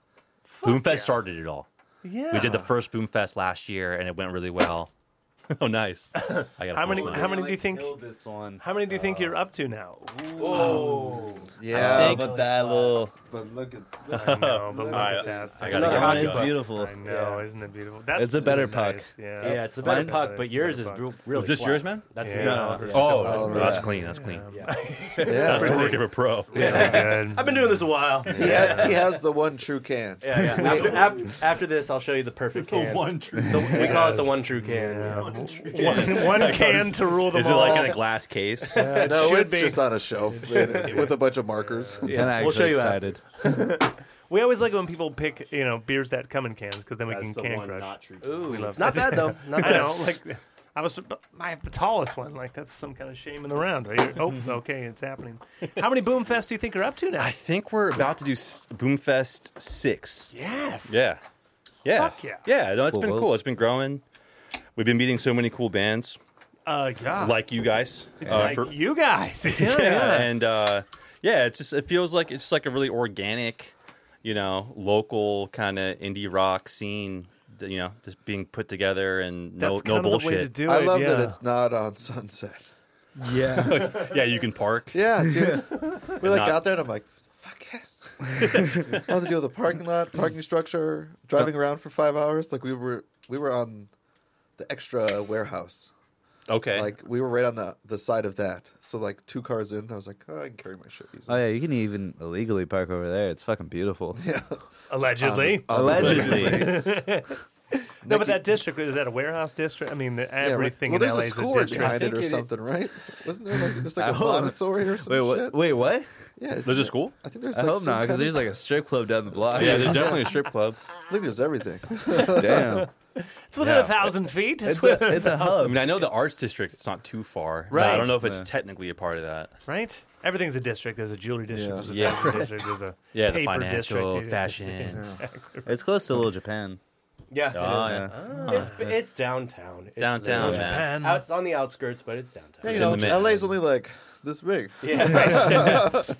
Speaker 1: Boomfest
Speaker 4: yeah.
Speaker 1: started it all.
Speaker 4: Yeah.
Speaker 1: We did the first Boomfest last year, and it went really well. oh, nice! I gotta
Speaker 4: How
Speaker 1: post
Speaker 4: many-
Speaker 1: mine.
Speaker 4: how many do you think-
Speaker 5: Kill this one.
Speaker 4: How many do you think you're up to now?
Speaker 5: Oh,
Speaker 3: Yeah.
Speaker 5: but that little.
Speaker 3: But look at. Look
Speaker 4: I know, but
Speaker 3: look
Speaker 4: look
Speaker 3: at
Speaker 4: at that.
Speaker 3: this.
Speaker 1: I gotta
Speaker 3: Another
Speaker 1: get
Speaker 5: That one
Speaker 1: mine
Speaker 5: is
Speaker 1: up.
Speaker 5: beautiful.
Speaker 4: I know,
Speaker 2: Yeah.
Speaker 4: isn't it beautiful? That's
Speaker 5: It's a better
Speaker 4: really
Speaker 5: puck.
Speaker 4: nice, Yeah.
Speaker 2: Yeah, it's the better
Speaker 5: Mine-
Speaker 2: puck,
Speaker 4: Oh. it's
Speaker 2: but
Speaker 4: the
Speaker 2: yours is
Speaker 4: better puck.
Speaker 2: real- really.
Speaker 1: Is this
Speaker 2: flat.
Speaker 1: yours, man?
Speaker 2: That's
Speaker 4: Yeah.
Speaker 2: yeah.
Speaker 4: Yeah.
Speaker 1: Oh,
Speaker 3: Oh,
Speaker 1: that's,
Speaker 3: yeah.
Speaker 1: that's clean. That's clean.
Speaker 3: yeah.
Speaker 1: That's the work of a pro.
Speaker 4: Really good.
Speaker 2: I've been doing this a while.
Speaker 3: He, ha- he has the one true can.
Speaker 2: Yeah, yeah. After, after, after this, I'll show you the perfect can.
Speaker 1: true.
Speaker 2: The- we call it the one true can.
Speaker 4: One, one can to rule them
Speaker 1: Is it
Speaker 4: all.
Speaker 1: like in a glass case?
Speaker 3: No,
Speaker 4: should
Speaker 3: it's
Speaker 4: be.
Speaker 3: just on a shelf with a bunch of markers.
Speaker 2: Yeah.
Speaker 5: I'm actually
Speaker 2: We'll show you after.
Speaker 5: excited.
Speaker 4: we always like when people pick, you know, beers that come in cans because then we can can crush.
Speaker 2: Ooh,
Speaker 4: love
Speaker 2: it's not bad though. Not
Speaker 4: I
Speaker 2: bad.
Speaker 4: know, like I was I have the tallest one. Like that's some kind of shame in the round. Right? Oh, okay, it's happening. How many Boomfest do you think you're up to now?
Speaker 1: I think we're about to do s- Boomfest six.
Speaker 4: yes.
Speaker 1: Yeah, yeah,
Speaker 4: Fuck yeah.
Speaker 1: yeah. No, it's
Speaker 5: Cool,
Speaker 1: been
Speaker 5: cool.
Speaker 1: cool. It's been growing. We've been meeting so many cool bands
Speaker 4: Uh, yeah.
Speaker 1: like you guys. uh,
Speaker 4: Like
Speaker 1: for-
Speaker 4: you guys. Yeah.
Speaker 1: yeah, and uh, yeah, it just it feels like it's just like a really organic, you know, local kind of indie rock scene. th- You know, just being put together and no
Speaker 4: That's
Speaker 1: no
Speaker 4: kind of the way to
Speaker 1: bullshit.
Speaker 4: do it.
Speaker 3: I love
Speaker 4: yeah.
Speaker 3: that it's not on Sunset.
Speaker 5: Yeah.
Speaker 1: yeah, you can park.
Speaker 3: Yeah, dude. We like
Speaker 1: Not-
Speaker 3: got there and I'm like, fuck yes. I had to deal with the parking lot, parking structure, driving around for five hours. Like we were we were on the extra warehouse.
Speaker 1: Okay.
Speaker 3: Like we were right on the the side of that. So like two cars in, I was like, oh, I can carry my shit
Speaker 5: Oh
Speaker 3: easily.
Speaker 5: yeah, you can even illegally park over there. It's fucking beautiful.
Speaker 3: yeah.
Speaker 4: Allegedly.
Speaker 3: On the- on the-
Speaker 4: no, but
Speaker 3: Nikki-
Speaker 4: that district is that a warehouse district? I mean, the,
Speaker 3: Yeah, right.
Speaker 4: everything in
Speaker 3: well, there's
Speaker 4: LA
Speaker 3: a
Speaker 4: is a
Speaker 3: school right
Speaker 4: district.
Speaker 3: behind it
Speaker 1: I
Speaker 3: or
Speaker 1: think it-
Speaker 3: something, right? Wasn't there like there's like a
Speaker 5: hope-
Speaker 3: Montessori or some
Speaker 5: Wait,
Speaker 3: shit?
Speaker 5: what? Wait, what?
Speaker 3: Yeah, isn't
Speaker 1: There's a
Speaker 3: there-
Speaker 1: school?
Speaker 3: I think there's.
Speaker 5: I
Speaker 3: like
Speaker 5: hope
Speaker 3: some
Speaker 5: not, because
Speaker 3: kind of-
Speaker 5: there's like a strip club down the block.
Speaker 1: yeah, there's definitely a strip club.
Speaker 3: I think there's everything.
Speaker 5: Damn,
Speaker 4: It's within
Speaker 1: Yeah.
Speaker 4: a thousand feet. It's,
Speaker 5: it's a
Speaker 4: within-
Speaker 5: it's a
Speaker 1: I
Speaker 5: hub.
Speaker 1: mean, I know the arts district. It's not too far. But I
Speaker 4: Right.
Speaker 1: don't know if it's
Speaker 5: Yeah.
Speaker 1: technically a part of that.
Speaker 4: right. Everything's a district. There's a jewelry district.
Speaker 3: Yeah.
Speaker 4: There's a
Speaker 1: Yeah.
Speaker 4: fashion district. There's a
Speaker 1: Yeah, the
Speaker 4: paper
Speaker 1: financial,
Speaker 4: district.
Speaker 1: fashion.
Speaker 4: Exactly.
Speaker 5: It's close to Little Japan.
Speaker 2: Yeah,
Speaker 1: Oh,
Speaker 2: it is.
Speaker 1: yeah.
Speaker 2: It's, it's downtown. It-
Speaker 1: Downtown,
Speaker 2: it's,
Speaker 1: man.
Speaker 4: Japan.
Speaker 2: Out, it's on the outskirts, but it's downtown.
Speaker 3: Yeah,
Speaker 1: It's
Speaker 3: you
Speaker 1: in
Speaker 3: know,
Speaker 1: the mix.
Speaker 3: LA's only like this big.
Speaker 2: Yeah.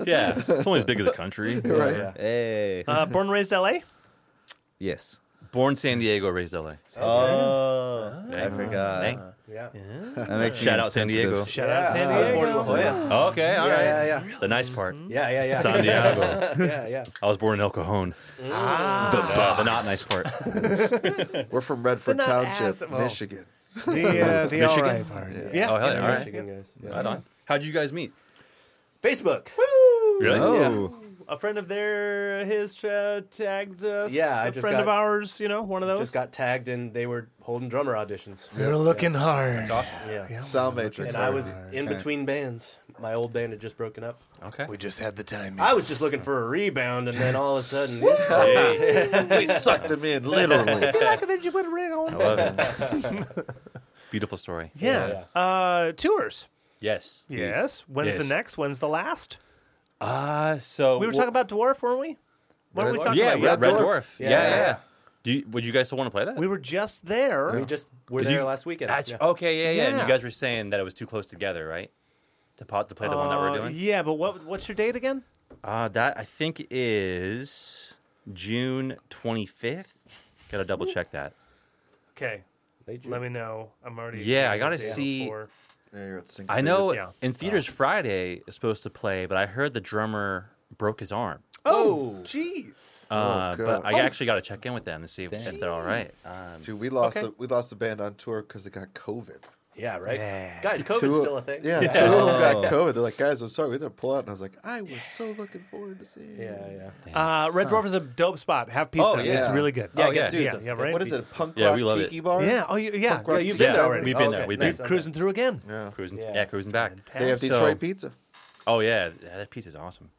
Speaker 1: Yeah, it's only as big as a country.
Speaker 3: Right.
Speaker 2: Yeah.
Speaker 5: Hey,
Speaker 4: uh, born and raised LA.
Speaker 5: yes.
Speaker 1: Born San Diego, raised LA.
Speaker 5: Oh, I
Speaker 1: Okay.
Speaker 5: forgot.
Speaker 1: Hey.
Speaker 2: yeah.
Speaker 5: That makes me
Speaker 1: Shout out San
Speaker 5: insensitive.
Speaker 1: Diego.
Speaker 4: Shout out San
Speaker 2: I was
Speaker 4: Diego.
Speaker 2: born in La Jolla.
Speaker 1: Oh, Okay, all right.
Speaker 2: Yeah, yeah, Mm-hmm.
Speaker 1: The nice part.
Speaker 2: yeah, yeah, yeah,
Speaker 1: San Diego.
Speaker 2: yeah, yeah.
Speaker 1: I was born in El Cajon. The, uh, the not nice part.
Speaker 3: We're from Redford
Speaker 4: They're not
Speaker 3: Township,
Speaker 4: ass- well,
Speaker 3: Michigan.
Speaker 4: The, uh, the
Speaker 1: Michigan?
Speaker 4: alright part. Yeah.
Speaker 1: Oh, hell yeah.
Speaker 2: We're
Speaker 1: All right.
Speaker 2: Michigan guys.
Speaker 1: Right on. How'd you guys meet?
Speaker 2: Facebook.
Speaker 1: Really?
Speaker 5: Oh,
Speaker 4: A friend of their, his uh, tagged us.
Speaker 2: Yeah, I
Speaker 4: a
Speaker 2: just
Speaker 4: friend
Speaker 2: got-
Speaker 4: of ours. You know, one of those.
Speaker 2: Just got tagged and they were holding drummer auditions.
Speaker 4: You're looking hard.
Speaker 1: Awesome.
Speaker 2: Yeah.
Speaker 3: Sound Matrix.
Speaker 2: And I was
Speaker 5: Okay.
Speaker 2: in between bands. My old band had just broken up.
Speaker 1: Okay.
Speaker 4: just had the time.
Speaker 2: I was just looking for a rebound, and then all of a sudden, these guys-
Speaker 3: they sucked him in, literally.
Speaker 4: Did you put a ring on?
Speaker 1: I love it. Beautiful story.
Speaker 4: Yeah. Uh, tours.
Speaker 1: Yes.
Speaker 4: Yes. When's
Speaker 1: Yes.
Speaker 4: the next? When's the last?
Speaker 1: Uh, so
Speaker 4: We were talking about Dwarf, weren't we? What were we
Speaker 3: Red-
Speaker 4: talking
Speaker 1: yeah,
Speaker 4: about?
Speaker 1: Red, Red Dwarf. Yeah, yeah.
Speaker 2: Yeah.
Speaker 1: yeah. Do you, would you guys still want to play that?
Speaker 4: We were just there.
Speaker 2: we just were
Speaker 1: Did
Speaker 2: there
Speaker 1: you-
Speaker 2: last weekend.
Speaker 1: That's oh,
Speaker 2: Yeah.
Speaker 1: okay. Yeah, yeah. And you
Speaker 4: Yeah.
Speaker 1: guys were saying that it was too close together, right? To pot to play the one that
Speaker 4: Uh,
Speaker 1: we're doing.
Speaker 4: Yeah, but what? what's your date again?
Speaker 1: Uh, that I think is June 25th. Gotta double check that.
Speaker 4: Okay.
Speaker 2: Late June.
Speaker 4: Let me know. I'm already.
Speaker 1: Yeah, I gotta
Speaker 4: the day
Speaker 1: see-
Speaker 4: before.
Speaker 3: Yeah, you're at
Speaker 1: I know
Speaker 4: Yeah.
Speaker 1: in theaters Friday is supposed to play, but I heard the drummer broke his arm.
Speaker 4: Oh, jeez.
Speaker 1: Uh,
Speaker 3: God.
Speaker 1: but I actually got to check in with them to see if, if they're all right. Um,
Speaker 3: Dude, we lost
Speaker 4: Okay.
Speaker 3: the we lost the band on tour because they got COVID.
Speaker 2: Yeah, right. Guys, COVID's
Speaker 3: Two-
Speaker 2: still a thing.
Speaker 3: Yeah,
Speaker 2: yeah,
Speaker 3: two of them got
Speaker 5: Oh.
Speaker 3: COVID. They're like, guys, I'm sorry, we had to pull out. And I was like, I was so looking forward to seeing. you."
Speaker 2: yeah. yeah.
Speaker 4: Uh, Red Dwarf is a dope spot. Have pizza.
Speaker 1: Oh,
Speaker 3: yeah.
Speaker 4: It's really good.
Speaker 1: Yeah,
Speaker 4: oh,
Speaker 1: yeah,
Speaker 4: yeah,
Speaker 3: dude,
Speaker 4: yeah,
Speaker 3: it's a-
Speaker 4: yeah, right.
Speaker 3: What is it? a Punk
Speaker 1: Yeah,
Speaker 3: rock
Speaker 1: we love it.
Speaker 3: tiki bar.
Speaker 4: Yeah. Oh, you, yeah.
Speaker 3: Rock
Speaker 4: yeah you've
Speaker 3: Rock's
Speaker 4: been
Speaker 1: yeah,
Speaker 4: there already.
Speaker 1: we've been
Speaker 2: Oh,
Speaker 1: there.
Speaker 2: okay,
Speaker 1: We've
Speaker 2: nice.
Speaker 1: been
Speaker 4: Cruising through again.
Speaker 3: yeah.
Speaker 1: cruising. Yeah,
Speaker 2: Yeah.
Speaker 1: cruising back.
Speaker 3: They have
Speaker 1: So-
Speaker 3: Detroit pizza.
Speaker 1: Oh yeah, yeah, that piece is awesome.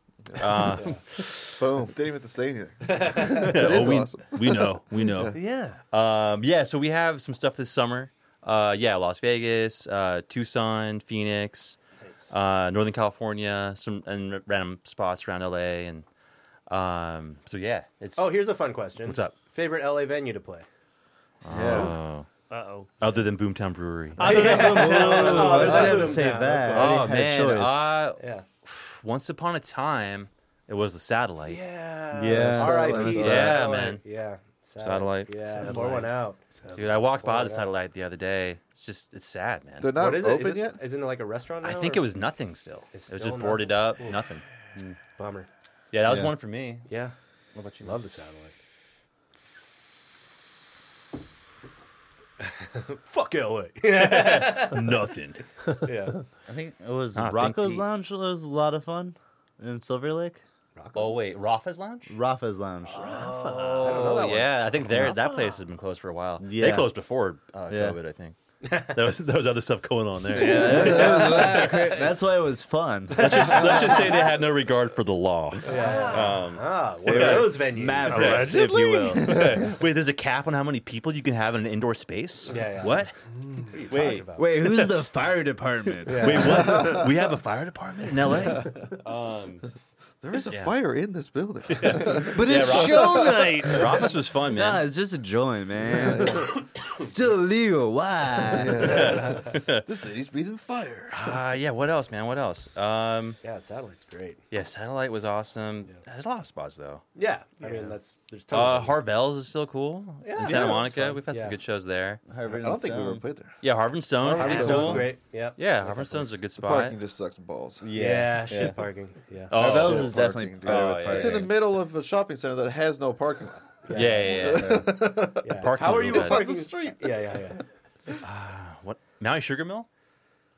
Speaker 1: Uh,
Speaker 3: Boom. Didn't even have to say anything. It is
Speaker 1: we,
Speaker 3: awesome.
Speaker 1: we know. We know.
Speaker 4: Yeah.
Speaker 1: Um, yeah, so we have some stuff this summer. Uh, yeah, Las Vegas, uh, Tucson, Phoenix, uh, Northern California, some and r- random spots around LA, and um, so yeah, it's
Speaker 2: Oh, here's a fun question.
Speaker 1: What's up?
Speaker 2: Favorite LA venue to play?
Speaker 3: Yeah.
Speaker 1: Oh.
Speaker 4: Uh oh.
Speaker 1: other than Boomtown Brewery.
Speaker 4: Other than Boomtown.
Speaker 5: Oh, I
Speaker 2: there's
Speaker 5: didn't
Speaker 2: no
Speaker 5: say
Speaker 2: Boomtown.
Speaker 5: that. I
Speaker 1: oh
Speaker 5: already had
Speaker 1: man,
Speaker 5: choice.
Speaker 1: uh,
Speaker 2: Yeah.
Speaker 1: once upon a time it was the satellite.
Speaker 2: Yeah.
Speaker 5: Yeah.
Speaker 2: R.I.P.
Speaker 5: Yeah,
Speaker 2: Satellite.
Speaker 1: man.
Speaker 2: Yeah.
Speaker 1: Satellite.
Speaker 2: Yeah.
Speaker 1: Satellite.
Speaker 2: Pour one out.
Speaker 1: Dude, I walked by
Speaker 2: Oh,
Speaker 1: the
Speaker 2: yeah.
Speaker 1: satellite the other day. It's just it's sad, man.
Speaker 3: They're not
Speaker 2: what is it?
Speaker 3: open
Speaker 2: Is it
Speaker 3: yet.
Speaker 2: Isn't it like a restaurant?
Speaker 1: I
Speaker 2: now,
Speaker 1: think
Speaker 2: or-
Speaker 1: it was nothing still.
Speaker 2: It's
Speaker 1: it was
Speaker 2: still
Speaker 1: just boarded up, nothing.
Speaker 2: bummer.
Speaker 1: Yeah, that was
Speaker 5: Yeah.
Speaker 1: one for me.
Speaker 2: Yeah.
Speaker 1: What about you?
Speaker 2: Love the satellite. Fuck LA.
Speaker 1: nothing.
Speaker 2: yeah.
Speaker 5: I think it was
Speaker 1: Ah, thank
Speaker 5: Rocco's
Speaker 1: you.
Speaker 5: Lounge. It was a lot of fun in Silver Lake.
Speaker 1: Oh wait, Rafa's Lounge.
Speaker 5: Rafa's Lounge.
Speaker 1: I don't know
Speaker 2: that one.
Speaker 1: Oh, yeah, I think there that place has been closed for a while. They
Speaker 5: Yeah.
Speaker 1: closed before uh,
Speaker 5: Yeah.
Speaker 1: COVID, I think. there was there was other stuff going on there.
Speaker 5: That- that was- that's why it was fun.
Speaker 1: Let's just say they had no regard for the law.
Speaker 2: Ah, one of those venues.
Speaker 5: Mavericks, if you will.
Speaker 1: Um, Wait, there's a cap on how many people you can have in an indoor space.
Speaker 2: Yeah, yeah.
Speaker 1: What?
Speaker 5: Wait, wait, who's the fire department?
Speaker 1: Wait, what? we have a fire department in L.A.
Speaker 3: There is a
Speaker 1: Yeah.
Speaker 3: fire in this building.
Speaker 4: But it's show night.
Speaker 1: Rafa's was fun, man.
Speaker 5: Nah, it's just a joint, man. Still illegal. Why?
Speaker 3: this lady's breathing fire.
Speaker 1: Uh, yeah. What else, man? What else? Um,
Speaker 2: Yeah, satellite's great.
Speaker 1: yeah, satellite was awesome. There's a lot of spots though.
Speaker 2: Yeah. I mean, that's there's tons.
Speaker 1: Uh,
Speaker 2: of venues.
Speaker 1: Harvell's is still cool
Speaker 2: Yeah,
Speaker 1: in
Speaker 2: yeah,
Speaker 1: Santa
Speaker 2: that's
Speaker 1: Monica.
Speaker 2: fun.
Speaker 1: We've had
Speaker 2: Yeah.
Speaker 1: some good shows there.
Speaker 3: I don't think we ever played there.
Speaker 1: Yeah, Harvard Stone.
Speaker 3: Harvard
Speaker 1: pretty
Speaker 2: Stone's
Speaker 3: Stone's
Speaker 1: cool.
Speaker 2: great. Yep.
Speaker 1: Yeah, Harvard Stone's a good spot.
Speaker 3: Parking just sucks balls.
Speaker 2: Yeah. Shit
Speaker 5: yeah.
Speaker 2: parking. Yeah.
Speaker 3: Uh,
Speaker 1: Oh,
Speaker 5: That
Speaker 3: Shit
Speaker 5: was definitely
Speaker 3: parking, dude.
Speaker 5: better with
Speaker 1: Oh, yeah.
Speaker 5: parking.
Speaker 3: It's in the middle of a shopping center that has no parking
Speaker 1: yeah, yeah.
Speaker 3: lot.
Speaker 1: yeah,
Speaker 2: yeah.
Speaker 1: Parking
Speaker 2: How are
Speaker 1: was
Speaker 2: you
Speaker 1: bad.
Speaker 3: It's
Speaker 2: with
Speaker 3: on
Speaker 2: parking?
Speaker 3: the street.
Speaker 2: Yeah, yeah, yeah.
Speaker 1: What? Maui Sugar Mill?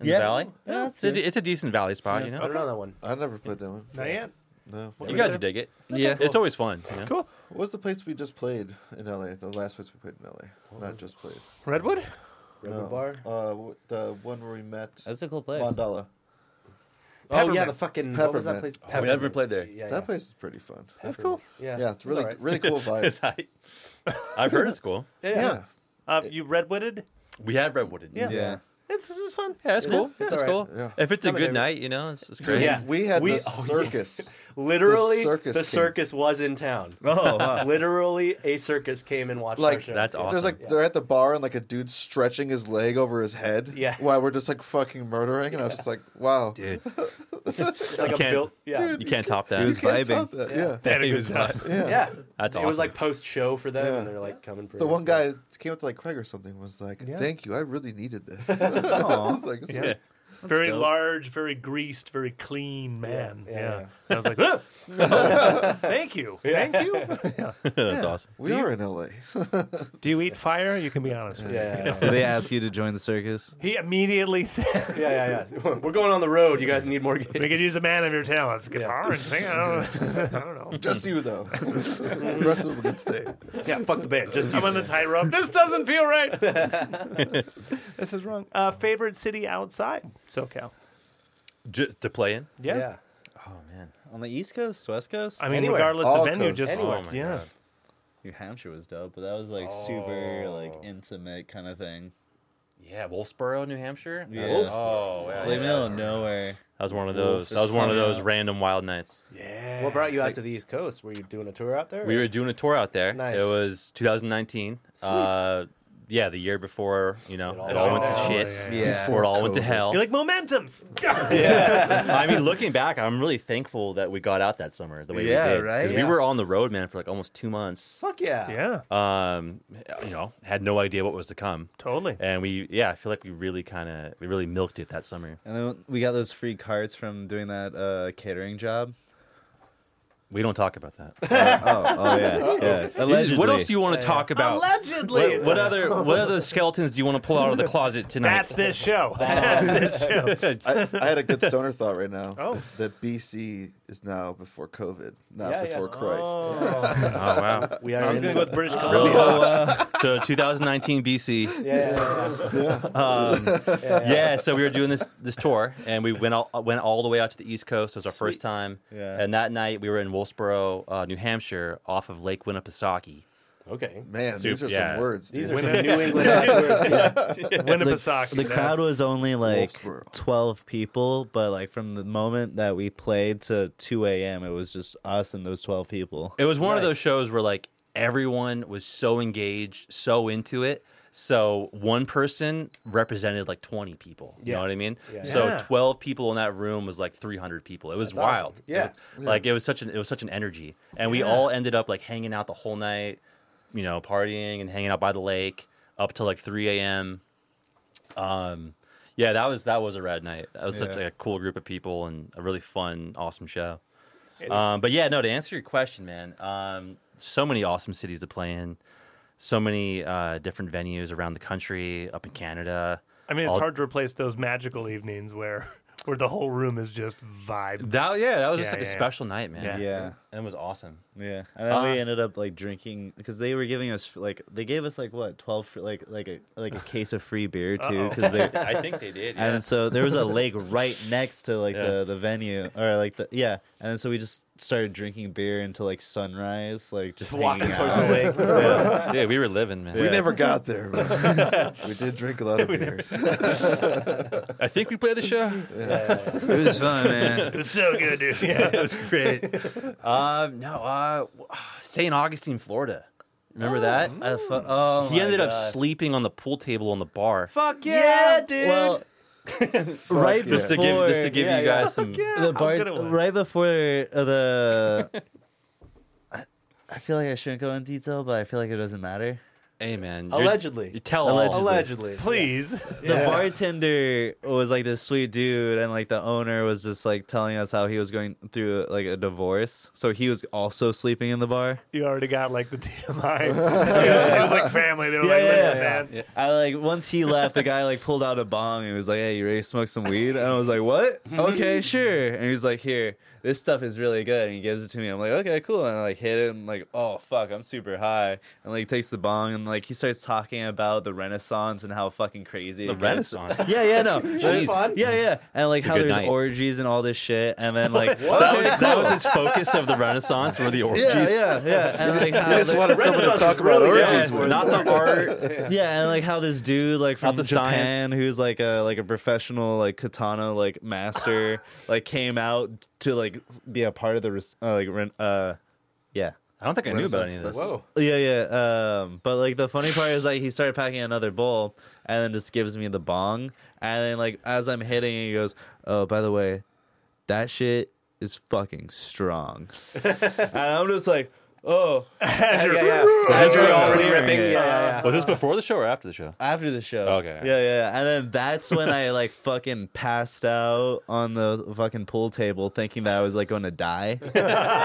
Speaker 1: in
Speaker 5: Yeah.
Speaker 1: the valley.
Speaker 4: Yeah,
Speaker 1: it's, a, it's a decent valley spot, you
Speaker 2: I
Speaker 1: know.
Speaker 2: don't know that one.
Speaker 3: I never played that one.
Speaker 4: Not yet.
Speaker 3: No.
Speaker 1: You guys would dig it.
Speaker 5: Yeah.
Speaker 1: It's always fun. you know?
Speaker 4: Cool.
Speaker 3: What was the place we just played in LA? The last place we played in LA. Not just played.
Speaker 4: Redwood.
Speaker 2: Rebel
Speaker 3: no.
Speaker 2: Bar.
Speaker 3: Uh, w- the one where we met
Speaker 5: That's a cool place.
Speaker 3: Mandala.
Speaker 2: Oh yeah,
Speaker 4: Peppermint.
Speaker 2: the fucking what was that
Speaker 3: Peppermint.
Speaker 2: place?
Speaker 1: we haven't played there.
Speaker 2: Yeah, yeah.
Speaker 3: That place is pretty fun.
Speaker 4: That's cool.
Speaker 2: Yeah,
Speaker 3: Yeah, it's really
Speaker 2: all right.
Speaker 3: really cool vibe.
Speaker 1: It's hype. I've heard it's cool.
Speaker 4: Yeah.
Speaker 3: yeah.
Speaker 4: Uh, you redwooded.
Speaker 1: We have redwooded.
Speaker 4: Yeah.
Speaker 5: Yeah.
Speaker 4: It's, it's fun.
Speaker 1: Yeah, that's cool.
Speaker 2: It's
Speaker 1: That's
Speaker 2: all right.
Speaker 1: cool.
Speaker 3: Yeah.
Speaker 1: If it's a
Speaker 2: Kinda
Speaker 1: good
Speaker 2: good.
Speaker 1: night, you know, it's, it's great.
Speaker 2: Yeah.
Speaker 3: We had
Speaker 2: We-
Speaker 3: the
Speaker 2: oh, yeah.
Speaker 3: circus.
Speaker 2: Literally, the circus,
Speaker 3: circus came.
Speaker 2: was in town.
Speaker 5: Oh, wow.
Speaker 2: Literally, a circus came and watched our
Speaker 3: Like
Speaker 2: show.
Speaker 1: That's awesome.
Speaker 3: There's like they're at the bar and like a dude's stretching his leg over his head.
Speaker 2: Yeah.
Speaker 3: While we're just like fucking murdering, and I was just like, wow.
Speaker 1: dude,
Speaker 2: It's like
Speaker 1: You
Speaker 2: a
Speaker 1: can't-
Speaker 2: built. Yeah,
Speaker 1: you can't top
Speaker 5: It
Speaker 1: that.
Speaker 5: was
Speaker 3: Can't top
Speaker 5: vibing.
Speaker 3: that, Yeah.
Speaker 4: They had a
Speaker 1: It
Speaker 4: good
Speaker 1: was
Speaker 4: time.
Speaker 1: fun.
Speaker 3: yeah.
Speaker 2: yeah.
Speaker 1: That's
Speaker 2: It was
Speaker 1: awesome.
Speaker 2: like post show for them,
Speaker 3: Yeah.
Speaker 2: and they're like coming. for
Speaker 3: The
Speaker 2: you.
Speaker 3: one guy that came up to like Craig or something was like,
Speaker 4: Yeah.
Speaker 3: "Thank you, I really needed this." I was like,
Speaker 4: Yeah. Very large, very greased, very clean man. Yeah.
Speaker 2: yeah, yeah.
Speaker 4: And I was like, "Ugh." thank you, thank you.
Speaker 1: that's awesome.
Speaker 3: "We are in LA."
Speaker 4: Do you eat fire? You can be honest with me.
Speaker 2: Yeah, yeah,
Speaker 5: Did they ask you to join the circus?
Speaker 4: He immediately said,
Speaker 2: yeah, yeah, yeah. We're going on the road. You guys need more
Speaker 4: "We
Speaker 2: gigs.
Speaker 4: could use a man of your talents, guitar and singing." I don't, I don't know.
Speaker 3: Just you though. the rest of them can stay.
Speaker 2: Yeah, fuck the band. Just
Speaker 4: I'm on the tightrope. This doesn't feel right. this is wrong. Uh, favorite city outside SoCal?
Speaker 1: Just to play in.
Speaker 4: Yeah.
Speaker 2: yeah.
Speaker 1: Oh man,
Speaker 5: On the East Coast, West Coast?
Speaker 4: I mean,
Speaker 2: Anywhere.
Speaker 4: regardless
Speaker 3: All
Speaker 4: of venue,
Speaker 3: coasts.
Speaker 4: just
Speaker 1: Anywhere. Oh my
Speaker 4: yeah.
Speaker 1: God.
Speaker 5: New Hampshire was dope, but that was like super like intimate kind of thing.
Speaker 1: Yeah, Wolfsboro, New Hampshire.
Speaker 5: Yeah.
Speaker 1: Oh, wow.
Speaker 5: Like middle of nowhere.
Speaker 1: that was one of those.
Speaker 5: Wolf
Speaker 1: That was
Speaker 5: is
Speaker 1: one of
Speaker 5: coming
Speaker 1: those
Speaker 5: out.
Speaker 1: random wild nights.
Speaker 2: What brought you out to the East Coast? Were you doing a tour out there?
Speaker 1: We were doing a tour out there.
Speaker 2: Nice.
Speaker 1: It was 2019.
Speaker 2: Sweet.
Speaker 1: Uh, yeah, the year before, you know, it all, went to
Speaker 2: went
Speaker 1: shit.
Speaker 4: down.
Speaker 5: Yeah.
Speaker 1: Before it all went to
Speaker 3: COVID.
Speaker 1: hell.
Speaker 4: You're like momentums.
Speaker 1: I mean, looking back, I'm really thankful that we got out that summer the way
Speaker 5: Yeah,
Speaker 1: we did.
Speaker 5: right?
Speaker 1: 'Cause
Speaker 5: Yeah.
Speaker 1: We were on the road, man, for like almost two months.
Speaker 2: Fuck yeah.
Speaker 4: yeah,
Speaker 1: Um, you know, had no idea what was to come,
Speaker 4: totally.
Speaker 1: and we, yeah, I feel like we really kind of, we really milked it that summer.
Speaker 5: And then we got those free carts from doing that uh, catering job.
Speaker 1: We don't talk about that.
Speaker 5: oh, oh yeah, yeah. Allegedly.
Speaker 1: What else do you want to talk about?
Speaker 4: Allegedly,
Speaker 1: What, what other, what other skeletons do you want to pull out of the closet tonight?
Speaker 4: that's this show. That's this show.
Speaker 3: I, I had a good stoner thought right now.
Speaker 4: Oh.
Speaker 3: That BC is now before COVID, not
Speaker 2: Yeah, yeah.
Speaker 3: before Christ.
Speaker 1: oh wow!
Speaker 2: We are
Speaker 4: I was
Speaker 2: in
Speaker 4: gonna go
Speaker 2: the-
Speaker 4: with British
Speaker 1: Really?
Speaker 4: Columbia.
Speaker 5: uh,
Speaker 1: so 2019 BC.
Speaker 2: Yeah, yeah,
Speaker 1: Um, Yeah, so we were doing this this tour, and we went all uh, went all the way out to the East Coast. It was our first time.
Speaker 5: Yeah.
Speaker 1: And that night we were in Wolfsboro, uh, New Hampshire, off of Lake Winnipesaukee.
Speaker 2: yeah. Okay.
Speaker 3: Man, these
Speaker 1: Soup,
Speaker 3: are
Speaker 1: yeah.
Speaker 3: some words.
Speaker 2: These
Speaker 3: dude.
Speaker 2: are some New England ass words. Yeah.
Speaker 4: Winnipesaukee.
Speaker 5: The crowd was only like
Speaker 3: Wolfsboro.
Speaker 5: twelve people, but like from the moment that we played to two a.m., it was just us and those twelve people.
Speaker 1: It was one of those shows where like everyone was so engaged, so into it. So one person represented like 20 people. You know
Speaker 2: Yeah.
Speaker 1: what I mean?
Speaker 2: Yeah.
Speaker 1: So
Speaker 4: Yeah.
Speaker 1: 12 people in that room was like 300 people. It was
Speaker 2: awesome.
Speaker 1: wild.
Speaker 2: Yeah.
Speaker 1: It was- like it was such an it was such an energy, and we all ended up like hanging out the whole night, you know, partying and hanging out by the lake up till like 3 a.m. Um, yeah, that was that was a rad night. That was such
Speaker 5: Yeah.
Speaker 1: a cool group of people and a really fun, awesome show. Um, but yeah, no, to answer your question, man, um, so many awesome cities to play in, so many uh, different venues around the country, up in Canada.
Speaker 4: I mean, it's
Speaker 1: All-
Speaker 4: hard to replace those magical evenings where where the whole room is just vibes.
Speaker 1: That yeah, that was just
Speaker 4: Yeah,
Speaker 1: like
Speaker 4: yeah,
Speaker 1: a
Speaker 4: yeah.
Speaker 1: special night, man.
Speaker 4: Yeah.
Speaker 5: Yeah.
Speaker 1: and it was awesome.
Speaker 5: Yeah, and then we ended up like drinking because they were giving us like they gave us like what twelve fr- like like a like a case of free beer too
Speaker 4: Uh-oh.
Speaker 5: because they
Speaker 1: I think they did.
Speaker 5: and so there was a lake right next to like
Speaker 1: Yeah.
Speaker 5: the the venue or like the yeah and then so we just started drinking beer until like sunrise like just
Speaker 2: Walking
Speaker 5: hanging
Speaker 2: towards
Speaker 5: out.
Speaker 2: the lake.
Speaker 1: Yeah. Dude, we were living, man.
Speaker 3: We
Speaker 5: Yeah.
Speaker 3: never got there. but we did drink a lot of beers.
Speaker 1: I think we played the show.
Speaker 5: it was fun man
Speaker 4: It was so good, dude. Yeah.
Speaker 1: was great. um, no, uh, St. Augustine, Florida. Remember that?
Speaker 5: I fu- oh
Speaker 1: He
Speaker 5: my
Speaker 1: ended up
Speaker 5: God.
Speaker 1: sleeping on the pool table on the bar.
Speaker 4: Fuck
Speaker 5: well right
Speaker 3: yeah.
Speaker 1: Just to give, just to give
Speaker 5: Yeah,
Speaker 1: you
Speaker 5: yeah.
Speaker 1: guys some.
Speaker 4: yeah,
Speaker 5: the bar
Speaker 4: I'm gonna win.
Speaker 5: right before uh, the I, I feel like I shouldn't go in detail but I feel like it doesn't matter
Speaker 1: Hey man, you're-
Speaker 2: Allegedly.
Speaker 1: you tell all.
Speaker 2: Allegedly.
Speaker 4: Please.
Speaker 5: the bartender was like this sweet dude and like the owner was just like telling us how he was going through like a divorce so he was also sleeping in the bar
Speaker 4: You already got like the TMI. it, was, it was like family. They were like,
Speaker 5: yeah,
Speaker 4: listen,
Speaker 5: yeah.
Speaker 4: man.
Speaker 5: i like once he left the guy like pulled out a bong and was like hey you ready to smoke some weed and i was like what okay sure and he's like here this stuff is really good and he gives it to me i'm like okay cool and i like hit it and like oh fuck i'm super high and like takes the bong and like he starts talking about the renaissance and how fucking crazy
Speaker 1: The
Speaker 5: it gets.
Speaker 1: Renaissance.
Speaker 5: Yeah, yeah, no. Jeez.
Speaker 2: fun.
Speaker 5: Yeah, yeah. And like
Speaker 1: a
Speaker 5: how
Speaker 1: good
Speaker 5: there's
Speaker 1: night.
Speaker 5: orgies and all this shit. And then like
Speaker 1: That was, that was his focus of the Renaissance, were the orgies.
Speaker 5: Yeah, yeah, yeah. And like how
Speaker 3: I just
Speaker 5: like-
Speaker 3: wanted someone to talk about
Speaker 1: Yeah,
Speaker 3: orgies with.
Speaker 1: not the art.
Speaker 5: yeah, and like how this dude like from
Speaker 1: the
Speaker 5: Japan
Speaker 1: science.
Speaker 5: who's like a like a professional like katana like master like came out to like be a part of the res- uh, like ren- uh yeah.
Speaker 1: I don't think I knew about any of this.
Speaker 2: Whoa.
Speaker 5: Yeah, yeah. Um, but like the funny part is like he started packing another bowl and then just gives me the bong. And then like as I'm hitting, he goes, "Oh, by the way, that shit is fucking strong." and I'm just like, "Oh."
Speaker 4: As you're-
Speaker 5: As
Speaker 2: you're
Speaker 5: I'm
Speaker 2: already
Speaker 5: clearing
Speaker 2: ripping,
Speaker 5: it.
Speaker 2: yeah, yeah,
Speaker 1: Was this before the show or after the show?
Speaker 5: After the show.
Speaker 1: Okay.
Speaker 5: Yeah, yeah. And then that's when I like fucking passed out on the fucking pool table thinking that I was like going to die. like,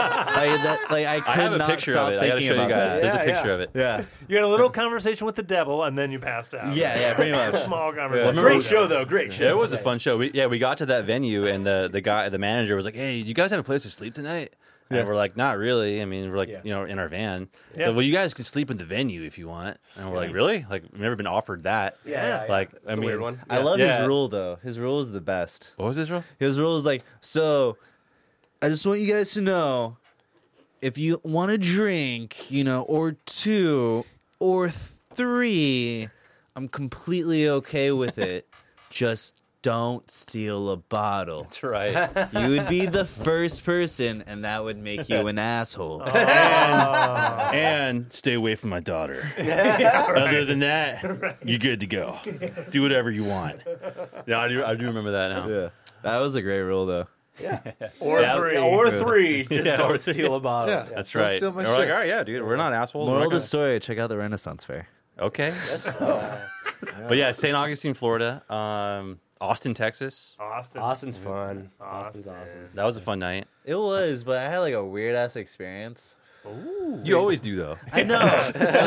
Speaker 5: that, like I could
Speaker 1: I have a
Speaker 5: not
Speaker 1: picture
Speaker 5: stop
Speaker 1: of it. I gotta
Speaker 5: thinking
Speaker 1: show you
Speaker 5: about
Speaker 1: guys.
Speaker 5: that.
Speaker 1: There's
Speaker 2: Yeah,
Speaker 1: a picture
Speaker 2: yeah.
Speaker 1: of it.
Speaker 5: Yeah.
Speaker 4: You had a little conversation with the devil, and then you passed out.
Speaker 5: Yeah, yeah, pretty much.
Speaker 4: Small conversation.
Speaker 1: Yeah.
Speaker 2: Great show though. Great show.
Speaker 1: Yeah, it was a fun show. We, yeah, we got to that venue and the the guy, the manager was like, "Hey, you guys have a place to sleep tonight?" And we're like, "Not really." I mean, we're like,
Speaker 2: Yeah.
Speaker 1: you know, in our van.
Speaker 4: Yeah.
Speaker 1: So, well, you guys can sleep in the venue if you want. And we're like, "Really?" Like, we've never been offered that.
Speaker 2: Yeah, yeah,
Speaker 1: Like, I
Speaker 2: It's a
Speaker 1: mean,
Speaker 2: weird one.
Speaker 5: I love
Speaker 1: Yeah.
Speaker 5: his rule though. His rule is the best.
Speaker 1: What was this rule?
Speaker 5: His rule is like, so I just want you guys to know if you want to drink, you know, or two or three, I'm completely okay with it. just don't steal a bottle.
Speaker 1: That's right.
Speaker 5: You would be the first person, and that would make you an asshole.
Speaker 1: and stay away from my daughter. Other than that, you're good to go. Do whatever you want. No, I do. I do remember that now.
Speaker 5: Yeah. That was a great rule, though.
Speaker 4: Or three.
Speaker 2: Or three. Just
Speaker 1: Yeah.
Speaker 2: don't steal a bottle.
Speaker 3: Yeah,
Speaker 1: That's
Speaker 3: don't
Speaker 1: right.
Speaker 3: steal my
Speaker 1: we're like,
Speaker 3: shit.
Speaker 1: all right, yeah, dude, we're not assholes.
Speaker 5: Moral
Speaker 1: We're
Speaker 5: of the
Speaker 1: not
Speaker 5: story check out the Renaissance Fair.
Speaker 1: gonna- okay. But yeah, St. Augustine, Florida, um, Austin, Texas.
Speaker 4: Austin.
Speaker 2: Austin's fun.
Speaker 4: Austin.
Speaker 2: Austin's awesome.
Speaker 1: That was a fun night.
Speaker 5: It was, but I had like a weird ass experience.
Speaker 1: You always do though.
Speaker 5: I know. I,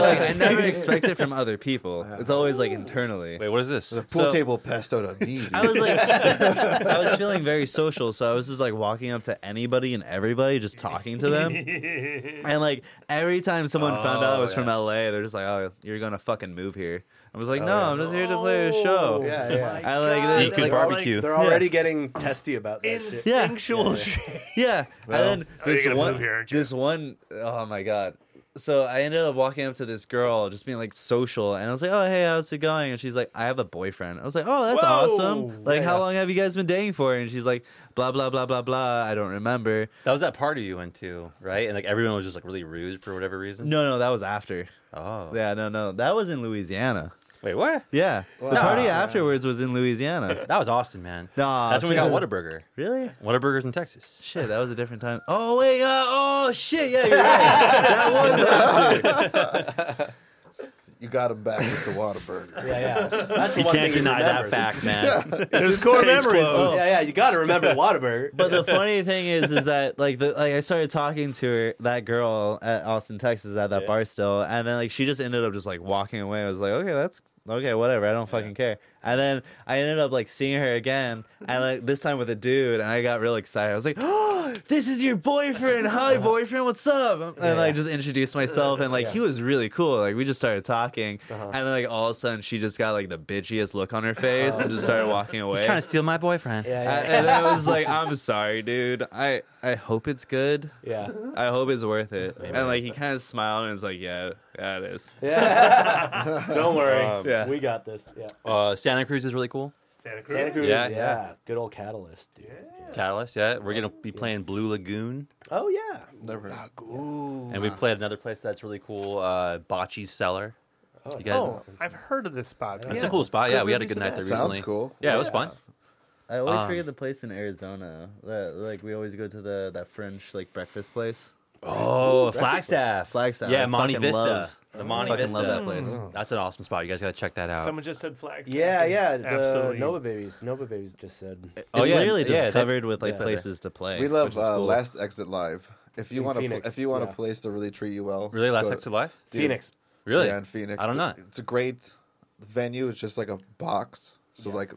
Speaker 5: like, I never expect it from other people. It's always like internally.
Speaker 1: Wait, what is this?
Speaker 3: The pool
Speaker 5: So-
Speaker 3: table passed out on me. dude.
Speaker 5: I was like, I was feeling very social, so I was just like walking up to anybody and everybody, just talking to them. And like every time someone found out I
Speaker 3: Oh,
Speaker 5: was from LA, they're just like, "Oh, you're gonna fucking move here." I was
Speaker 3: Oh,
Speaker 5: like, "No, I'm just here to play a show."
Speaker 2: Yeah, yeah.
Speaker 5: I like
Speaker 4: God,
Speaker 1: Eat
Speaker 5: that.
Speaker 1: good
Speaker 5: Like,
Speaker 1: barbecue.
Speaker 2: They're already getting testy about that shit.
Speaker 4: Instinctual shit.
Speaker 5: Yeah, and then
Speaker 4: you're
Speaker 5: this
Speaker 4: gonna
Speaker 5: one,
Speaker 4: move here, aren't you?
Speaker 5: this one, oh my god. So I ended up walking up to this girl, just being like social, and I was like, "Oh, hey, how's it going?" And she's like, "I have a boyfriend." I was like, "Oh, that's
Speaker 4: Whoa!
Speaker 5: awesome! Like, how
Speaker 2: Yeah.
Speaker 5: long have you guys been dating for?" And she's like, "Blah blah blah blah blah. I don't remember."
Speaker 1: That was that party you went to, right? And like everyone was just like really rude for whatever reason.
Speaker 5: No, no, that was after.
Speaker 1: Oh.
Speaker 5: Yeah, no, no, that was in Louisiana.
Speaker 1: Wait, what?
Speaker 5: Yeah, the
Speaker 3: Wow.
Speaker 5: party afterwards was in Louisiana.
Speaker 1: That was Austin, man.
Speaker 5: Nah,
Speaker 1: That's when we got
Speaker 5: shit.
Speaker 1: Whataburger.
Speaker 5: Really?
Speaker 1: Whataburger's in Texas.
Speaker 5: Shit, that was a different time. Oh wait, uh, oh shit, yeah, you're right. that was after.
Speaker 3: you got him back with the Whataburger.
Speaker 2: Yeah, yeah. That's
Speaker 1: You
Speaker 2: one
Speaker 1: can't
Speaker 2: thing
Speaker 1: deny that
Speaker 2: remembers.
Speaker 1: fact, man.
Speaker 4: There's core memories. Oh.
Speaker 5: close.
Speaker 2: Yeah, yeah. You got to remember Whataburger.
Speaker 5: But the funny thing is, is that like the like I started talking to her, that girl at Austin, Texas, at that bar still, and then like she just ended up just like walking away. I was like, okay, that's okay, whatever. I don't fucking care. And then I ended up like seeing her again, and like this time with a dude, and I got real excited. I was like, oh, this is your boyfriend.
Speaker 1: Uh-huh.
Speaker 5: Hi, boyfriend. What's up? And like just introduced myself, and like he was really cool. Like we just started talking,
Speaker 1: Uh-huh.
Speaker 5: and then like all of a sudden she just got like the bitchiest look on her face and just started walking away.
Speaker 1: He's trying to steal my boyfriend.
Speaker 2: yeah,
Speaker 5: I-
Speaker 2: yeah,
Speaker 5: and I was like, I'm sorry, dude. I I hope it's good.
Speaker 2: yeah.
Speaker 5: I hope it's worth it. And like he kind of smiled and was like, Yeah, yeah, it is.
Speaker 2: Don't worry.
Speaker 1: Um,
Speaker 5: yeah.
Speaker 2: We got this. Yeah.
Speaker 1: Uh, Santa Cruz is really cool.
Speaker 4: Santa Cruz.
Speaker 2: Santa Cruz.
Speaker 1: Yeah,
Speaker 2: Yeah,
Speaker 1: yeah.
Speaker 2: Good old Catalyst, dude.
Speaker 1: Catalyst, yeah. We're gonna be playing Blue Lagoon,
Speaker 2: Oh yeah.
Speaker 3: Never.
Speaker 1: and we played another place that's really cool, uh, Bocce's Cellar. You guys,
Speaker 4: Oh, I've heard of this spot.
Speaker 1: that's
Speaker 4: Yeah.
Speaker 1: a cool spot. Yeah, we had a good
Speaker 4: reviews of
Speaker 1: night
Speaker 4: that.
Speaker 1: there
Speaker 3: Sounds
Speaker 1: recently.
Speaker 3: cool.
Speaker 1: Yeah, it was fun.
Speaker 5: I always
Speaker 1: Um,
Speaker 5: forget the place in Arizona. That like we always go to the that French like breakfast place.
Speaker 1: Oh, Flagstaff.
Speaker 5: Flagstaff. I
Speaker 1: Yeah, Monte
Speaker 5: fucking
Speaker 1: Vista.
Speaker 5: love-
Speaker 1: The Monte
Speaker 5: fucking
Speaker 1: Vista.
Speaker 5: love that place.
Speaker 3: Mm-hmm.
Speaker 1: That's an awesome spot. You guys got to check that out.
Speaker 4: Someone just said flags.
Speaker 2: Yeah, yeah. The
Speaker 4: absolutely.
Speaker 2: Nova Babies. Nova Babies just said.
Speaker 1: Oh,
Speaker 5: it's
Speaker 1: yeah,
Speaker 5: literally just
Speaker 1: yeah, that-
Speaker 5: covered with like
Speaker 2: yeah.
Speaker 5: places to play.
Speaker 3: We
Speaker 5: which
Speaker 3: love
Speaker 5: is
Speaker 3: uh,
Speaker 5: cool.
Speaker 3: Last Exit Live. If you
Speaker 2: In
Speaker 3: want to,
Speaker 2: Phoenix,
Speaker 3: if you want
Speaker 2: yeah.
Speaker 3: a place to really treat you well,
Speaker 1: really, Last
Speaker 3: go-
Speaker 1: Exit Life?
Speaker 3: Dude,
Speaker 2: Phoenix.
Speaker 1: Really?
Speaker 3: Yeah, in Phoenix.
Speaker 1: I don't know.
Speaker 3: It's a great venue. It's just like a box, so like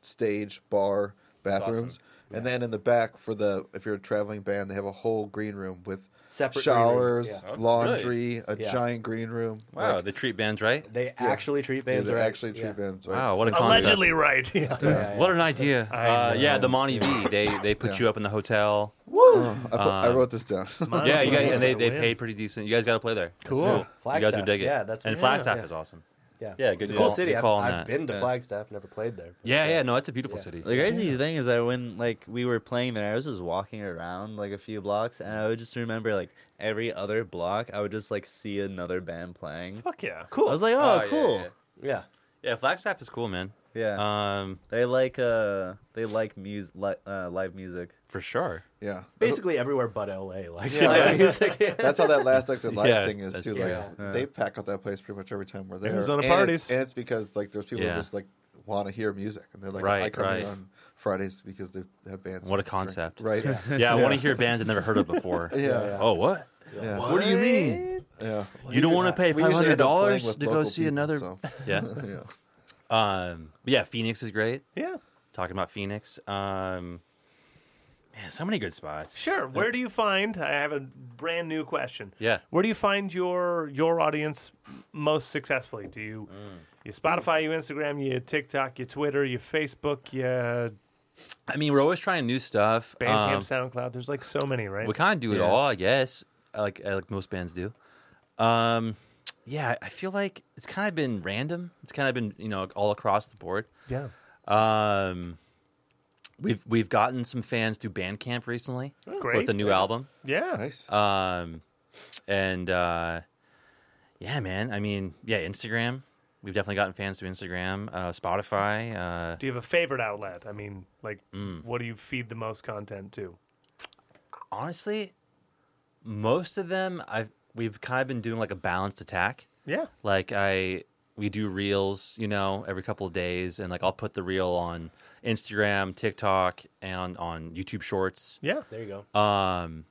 Speaker 3: stage, bar, bathrooms, and then in the back for the if you're a traveling band, they have a whole green room with
Speaker 2: Separate green room,
Speaker 3: showers,
Speaker 2: yeah.
Speaker 1: Oh,
Speaker 3: laundry, a
Speaker 2: Yeah.
Speaker 3: giant green room.
Speaker 1: Wow,
Speaker 3: like,
Speaker 1: they treat bands right.
Speaker 2: They actually treat
Speaker 3: yeah,
Speaker 2: bands.
Speaker 3: they're
Speaker 2: right.
Speaker 3: actually treat
Speaker 2: Yeah.
Speaker 3: bands. right?
Speaker 1: Wow, what a concept.
Speaker 4: Allegedly right. Yeah.
Speaker 2: Yeah, yeah,
Speaker 1: What an idea!
Speaker 4: I
Speaker 1: Uh,
Speaker 4: know.
Speaker 1: yeah, the Monty V. They they put
Speaker 3: Yeah.
Speaker 1: you up in the hotel.
Speaker 3: Oh, I, put, I
Speaker 1: Uh,
Speaker 3: wrote this down.
Speaker 4: Mine's
Speaker 1: yeah, you
Speaker 4: gonna
Speaker 1: guys,
Speaker 4: be
Speaker 1: and they,
Speaker 4: for
Speaker 1: they
Speaker 4: win.
Speaker 1: paid pretty decent. You guys got to play there.
Speaker 4: Cool.
Speaker 1: you guys
Speaker 2: Flagstaff,
Speaker 1: would dig it.
Speaker 2: yeah, that's
Speaker 1: and
Speaker 2: yeah,
Speaker 1: Flagstaff
Speaker 2: yeah.
Speaker 1: is awesome.
Speaker 2: Yeah,
Speaker 1: Yeah, good
Speaker 2: It's a
Speaker 1: call.
Speaker 2: cool city.
Speaker 1: Good
Speaker 2: I've,
Speaker 1: call on
Speaker 2: I've
Speaker 1: that.
Speaker 2: been to Flagstaff, never played there.
Speaker 1: Yeah, yeah, no, it's a beautiful
Speaker 2: Yeah.
Speaker 1: city.
Speaker 5: The crazy thing is that when like we were playing there, I was just walking around like a few blocks, and I would just remember like every other block, I would just like see another band playing.
Speaker 4: Fuck yeah.
Speaker 5: Cool. I was like,
Speaker 1: Oh,
Speaker 5: oh,
Speaker 1: yeah,
Speaker 5: cool.
Speaker 1: yeah,
Speaker 5: Yeah,
Speaker 2: Yeah,
Speaker 1: Yeah, Flagstaff is cool, man. Um,
Speaker 5: they like uh they like music li- uh, live music.
Speaker 1: for sure.
Speaker 3: yeah,
Speaker 2: basically everywhere but L.A. Like live music. Yeah.
Speaker 3: That's how that last exit live
Speaker 1: Yeah,
Speaker 3: thing is
Speaker 1: that's
Speaker 3: too.
Speaker 1: true.
Speaker 3: Like
Speaker 5: Yeah.
Speaker 3: they pack out that place pretty much every time we're there.
Speaker 4: Arizona
Speaker 3: and
Speaker 4: parties.
Speaker 3: it's, and it's because like there's people
Speaker 1: Yeah.
Speaker 3: who just like want to hear music, and they're like,
Speaker 1: Right,
Speaker 3: I come
Speaker 1: right.
Speaker 3: here on Fridays because they have bands.
Speaker 1: What a
Speaker 3: to drink.
Speaker 1: concept.
Speaker 3: right? Yeah,
Speaker 1: Yeah, I want to hear bands I've never heard of before.
Speaker 3: yeah,
Speaker 1: Oh, what?
Speaker 3: yeah.
Speaker 1: What do you mean?
Speaker 3: yeah.
Speaker 1: You don't want to pay
Speaker 3: We
Speaker 1: five
Speaker 3: usually
Speaker 1: hundred
Speaker 3: end up playing
Speaker 1: dollars
Speaker 3: with
Speaker 1: to go
Speaker 3: local
Speaker 1: see
Speaker 3: people,
Speaker 1: another?
Speaker 3: so,
Speaker 1: Yeah.
Speaker 3: yeah.
Speaker 1: Um. but Yeah, Phoenix is great.
Speaker 4: Yeah.
Speaker 1: Talking about Phoenix. Um. Man, so many good spots.
Speaker 4: Sure. Where do you find? I have a brand new question.
Speaker 1: Yeah.
Speaker 4: Where do you find your your audience most successfully? Do you you Spotify, you Instagram, you TikTok, you Twitter, you Facebook, you
Speaker 1: I mean, we're always trying new stuff.
Speaker 4: Bandcamp,
Speaker 1: Um,
Speaker 4: SoundCloud? There's like so many, right?
Speaker 1: we kind of do it
Speaker 5: Yeah.
Speaker 1: all, I guess, uh, like like most bands do. Um, yeah, I feel like it's kind of been random. It's kind of been you know all across the board.
Speaker 4: yeah.
Speaker 1: Um, we've we've gotten some fans through Bandcamp recently
Speaker 4: Oh. Great.
Speaker 1: with a new album.
Speaker 4: yeah.
Speaker 3: Nice.
Speaker 1: Um, and uh, yeah, man. I mean, yeah, Instagram. We've definitely gotten fans through Instagram, uh, Spotify. Uh,
Speaker 4: Do you have a favorite outlet? I mean, like, what do you feed the most content to?
Speaker 1: honestly, most of them I've we've kind of been doing like a balanced attack.
Speaker 4: Yeah.
Speaker 1: Like I we do reels, you know, every couple of days and like I'll put the reel on Instagram, TikTok, and on YouTube Shorts.
Speaker 4: Yeah.
Speaker 2: There you go.
Speaker 1: Um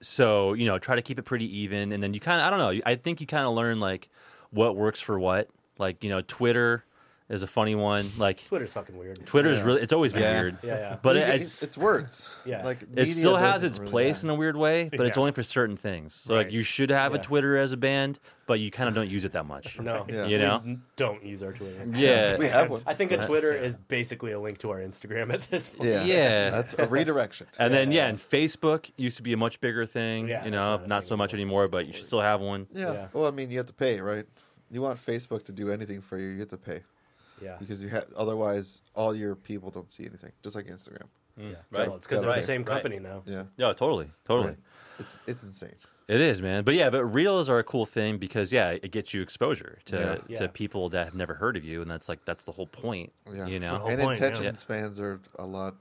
Speaker 1: so, you know, try to keep it pretty even and then you kind of I don't know, I think you kind of learn like what works for what. Like, you know, Twitter is a funny one. Like
Speaker 2: Twitter's fucking weird.
Speaker 1: Twitter is really it's always been
Speaker 5: Yeah.
Speaker 1: weird.
Speaker 2: Yeah, yeah.
Speaker 1: But
Speaker 3: You
Speaker 1: it,
Speaker 3: get-
Speaker 1: it's-
Speaker 3: it's words.
Speaker 2: Yeah.
Speaker 3: like
Speaker 1: it
Speaker 3: media
Speaker 1: still has
Speaker 3: doesn't
Speaker 1: its
Speaker 3: really-
Speaker 1: place in a weird way, but it's
Speaker 4: Yeah.
Speaker 1: only for certain things. So
Speaker 4: Right.
Speaker 1: like you should have
Speaker 2: Yeah.
Speaker 1: a Twitter as a band, but you kind of don't use it that much.
Speaker 2: No,
Speaker 3: Yeah.
Speaker 1: You know?
Speaker 2: We don't use our Twitter.
Speaker 1: Yeah.
Speaker 3: We have one.
Speaker 2: I think a Twitter is basically a link to our Instagram at this point.
Speaker 3: Yeah,
Speaker 1: Yeah.
Speaker 3: That's a redirection.
Speaker 1: And then yeah, and Facebook used to be a much bigger thing.
Speaker 2: Yeah,
Speaker 1: you
Speaker 2: that's
Speaker 1: know,
Speaker 2: not a
Speaker 1: not,
Speaker 2: thing
Speaker 1: so much anymore, but you should still have one.
Speaker 3: Yeah.
Speaker 2: Yeah.
Speaker 3: Well, I mean, you have to pay, right? You want Facebook to do anything for you, you have to pay
Speaker 2: Yeah.
Speaker 3: because you have otherwise all your people don't see anything, just like Instagram.
Speaker 1: Right.
Speaker 2: Well, it's because they're
Speaker 1: Right,
Speaker 2: the same
Speaker 1: right.
Speaker 2: company now.
Speaker 3: Yeah.
Speaker 1: No, totally, totally.
Speaker 3: Right. It's it's insane.
Speaker 1: It is, man. But yeah, but reels are a cool thing because yeah, it gets you exposure to
Speaker 2: Yeah.
Speaker 1: to
Speaker 2: Yeah.
Speaker 1: people that have never heard of you, and that's like that's the whole point.
Speaker 3: Yeah.
Speaker 1: You know,
Speaker 4: whole
Speaker 3: and
Speaker 4: point, yeah.
Speaker 3: attention
Speaker 1: Yeah.
Speaker 3: spans are a lot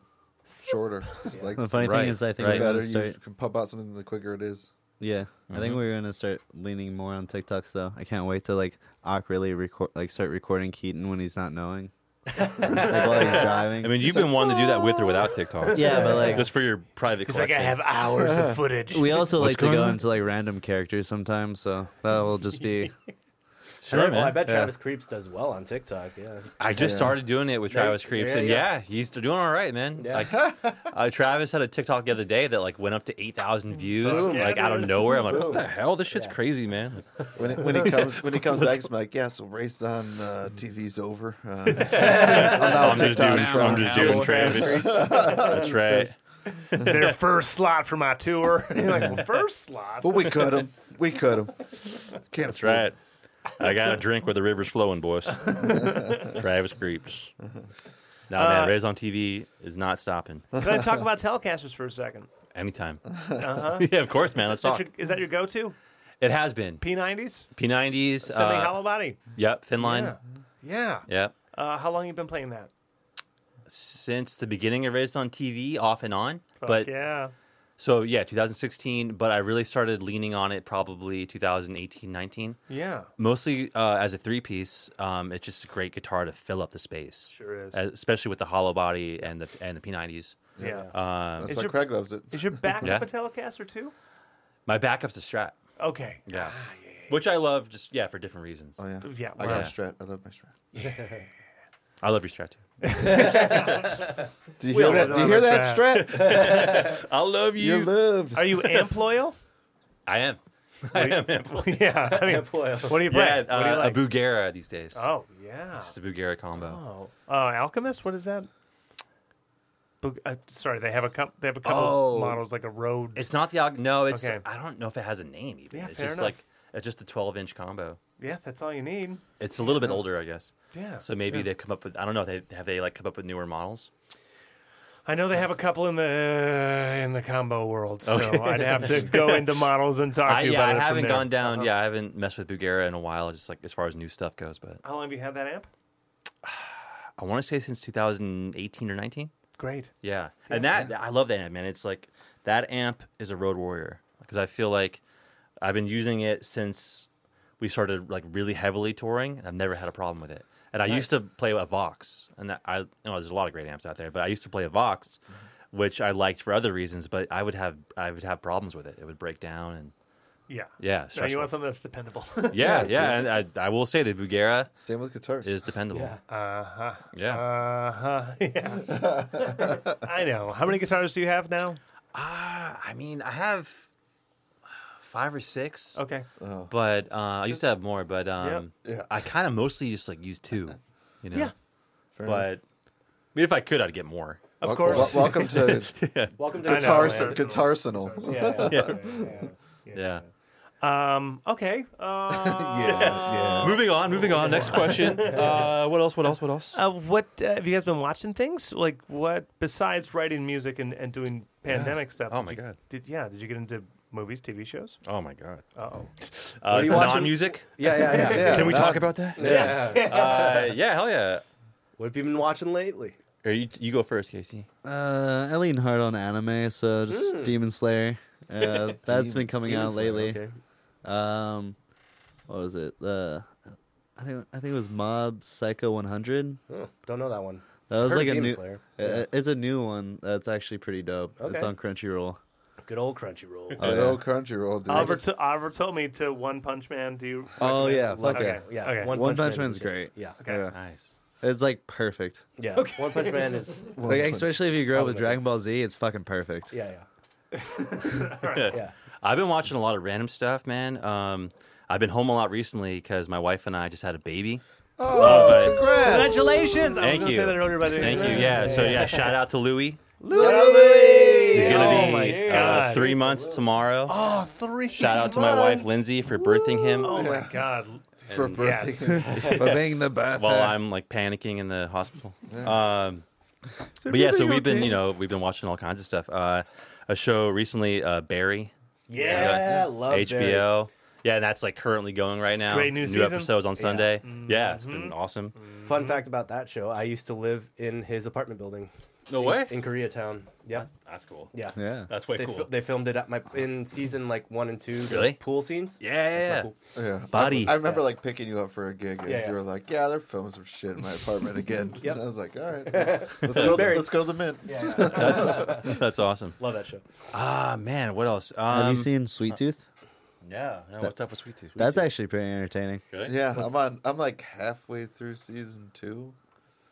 Speaker 3: shorter. Like
Speaker 5: The funny
Speaker 1: Right,
Speaker 5: thing is, I think
Speaker 1: right.
Speaker 3: the
Speaker 5: we're gonna
Speaker 3: better you
Speaker 5: start.
Speaker 3: can pump out something, the quicker it is.
Speaker 5: Yeah, I
Speaker 1: Mm-hmm.
Speaker 5: think we're gonna start leaning more on TikToks though. I can't wait to like awk really record like start recording Keaton when he's not knowing, like while he's driving.
Speaker 1: I mean, you've been wanting to do that with or without TikTok.
Speaker 5: yeah, but like
Speaker 1: just for your private.
Speaker 4: It's like I
Speaker 1: collection.
Speaker 4: have hours of footage.
Speaker 5: we also
Speaker 1: What's
Speaker 5: like to
Speaker 1: going
Speaker 5: go
Speaker 1: on?
Speaker 5: into like random characters sometimes, so that will just be
Speaker 1: Sure,
Speaker 2: And I-
Speaker 1: man.
Speaker 2: I bet
Speaker 5: Yeah.
Speaker 2: Travis Creeps does well on TikTok. Yeah.
Speaker 1: I just
Speaker 3: Yeah.
Speaker 1: started doing it with
Speaker 2: There-
Speaker 1: Travis Creeps,
Speaker 2: there
Speaker 1: and
Speaker 2: you go.
Speaker 1: yeah, he's doing all right, man.
Speaker 2: Yeah.
Speaker 1: Like, uh, Travis had a TikTok the other day that like went up to eight thousand views,
Speaker 4: Boom.
Speaker 1: like out of
Speaker 4: Boom.
Speaker 1: nowhere. I'm like, what
Speaker 2: Boom.
Speaker 1: the hell? This shit's
Speaker 2: Yeah.
Speaker 1: crazy, man.
Speaker 3: When it, when he comes when he comes back, he's like, "Yeah, so race on uh, TV's over. Uh, I'm now
Speaker 1: I'm just
Speaker 3: TikTok
Speaker 1: doing-
Speaker 3: star."
Speaker 1: I'm just doing
Speaker 3: Yeah.
Speaker 1: Travis. That's right.
Speaker 4: their first slot for my tour. You're like, well, first slot.
Speaker 3: But we cut him. We cut him. Can't
Speaker 1: That's right. I got a drink where the river's flowing, boys. Travis Creeps. No, man, Rays on TV is not stopping
Speaker 4: Can I talk about Telecasters for a second?
Speaker 1: anytime.
Speaker 4: Uh-huh.
Speaker 1: yeah, of course, man. Let's
Speaker 4: That's
Speaker 1: talk.
Speaker 4: your- is that your go-to?
Speaker 1: It has been
Speaker 4: P90s?
Speaker 1: P90s.
Speaker 4: Semi
Speaker 1: uh,
Speaker 4: hollow body.
Speaker 1: Yep, Finline.
Speaker 4: Yeah. Yeah.
Speaker 1: Yep.
Speaker 4: Uh, how long you been playing that?
Speaker 1: Since the beginning of Raised on TV, off and on,
Speaker 4: Fuck
Speaker 1: but
Speaker 4: yeah.
Speaker 1: So yeah, 2016, but I really started leaning on it probably 2018, 19.
Speaker 4: Yeah.
Speaker 1: Mostly uh, as a three piece, um, it's just a great guitar to fill up the space.
Speaker 4: Sure is.
Speaker 1: Especially with the hollow body and the and the P90s.
Speaker 4: Yeah.
Speaker 1: Um,
Speaker 3: That's
Speaker 4: Is
Speaker 3: why
Speaker 4: your-
Speaker 3: Craig loves it.
Speaker 4: Is your backup
Speaker 1: Yeah.
Speaker 4: a Telecaster too?
Speaker 1: my backup's a Strat.
Speaker 4: Ah, Okay.
Speaker 1: Yeah. Which I love, just yeah, for different reasons.
Speaker 3: Oh yeah,
Speaker 4: Yeah,
Speaker 3: I
Speaker 4: wow.
Speaker 3: got a Strat. I love my Strat.
Speaker 1: I love your Strat too.
Speaker 3: Do you
Speaker 4: We
Speaker 3: hear
Speaker 4: all
Speaker 3: that?
Speaker 4: love
Speaker 3: Do you
Speaker 4: our
Speaker 3: hear that Strat?
Speaker 1: I love
Speaker 3: You're loved.
Speaker 4: Are you amp loyal?
Speaker 1: I am.
Speaker 4: yeah. I mean,
Speaker 2: Boy,
Speaker 4: what do
Speaker 1: Yeah,
Speaker 4: you play? what do you
Speaker 1: uh,
Speaker 4: like?
Speaker 1: a Bugera these days.
Speaker 4: oh yeah.
Speaker 1: It's a Bugera combo.
Speaker 4: Oh, uh, Alchemist. What is that? Bug- uh, sorry, they have a couple. They have a couple
Speaker 1: Oh.
Speaker 4: models like a road.
Speaker 1: It's not the Ogg- no. It's
Speaker 4: Okay.
Speaker 1: I don't know if it has a name even.
Speaker 4: Yeah,
Speaker 1: it's
Speaker 4: fair
Speaker 1: just
Speaker 4: enough.
Speaker 1: like it's just a 12 inch combo.
Speaker 4: yes, that's all you need.
Speaker 1: It's a little bit older, I guess.
Speaker 4: Yeah.
Speaker 1: So maybe they come up with I don't know. They have they like come up with newer models.
Speaker 4: I know they have a couple in the uh, in the combo world, so I'd have to go into models and talk
Speaker 1: I,
Speaker 4: to you
Speaker 1: yeah, I
Speaker 4: about it. from
Speaker 1: haven't
Speaker 4: there. Uh-huh.
Speaker 1: gone down. Yeah, I haven't messed with Bugera in a while. Just like as far as new stuff goes, but
Speaker 4: How long have you had that amp?
Speaker 1: I want to say since 2018 or 19.
Speaker 4: Great.
Speaker 1: Yeah, and that I love that amp, man. It's like that amp is a road warrior because I feel like I've been using it since we started like really heavily touring, and I've never had a problem with it. And I used to play a Vox, and that- I you know there's a lot of great amps out there, but I used to play a Vox, which I liked for other reasons, but I would have I would have problems with it. It would break down, and
Speaker 4: Yeah.
Speaker 1: yeah,
Speaker 4: So you
Speaker 1: stressful.
Speaker 4: want something that's dependable.
Speaker 1: yeah,
Speaker 3: Yeah,
Speaker 1: yeah, and I, I will say the Bugera
Speaker 3: Same with guitars.
Speaker 1: is dependable. Yeah.
Speaker 4: Uh huh. Uh huh. Yeah. I know. How many guitars do you have now?
Speaker 1: Ah, I mean, I have five or six.
Speaker 4: Okay.
Speaker 1: but uh, I used to have more, but um,
Speaker 3: Yeah.
Speaker 1: I kind of mostly just like use two, you know.
Speaker 4: Yeah.
Speaker 3: Fair
Speaker 1: But I
Speaker 3: enough.
Speaker 1: mean, if I could, I'd get more.
Speaker 4: Of
Speaker 3: Wel-
Speaker 4: course.
Speaker 3: wel- welcome to
Speaker 2: welcome to
Speaker 4: I know,
Speaker 3: guitar
Speaker 4: yeah.
Speaker 3: guitarsenal.
Speaker 4: Yeah. yeah,
Speaker 1: Yeah.
Speaker 4: yeah. Um. Okay. Uh,
Speaker 3: Yeah, yeah.
Speaker 1: Moving on. Moving on. Next question. Uh, what else? What else? What else?
Speaker 4: Uh, what uh, have you guys been watching? Things like what besides writing music and, and doing pandemic stuff?
Speaker 1: Oh
Speaker 4: did
Speaker 1: my
Speaker 4: you-
Speaker 1: God.
Speaker 4: Did yeah? Did you get into movies, TV shows?
Speaker 1: Oh my god.
Speaker 4: Oh,
Speaker 1: Uh,
Speaker 2: are you watching?
Speaker 1: non-music.
Speaker 2: Yeah, yeah, yeah.
Speaker 3: Yeah,
Speaker 1: Can we
Speaker 3: nah.
Speaker 1: talk about that?
Speaker 2: Yeah.
Speaker 1: Uh, yeah. Hell yeah.
Speaker 2: What have you been watching lately?
Speaker 1: Or you, you go first, Casey.
Speaker 5: Uh, I lean hard on anime, so just Demon Slayer. Uh, that's been coming out lately.
Speaker 2: Okay.
Speaker 5: Um, what was it? The I think I think it was Mob Psycho 100.
Speaker 2: Oh, don't know that one.
Speaker 5: That was
Speaker 2: Heard
Speaker 5: like a
Speaker 2: Demon
Speaker 5: new.
Speaker 2: Slayer.
Speaker 5: uh, It's a new one that's actually pretty dope. It's
Speaker 2: Okay.
Speaker 5: on Crunchyroll.
Speaker 2: Good old Crunchyroll.
Speaker 5: Oh,
Speaker 3: Good
Speaker 5: yeah.
Speaker 3: old Crunchyroll, dude.
Speaker 4: Oliver, to, Oliver told me to One Punch Man. Do you?
Speaker 5: Oh
Speaker 4: recommend
Speaker 5: yeah,
Speaker 4: it?
Speaker 5: fuck
Speaker 4: okay.
Speaker 5: yeah.
Speaker 2: yeah,
Speaker 4: Okay.
Speaker 5: One Punch
Speaker 2: is
Speaker 5: Man's
Speaker 2: it.
Speaker 5: great.
Speaker 2: Yeah,
Speaker 4: Okay.
Speaker 1: Nice.
Speaker 5: It's like perfect.
Speaker 2: yeah. One Punch Man is.
Speaker 3: Well,
Speaker 5: Like especially if you grew up with
Speaker 2: Probably.
Speaker 5: Dragon Ball Z, it's fucking perfect.
Speaker 2: Yeah, yeah,
Speaker 1: I've been watching a lot of random stuff, man. Um, I've been home a lot recently because my wife and I just had a baby. Uh,
Speaker 3: Oh,
Speaker 1: but-
Speaker 3: congrats.
Speaker 4: Congratulations! I was
Speaker 1: Thank
Speaker 4: gonna
Speaker 1: you.
Speaker 4: say that earlier, but I didn't.
Speaker 1: Thank you. Yeah. So yeah, shout out to Louie.
Speaker 3: Literally.
Speaker 1: He's gonna
Speaker 4: Oh
Speaker 1: be
Speaker 4: my
Speaker 1: uh,
Speaker 4: God.
Speaker 1: three months tomorrow.
Speaker 4: Oh, three.
Speaker 1: Shout out to my wife
Speaker 4: months.
Speaker 1: Lindsay for birthing him
Speaker 4: Oh my
Speaker 3: Yeah.
Speaker 4: God.
Speaker 3: for
Speaker 4: Yes.
Speaker 3: birthing.
Speaker 5: But being the best.
Speaker 1: while I'm like panicking in the hospital. Um, but yeah, so we've been you know we've been watching all kinds of stuff. Uh, a show recently, uh, Barry
Speaker 2: yeah. Love
Speaker 1: HBO. Yeah, and that's like currently going right now.
Speaker 4: Great new season.
Speaker 1: episodes on
Speaker 2: Yeah.
Speaker 1: Sunday. Yeah, Mm-hmm. it's been awesome.
Speaker 2: Fun fact about that show: I used to live in his apartment building.
Speaker 1: No
Speaker 2: in,
Speaker 1: way.
Speaker 2: In Koreatown. Yeah,
Speaker 1: That's cool.
Speaker 2: yeah,
Speaker 5: Yeah.
Speaker 1: That's way
Speaker 2: They,
Speaker 1: cool.
Speaker 2: fil- they filmed it at my in season like one and two. the
Speaker 1: Really?
Speaker 2: Pool scenes.
Speaker 1: yeah.
Speaker 2: That's not
Speaker 3: Yeah.
Speaker 1: Buddy.
Speaker 3: I, I remember like picking you up for a gig, and
Speaker 2: Yeah, yeah.
Speaker 3: you were like, "Yeah, they're filming some shit in my apartment again."
Speaker 2: Yep.
Speaker 3: And I was like, "All right, let's go.
Speaker 2: Barry.
Speaker 3: let's go to the Mint."
Speaker 2: Yeah, yeah.
Speaker 1: That's awesome.
Speaker 2: love that show.
Speaker 1: Ah man, what else? Um,
Speaker 5: Have you seen Sweet Tooth?
Speaker 1: No, no. What's up with Sweet Tooth?
Speaker 5: That's actually pretty entertaining.
Speaker 1: Really?
Speaker 3: Yeah, I'm on. I'm like halfway through season two.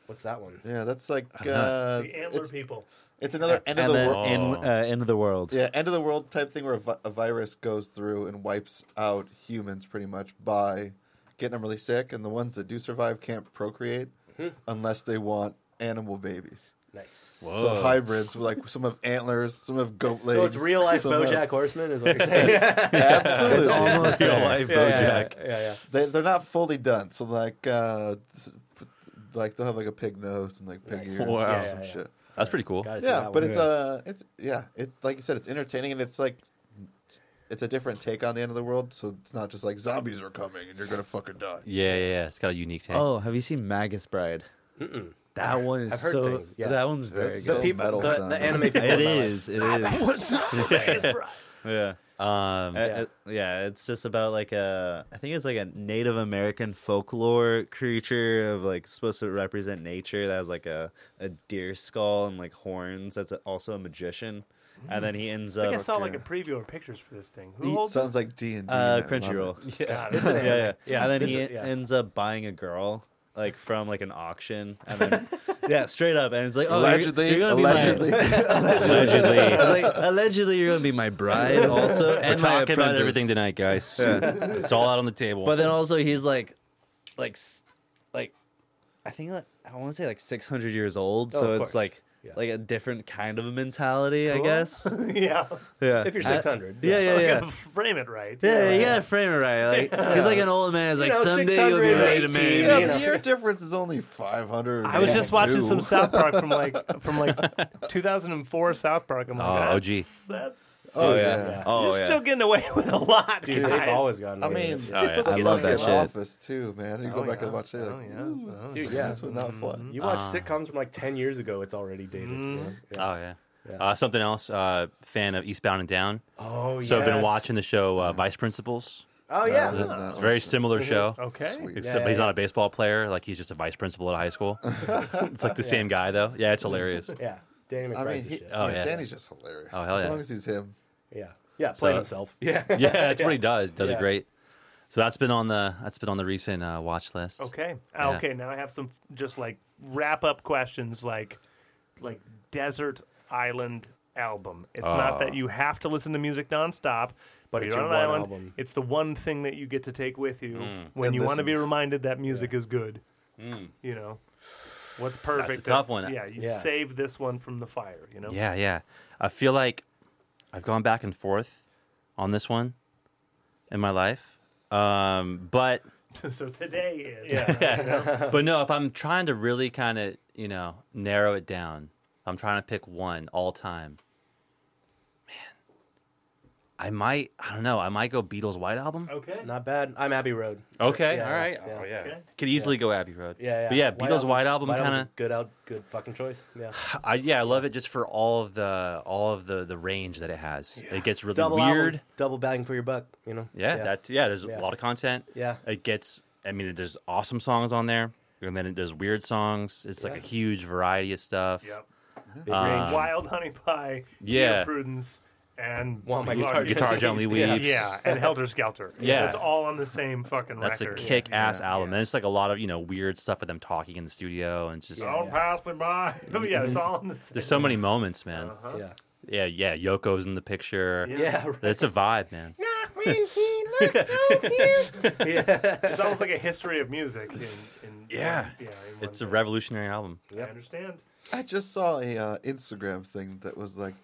Speaker 2: What's that one?
Speaker 3: Yeah, that's like
Speaker 1: know.
Speaker 3: uh,
Speaker 4: The Antler
Speaker 3: it's,
Speaker 4: people.
Speaker 3: it's another end of
Speaker 5: And
Speaker 3: the
Speaker 5: then
Speaker 3: world.
Speaker 5: in,
Speaker 1: Oh.
Speaker 5: uh, end of the world.
Speaker 3: Yeah, end of the world type thing where a, vi- a virus goes through and wipes out humans pretty much by getting them really sick, and the ones that do survive can't procreate
Speaker 2: Hmm.
Speaker 3: unless they want animal babies.
Speaker 2: Nice.
Speaker 3: So hybrids, like some have antlers, some have goat legs.
Speaker 2: So it's real life
Speaker 3: some have-
Speaker 2: BoJack Horseman, is what you're saying?
Speaker 3: Absolutely,
Speaker 5: It's almost real life
Speaker 2: Yeah, yeah,
Speaker 5: BoJack.
Speaker 2: Yeah, yeah, yeah.
Speaker 3: they, they're not fully done. So like, uh, like they'll have like a pig nose and like pig
Speaker 2: Nice.
Speaker 3: ears, and
Speaker 1: Wow. Yeah,
Speaker 3: some
Speaker 2: yeah, yeah.
Speaker 3: shit.
Speaker 1: That's pretty cool.
Speaker 2: Gotta see
Speaker 3: Yeah,
Speaker 2: that
Speaker 3: but
Speaker 2: one.
Speaker 3: it's uh, it's yeah, it like you said, it's entertaining and it's like. It's a different take on the end of the world, so it's not just like zombies are coming and you're gonna fucking die.
Speaker 1: Yeah, yeah, yeah. It's got a unique take.
Speaker 5: Oh, have you seen Magus Bride? That one is
Speaker 2: I've heard
Speaker 5: so.
Speaker 2: things, yeah.
Speaker 5: That one's very
Speaker 3: That's
Speaker 5: good.
Speaker 3: so
Speaker 2: people-
Speaker 3: metal,
Speaker 2: the-
Speaker 3: son.
Speaker 2: the anime people in
Speaker 5: It
Speaker 2: my life.
Speaker 5: is. It is.
Speaker 4: What's up?
Speaker 5: Yeah.
Speaker 1: Um,
Speaker 5: Uh, uh,
Speaker 2: Yeah.
Speaker 5: yeah. it's just about like a I think it's like a Native American folklore creature of like supposed to represent nature that has like a, a deer skull and like horns that's also a magician. And then he ends
Speaker 4: I think I
Speaker 5: up
Speaker 4: saw like a
Speaker 3: okay.
Speaker 4: preview or pictures for this thing. Who holds
Speaker 3: Sounds like D and D.
Speaker 5: uh Crunchyroll.
Speaker 4: God,
Speaker 5: Yeah, yeah,
Speaker 2: Yeah,
Speaker 5: And then
Speaker 2: it's
Speaker 5: he
Speaker 2: a- yeah.
Speaker 5: ends up buying a girl like from like an auction and then yeah, straight up and it's like oh you're-
Speaker 3: Allegedly,
Speaker 5: you're, gonna be my-
Speaker 3: allegedly.
Speaker 5: allegedly. It's like allegedly you're going to be my bride also and
Speaker 1: we're
Speaker 5: my
Speaker 1: talking about
Speaker 5: apprentice.
Speaker 1: everything tonight, guys. it's all out on the table.
Speaker 5: But then also he's like, like, s- like, I think like, I want to say like six hundred years old.
Speaker 2: Oh,
Speaker 5: so
Speaker 2: of
Speaker 5: it's
Speaker 2: course.
Speaker 5: like
Speaker 2: Yeah.
Speaker 5: like a different kind of a mentality, I
Speaker 4: Cool.
Speaker 5: guess.
Speaker 4: yeah.
Speaker 5: Yeah.
Speaker 2: If you're
Speaker 5: I-
Speaker 2: 600,
Speaker 5: yeah, yeah,
Speaker 4: You
Speaker 5: yeah.
Speaker 4: gotta frame it right.
Speaker 5: Yeah, you gotta frame it right. Like he's like an old man. He's like
Speaker 2: know,
Speaker 5: someday you'll be
Speaker 2: 600,
Speaker 5: ready to
Speaker 2: 18,
Speaker 5: marry.
Speaker 3: Yeah,
Speaker 5: me."
Speaker 2: you know.
Speaker 3: the year difference is only five hundred.
Speaker 4: I was just watching some South Park from like from like 2004 South Park. I'm like,
Speaker 1: Oh,
Speaker 4: that's,
Speaker 1: OG.
Speaker 4: That's
Speaker 3: Oh yeah.
Speaker 2: Yeah.
Speaker 5: Oh
Speaker 4: you're
Speaker 5: yeah.
Speaker 4: still getting away with a lot,
Speaker 2: Dude,
Speaker 4: guys.
Speaker 2: they've always gone.
Speaker 3: I
Speaker 2: away
Speaker 3: mean,
Speaker 2: with it.
Speaker 1: Oh, yeah.
Speaker 5: I love that
Speaker 3: Fucking
Speaker 5: shit.
Speaker 3: Office too, man. You go
Speaker 4: Oh,
Speaker 3: back
Speaker 4: yeah.
Speaker 3: and watch it.
Speaker 4: Oh,
Speaker 3: Like,
Speaker 4: yeah. Oh,
Speaker 2: dude, yeah.
Speaker 3: That's not fun.
Speaker 2: You watch sitcoms from like ten years ago; it's already dated. man. Yeah.
Speaker 1: oh yeah. Ah. Uh, something else. Uh, fan of Eastbound and Down.
Speaker 2: Oh,
Speaker 1: So I've been
Speaker 2: yes.
Speaker 1: watching the show uh, Vice Principals.
Speaker 2: Oh
Speaker 3: I
Speaker 2: yeah.
Speaker 3: did not
Speaker 1: It's a very
Speaker 3: watch it.
Speaker 1: similar show.
Speaker 4: Oh, Okay.
Speaker 3: Sweet.
Speaker 1: Except
Speaker 2: Yeah,
Speaker 1: he's
Speaker 2: yeah.
Speaker 1: not a baseball player. Like he's just a vice principal at a high school. it's like the same guy though. Yeah, it's hilarious.
Speaker 2: Yeah. Danny
Speaker 3: I mean,
Speaker 2: McBride's the
Speaker 3: he-
Speaker 2: shit.
Speaker 1: Oh,
Speaker 3: yeah,
Speaker 1: yeah.
Speaker 3: Danny's just hilarious.
Speaker 1: Oh, hell
Speaker 3: As
Speaker 1: yeah.
Speaker 3: long as he's him.
Speaker 2: yeah. Yeah. Playing
Speaker 1: So-
Speaker 2: himself. Yeah.
Speaker 1: Yeah, that's what he does. Does
Speaker 2: Yeah.
Speaker 1: it great. So that's been on the that's been on the recent uh, watch list.
Speaker 4: Okay. Ah,
Speaker 1: Yeah.
Speaker 4: Okay. Now I have some just like wrap up questions, like like desert island album. It's not that you have to listen to music nonstop, but
Speaker 2: it's
Speaker 4: you're on an
Speaker 2: your one
Speaker 4: island.
Speaker 2: album.
Speaker 4: It's the one thing that you get to take with you when
Speaker 3: And
Speaker 4: you want to
Speaker 3: listen.
Speaker 4: be reminded that music is good. You know, what's perfect?
Speaker 1: tough one.
Speaker 4: Yeah, you
Speaker 2: Yeah.
Speaker 4: save this one from the fire. You know.
Speaker 1: Yeah, yeah. I feel like I've gone back and forth on this one in my life. Um, but
Speaker 4: so today is. Yeah.
Speaker 1: but no, if I'm trying to really kind of you know narrow it down, if I'm trying to pick one all time. Man, I might I don't know. I might go Beatles White
Speaker 2: Oh,
Speaker 1: Album.
Speaker 4: Okay.
Speaker 2: Not bad. I'm Abbey Road.
Speaker 1: Okay,
Speaker 2: Yeah,
Speaker 1: all right.
Speaker 2: yeah.
Speaker 1: Oh yeah,
Speaker 4: Okay.
Speaker 1: could easily go Abbey Road.
Speaker 2: Yeah, yeah.
Speaker 1: But yeah, Beatles White Album
Speaker 2: Album's
Speaker 1: kind
Speaker 2: a good out, good fucking choice. Yeah,
Speaker 1: of. I yeah, I love it just for all of the all of the the range that it has. It gets really
Speaker 2: double
Speaker 1: weird.
Speaker 2: album, double bang for your buck. You know.
Speaker 1: Yeah, that yeah. There's
Speaker 2: Yeah.
Speaker 1: a lot of content.
Speaker 2: Yeah.
Speaker 1: it gets. I mean, there's awesome songs on there, and then it does weird songs. It's like
Speaker 2: Yeah.
Speaker 1: a huge variety of stuff.
Speaker 4: Yep.
Speaker 2: Big
Speaker 1: uh,
Speaker 2: range.
Speaker 4: Wild Honey Pie.
Speaker 1: yeah.
Speaker 4: Dear Prudence. And
Speaker 2: Want my
Speaker 4: Large-
Speaker 2: guitar?
Speaker 1: Guitar Gently
Speaker 2: Yeah.
Speaker 1: Weeps.
Speaker 4: Yeah, and Helter Skelter.
Speaker 1: Yeah.
Speaker 4: that's all on the same fucking
Speaker 1: That's a
Speaker 4: record.
Speaker 1: kick ass
Speaker 4: Yeah.
Speaker 1: album. And it's like a lot of you know weird stuff with them talking in the studio and just
Speaker 4: Don't
Speaker 2: Yeah.
Speaker 4: pass me by. Oh, yeah, it's all on the same.
Speaker 1: there's so many moments, man.
Speaker 2: Yeah.
Speaker 1: Yeah, yeah. Yoko's in the picture.
Speaker 4: Yeah.
Speaker 2: Yeah. right.
Speaker 1: It's a vibe, man.
Speaker 4: It's almost like a history of music. In, in
Speaker 1: Yeah.
Speaker 4: yeah. in
Speaker 1: It's a
Speaker 4: one-
Speaker 1: revolutionary album.
Speaker 4: I understand.
Speaker 3: I just saw a uh, Instagram thing that was like,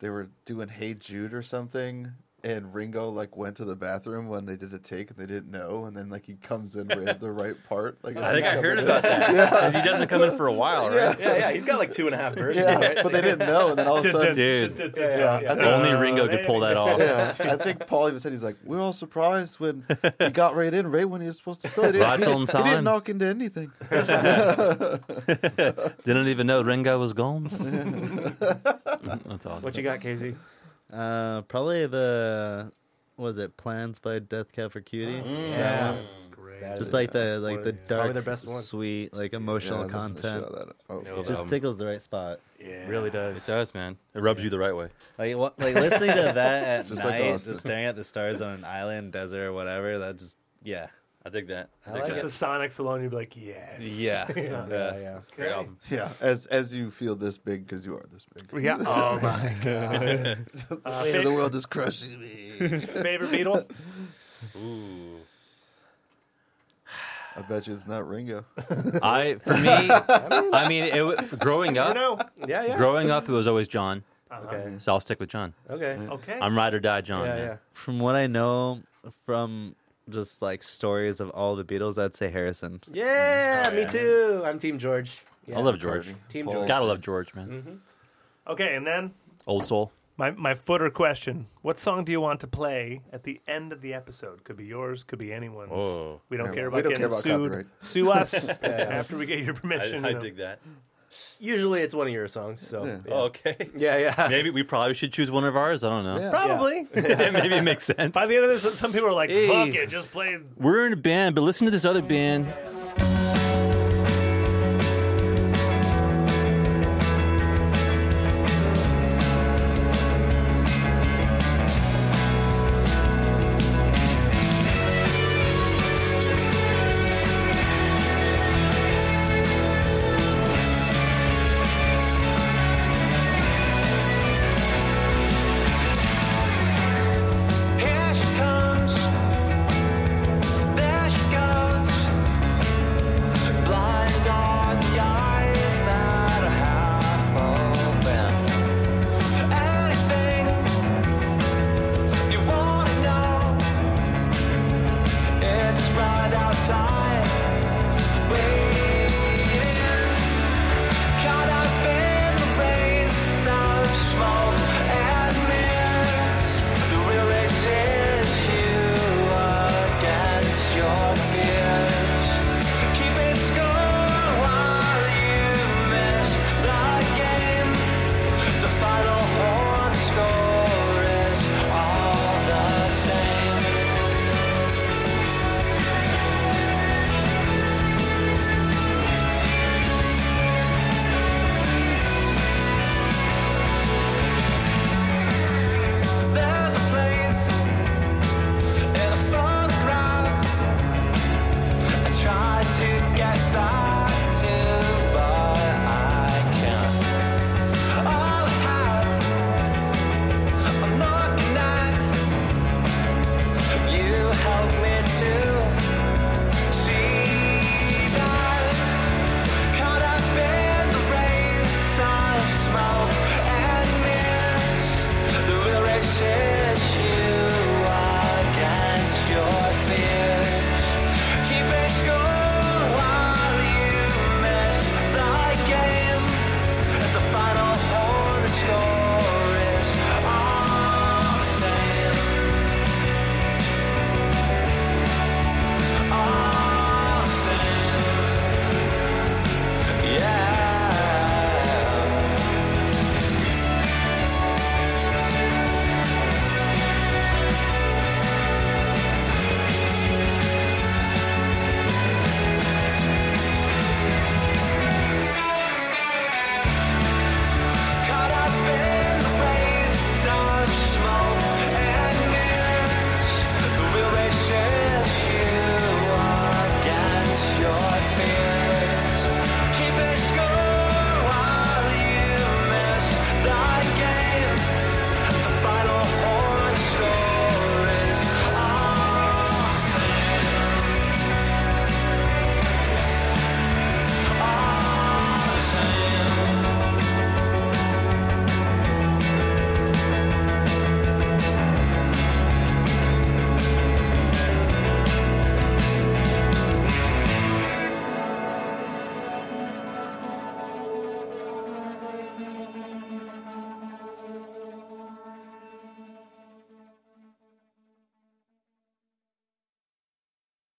Speaker 3: they were doing "Hey Jude" or something, and Ringo like went to the bathroom when they did a take and they didn't know, and then like he comes in with the right part. Like
Speaker 1: I think I heard about that. He doesn't come in for a while, right?
Speaker 2: yeah, yeah. He's got like two and a half verses.
Speaker 3: Yeah, but they didn't know, and then all of a sudden,
Speaker 1: Dude.
Speaker 4: Yeah.
Speaker 3: Yeah.
Speaker 1: Only Ringo could pull that off.
Speaker 3: Yeah, I think Paul even said he's like, we're all surprised when he got right in, right when he was supposed to fill it in.
Speaker 1: Right
Speaker 3: he,
Speaker 1: on
Speaker 3: he
Speaker 1: time.
Speaker 3: didn't knock into anything.
Speaker 1: Didn't even know Ringo was gone. Mm, That's awesome.
Speaker 2: What you got, Casey?
Speaker 5: Uh, probably the what was it Plans by Death Cab for Cutie.
Speaker 2: Yeah.
Speaker 5: That one.
Speaker 4: It's great.
Speaker 2: Mm. That is
Speaker 5: Just like the
Speaker 2: one
Speaker 5: like
Speaker 2: of-
Speaker 5: the
Speaker 2: yeah.
Speaker 5: dark,
Speaker 2: Probably their best one.
Speaker 5: sweet, like
Speaker 3: Yeah,
Speaker 5: emotional
Speaker 3: listen to
Speaker 5: content.
Speaker 3: shit out of that. Oh,
Speaker 1: Yeah.
Speaker 3: yeah.
Speaker 5: Just tickles the right spot.
Speaker 4: Yeah.
Speaker 2: Really
Speaker 1: It
Speaker 2: does.
Speaker 1: does, man. It rubs you the right way.
Speaker 5: Like what, like listening to that at
Speaker 3: Just like
Speaker 5: night,
Speaker 3: Austin.
Speaker 5: just staring at the stars on an island, desert, or whatever. That just yeah,
Speaker 1: I dig that. I
Speaker 2: dig
Speaker 4: Just
Speaker 2: that.
Speaker 4: the Sonics alone, you'd be like, yes.
Speaker 5: yeah,
Speaker 4: Yeah.
Speaker 2: Yeah, yeah.
Speaker 1: Great
Speaker 4: Okay.
Speaker 1: album.
Speaker 3: Yeah, as as you feel this big because you are this big.
Speaker 4: Yeah. Oh my god.
Speaker 3: The weight of the world is crushing me.
Speaker 4: Favorite Beatle?
Speaker 1: Ooh.
Speaker 3: I bet you it's not Ringo.
Speaker 1: I for me, I mean, it, wa- growing
Speaker 4: You
Speaker 1: up,
Speaker 4: know.
Speaker 2: Yeah, yeah.
Speaker 1: growing up, it was always John.
Speaker 2: Okay.
Speaker 1: So I'll stick with John.
Speaker 2: Okay.
Speaker 4: Okay.
Speaker 1: I'm ride or die, John.
Speaker 2: Yeah,
Speaker 1: man.
Speaker 2: yeah.
Speaker 5: From what I know, from just like stories of all the Beatles, I'd say Harrison.
Speaker 2: Yeah,
Speaker 1: Oh,
Speaker 2: me
Speaker 1: yeah.
Speaker 2: too. I'm Team George. Yeah. Mm-hmm.
Speaker 1: I love George.
Speaker 2: Team
Speaker 3: Paul.
Speaker 2: George.
Speaker 1: Gotta love George, man.
Speaker 4: okay, and then
Speaker 1: Old soul.
Speaker 4: My my footer question: What song do you want to play at the end of the episode? Could be yours, could be anyone's.
Speaker 1: Oh.
Speaker 4: We don't
Speaker 3: Yeah,
Speaker 4: care
Speaker 3: we
Speaker 4: about
Speaker 3: don't
Speaker 4: getting
Speaker 3: care about
Speaker 4: sued.
Speaker 3: copyright.
Speaker 4: Sue us after we get your permission.
Speaker 1: I, I
Speaker 4: you know.
Speaker 1: dig that.
Speaker 2: Usually it's one of your songs. So yeah,
Speaker 3: Yeah.
Speaker 1: Oh, okay.
Speaker 2: yeah. yeah.
Speaker 1: Maybe we probably should choose one of ours. I don't know.
Speaker 3: Yeah.
Speaker 4: Probably.
Speaker 1: Maybe it makes sense.
Speaker 4: By the end of this, some people are like,
Speaker 1: Hey.
Speaker 4: "Fuck it, just play."
Speaker 1: We're in a band, but listen to this other band.